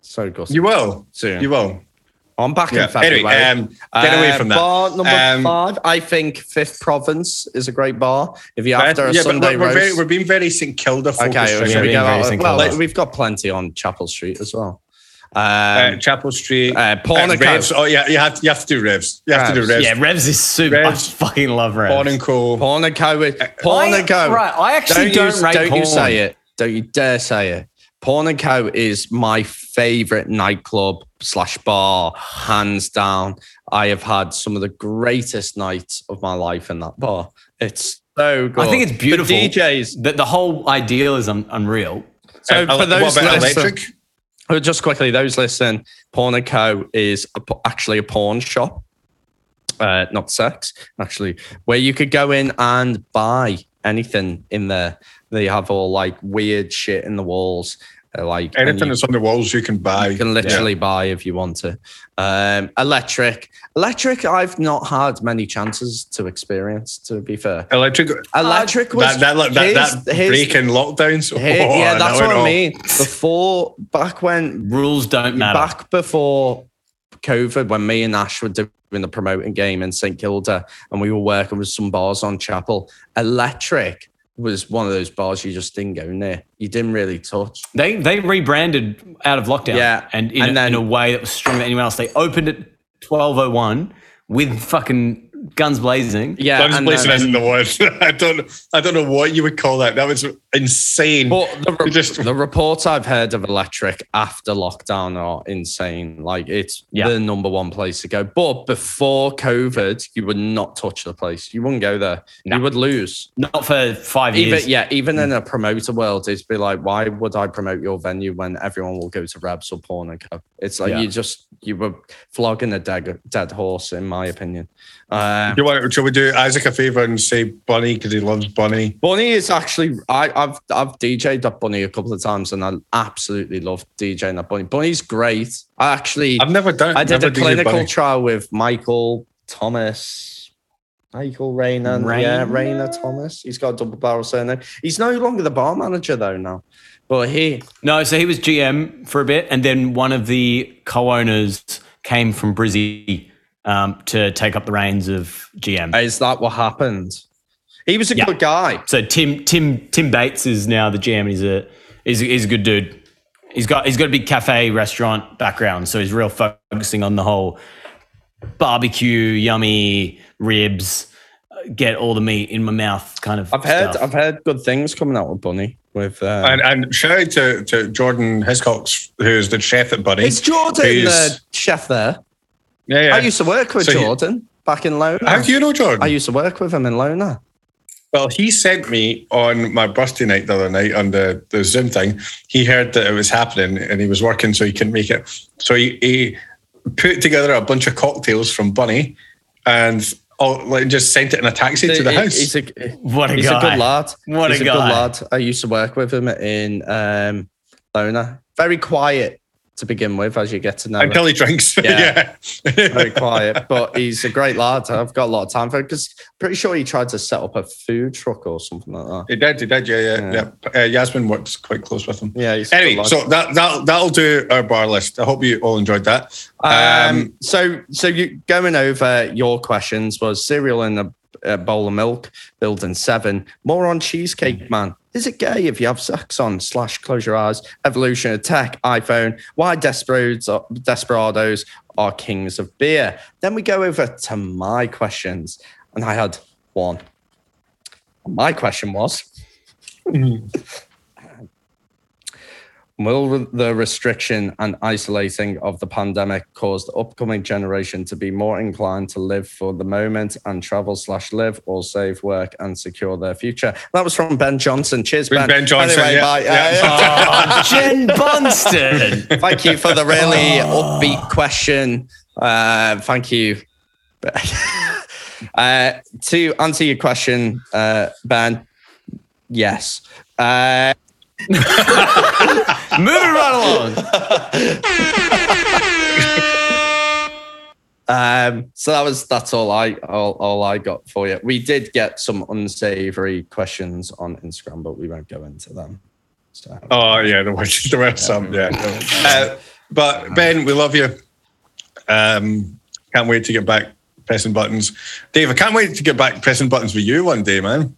Speaker 3: So gutted.
Speaker 2: you will,
Speaker 3: soon.
Speaker 2: you will.
Speaker 3: I'm back
Speaker 2: Yeah.
Speaker 3: in February.
Speaker 2: Anyway, um, get away
Speaker 3: Uh,
Speaker 2: from that.
Speaker 3: Bar number
Speaker 2: Um,
Speaker 3: five, I think Fifth Province is a great bar. If you're
Speaker 2: But-
Speaker 3: after a
Speaker 2: yeah, but
Speaker 3: Sunday
Speaker 2: we're, we're, very,
Speaker 3: roast,
Speaker 2: we're being very St Kilda focused.
Speaker 3: okay,
Speaker 2: right
Speaker 1: Yeah,
Speaker 3: we should
Speaker 2: now.
Speaker 3: go
Speaker 1: being very
Speaker 3: out.
Speaker 1: St.
Speaker 3: Well,
Speaker 1: Kilda.
Speaker 3: we've got plenty on Chapel Street as well. Um,
Speaker 2: Uh, Chapel Street,
Speaker 3: uh,
Speaker 2: uh,
Speaker 3: Pornico.
Speaker 2: Revs. Oh yeah, you have you have to do revs. You have to do
Speaker 3: Revs.
Speaker 2: revs.
Speaker 1: Yeah, Revs is super.
Speaker 2: Revs.
Speaker 1: I fucking love Revs.
Speaker 2: Bon and Co.
Speaker 3: Pornico. is-
Speaker 2: Uh,
Speaker 1: I-
Speaker 3: Pornico.
Speaker 1: right, I actually
Speaker 3: don't,
Speaker 1: don't,
Speaker 3: you,
Speaker 1: rate
Speaker 3: don't you
Speaker 1: porn.
Speaker 3: say it. Don't you dare say it. Pornico is my favorite nightclub slash bar, hands down. I have had some of the greatest nights of my life in that bar. It's so good.
Speaker 1: I think it's beautiful.
Speaker 3: The DJs.
Speaker 1: The, the whole ideal is un- unreal.
Speaker 3: So
Speaker 2: Uh,
Speaker 3: for those
Speaker 2: what about
Speaker 3: listening,
Speaker 2: electric?
Speaker 3: oh, just quickly, those listen, Pornico is a, p- actually a pawn shop, uh, not sex, actually, where you could go in and buy anything in there. They have all like weird shit in the walls, uh, like and
Speaker 2: Anything
Speaker 3: you-
Speaker 2: that's on the walls you can buy.
Speaker 3: you can literally buy if you want to. Um, electric, electric. I've not had many chances to experience. To be fair,
Speaker 2: Yeah. Electric.
Speaker 3: electric was
Speaker 2: Uh, That that that, that,
Speaker 3: here's-
Speaker 2: that
Speaker 3: here's-
Speaker 2: break in lockdowns.
Speaker 3: here-
Speaker 2: Oh,
Speaker 3: yeah,
Speaker 2: that
Speaker 3: that's
Speaker 2: went
Speaker 3: what I
Speaker 2: off.
Speaker 3: mean. Before, back when
Speaker 1: Rules don't matter.
Speaker 3: back before COVID, when me and Ash were doing the promoting game in St Kilda, and we were working with some bars on Chapel, Electric was one of those bars you just didn't go near. You didn't really touch.
Speaker 1: They they rebranded out of lockdown.
Speaker 3: Yeah,
Speaker 1: and in,
Speaker 3: and
Speaker 1: a,
Speaker 3: then-
Speaker 1: in a way that was stronger than anyone else. They opened at twelve oh one with fucking guns blazing.
Speaker 3: Yeah,
Speaker 2: Guns
Speaker 3: and
Speaker 2: Blazing
Speaker 3: then-
Speaker 2: isn't the one. I don't. I don't know what you would call that. That was insane.
Speaker 3: But the, re-
Speaker 2: Just-
Speaker 3: the reports I've heard of electric after lockdown are insane. Like it's
Speaker 1: Yeah.
Speaker 3: the number one place to go. But before COVID, you would not touch the place. You wouldn't go there. You would lose.
Speaker 1: Not for five years.
Speaker 3: Even yeah, even
Speaker 2: Mm.
Speaker 3: in a promoter world, it'd be like, why would I promote your venue when everyone will go to Rabs or Pornico? It's like
Speaker 1: Yeah.
Speaker 3: you just you were flogging a dead, dead horse, in my opinion. Um,
Speaker 2: Do you want? Shall we do Isaac a favor and say Bunny because he loves Bunny?
Speaker 3: Bunny is actually I, I've I've DJ'd at Bunny a couple of times and I absolutely love DJing at Bunny. Bunny's great. I actually
Speaker 2: I've never done.
Speaker 3: I did
Speaker 2: never
Speaker 3: a
Speaker 2: DJed
Speaker 3: clinical
Speaker 2: Bunny.
Speaker 3: trial with Michael Thomas. Michael Rayner. Yeah,
Speaker 1: Rayner?
Speaker 3: Rayner Thomas. He's got a double barrel surname. He's no longer the bar manager though now. But he
Speaker 1: No, so he was GM for a bit, and then one of the co-owners came from Brizzy um, to take up the reins of GM.
Speaker 3: is that what happened? He was a
Speaker 1: Yeah.
Speaker 3: good guy.
Speaker 1: So Tim Tim Tim Bates is now the GM. He's a he's, a- he's a good dude. He's got he's got a big cafe restaurant background, so he's real focusing on the whole barbecue, yummy ribs, uh, get all the meat in my mouth kind of.
Speaker 3: I've heard
Speaker 1: stuff.
Speaker 3: I've heard good things coming out with Bunny with uh,
Speaker 2: And, and shout out to, to Jordan Hiscox, who is the chef at Bunny.
Speaker 3: It's Jordan,
Speaker 2: He's-
Speaker 3: the chef there.
Speaker 2: yeah, yeah.
Speaker 3: I used to work with
Speaker 2: So he-
Speaker 3: Jordan back in Lona.
Speaker 2: How do you know Jordan?
Speaker 3: I used to work with him in Lona.
Speaker 2: Well, he sent me on my birthday night the other night on the, the Zoom thing. He heard that it was happening and he was working, so he couldn't make it. So he, he put together a bunch of cocktails from Bunny and all, like, just sent it in a taxi to the
Speaker 3: He-
Speaker 2: house.
Speaker 3: He's a,
Speaker 1: what a
Speaker 3: he's
Speaker 1: guy.
Speaker 3: a good lad.
Speaker 1: What a
Speaker 3: he's a, good
Speaker 1: guy.
Speaker 3: lad. I used to work with him in um, Lona. Very quiet to begin with, as you get to know. him.
Speaker 2: Until he drinks.
Speaker 3: Yeah.
Speaker 2: Yeah.
Speaker 3: Very quiet, but he's a great lad. I've got a lot of time for him because pretty sure he tried to set up a food truck or something like that.
Speaker 2: he did, he did, yeah, yeah.
Speaker 3: Yeah.
Speaker 2: yeah. Uh, Yasmin works quite close with him.
Speaker 3: Yeah. He's a good
Speaker 2: Anyway,
Speaker 3: lad.
Speaker 2: so that, that, that'll do our bar list. I hope you all enjoyed that.
Speaker 3: Um,
Speaker 2: Um,
Speaker 3: so, so you going over your questions was cereal in a, a bowl of milk, building seven. More on cheesecake man. Is it gay if you have sex on? Slash, close your eyes. Evolution of tech, iPhone. Why desperados are, desperados are kings of beer? Then we go over to my questions, and I had one. My question was.
Speaker 2: Mm.
Speaker 3: Will the restriction and isolating of the pandemic cause the upcoming generation to be more inclined to live for the moment and travel slash live or save work and secure their future? That was from Ben Johnson. Cheers, Ben.
Speaker 2: Ben Johnson,
Speaker 3: Anyway,
Speaker 2: yeah,
Speaker 3: bye.
Speaker 1: Oh,
Speaker 2: yeah.
Speaker 1: Jen Bunston.
Speaker 3: Uh, thank you for the really upbeat question. Uh, thank you. uh, to answer your question, uh, Ben, yes. Uh,
Speaker 1: Moving right along.
Speaker 3: Um, so that was that's all I all, all I got for you. We did get some unsavory questions on Instagram, but we won't go into them. So
Speaker 2: Oh yeah, there were there were some. Yeah, uh, but Ben, we love you. Um, can't wait to get back pressing buttons, Dave. I can't wait to get back pressing buttons with you one day, man.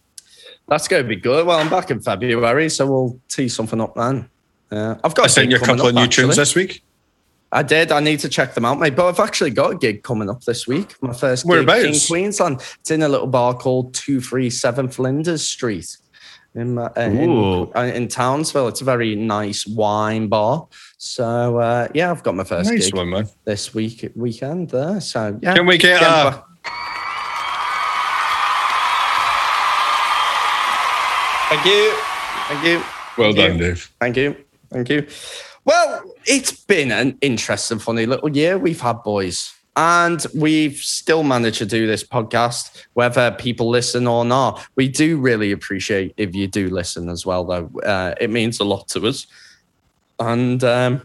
Speaker 3: that's going to be good. Well, I'm back in February, so we'll tee something up then. Yeah, I've got
Speaker 2: I
Speaker 3: a
Speaker 2: sent
Speaker 3: gig
Speaker 2: you a
Speaker 3: coming
Speaker 2: couple of
Speaker 3: up,
Speaker 2: new
Speaker 3: actually.
Speaker 2: tunes this week.
Speaker 3: I did. I need to check them out, mate. But I've actually got a gig coming up this week. My first gig in
Speaker 2: Whereabouts?
Speaker 3: Queensland. It's in a little bar called Two Three Seven Flinders Street. In, uh, in,
Speaker 1: Ooh.
Speaker 3: uh, in Townsville, it's a very nice wine bar. So uh, yeah, I've got my first
Speaker 2: Nice
Speaker 3: gig.
Speaker 2: one, man.
Speaker 3: this week weekend there. So yeah,
Speaker 2: Can we get
Speaker 3: Again,
Speaker 2: a?
Speaker 3: thank you, thank you,
Speaker 2: Well
Speaker 3: Yeah.
Speaker 2: done, Dave.
Speaker 3: thank you, thank you. Well, it's been an interesting, funny little year we've had, boys. And we've still managed to do this podcast, whether people listen or not. We do really appreciate if you do listen as well, though. Uh, it means a lot to us. And um,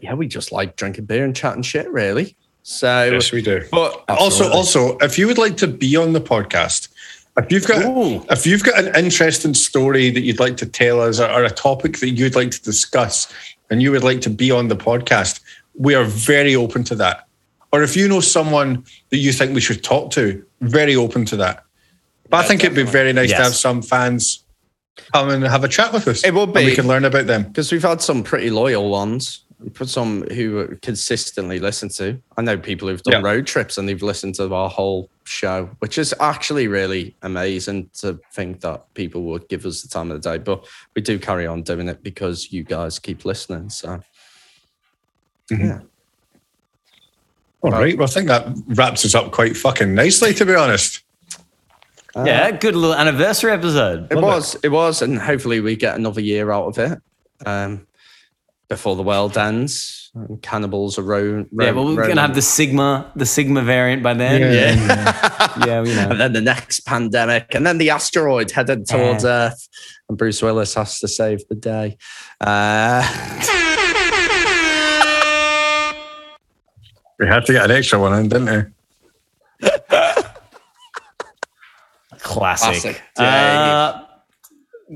Speaker 3: yeah, we just like drinking beer and chatting shit, really. So,
Speaker 2: Yes, we do.
Speaker 3: but
Speaker 2: Also, also, if you would like to be on the podcast, if you've got
Speaker 1: Ooh.
Speaker 2: if you've got an interesting story that you'd like to tell us, or, or a topic that you'd like to discuss, and you would like to be on the podcast, we are very open to that. Or if you know someone that you think we should talk to, very open to that. But I
Speaker 3: Yeah,
Speaker 2: think it'd be very nice to
Speaker 1: Yes.
Speaker 2: have some fans come and have a chat with us.
Speaker 3: It would
Speaker 2: and
Speaker 3: be.
Speaker 2: we can learn about them.
Speaker 3: because we've had some pretty loyal ones, for some who consistently listen to. I know people who've done
Speaker 2: Yeah.
Speaker 3: road trips and they've listened to our whole show, which is actually really amazing to think that people would give us the time of the day. But we do carry on doing it because you guys keep listening. So
Speaker 1: Mm-hmm.
Speaker 2: All right. Well, I think that wraps us up quite fucking nicely, to be honest.
Speaker 3: uh,
Speaker 1: yeah, good little anniversary episode.
Speaker 3: it was, it was, and hopefully we get another year out of it. Um, before the world ends, and cannibals are roaming.
Speaker 1: Yeah, well, we're gonna have the Sigma, the Sigma variant by then. Yeah, yeah, you know.
Speaker 3: and then the next pandemic, and then the asteroid headed towards Earth, and Bruce Willis has to save the day. Uh,
Speaker 2: We had to get an extra one in, didn't we?
Speaker 1: Classic.
Speaker 3: Classic.
Speaker 1: Uh, I,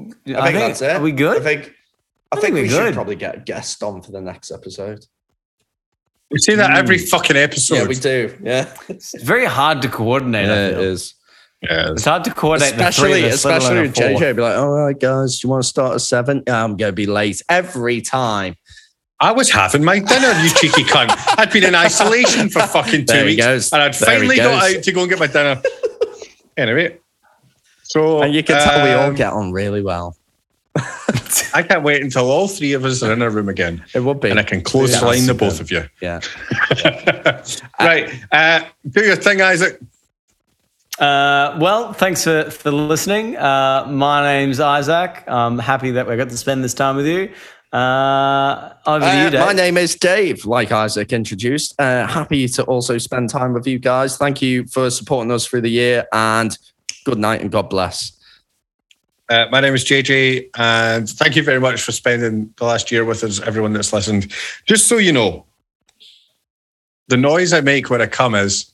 Speaker 1: think
Speaker 3: I think that's it.
Speaker 1: Are we good?
Speaker 3: I think. I,
Speaker 1: I think
Speaker 3: think, we
Speaker 1: we're
Speaker 3: should
Speaker 1: good.
Speaker 3: probably get a guest on for the next episode.
Speaker 2: We say that every fucking episode.
Speaker 3: Hmm. yeah, we do. Yeah,
Speaker 1: it's very hard to coordinate. I feel.
Speaker 3: is.
Speaker 2: Yeah.
Speaker 1: It's hard to coordinate,
Speaker 3: Especially,
Speaker 1: the three of us,
Speaker 3: especially with
Speaker 1: let alone a
Speaker 3: JJ,
Speaker 1: fourth.
Speaker 3: He'd be like, "All right, guys, do you want to start at seven? Yeah, I'm gonna be late every time."
Speaker 2: I was having my dinner, you cheeky cunt. I'd been in isolation for fucking two
Speaker 3: There he
Speaker 2: weeks.
Speaker 3: goes.
Speaker 2: And I'd
Speaker 3: There he
Speaker 2: finally got
Speaker 3: goes.
Speaker 2: out to go and get my dinner. anyway. So
Speaker 3: And you can tell we all
Speaker 2: um,
Speaker 3: get on really well.
Speaker 2: I can't wait until all three of us are in a room again.
Speaker 3: It would be.
Speaker 2: And I can close
Speaker 3: Yeah.
Speaker 2: line the both of you.
Speaker 3: yeah.
Speaker 2: right. Uh, do your thing, Isaac.
Speaker 1: Uh, well, thanks for, for listening. Uh, my name's Isaac. I'm happy that we got to spend this time with you. Uh, over to you,
Speaker 3: Uh,
Speaker 1: Dave.
Speaker 3: my name is Dave, like Isaac introduced. Uh, happy to also spend time with you guys. Thank you for supporting us through the year and good night and God bless.
Speaker 2: Uh, my name is JJ, and thank you very much for spending the last year with us, everyone that's listened. Just so you know, the noise I make when I come is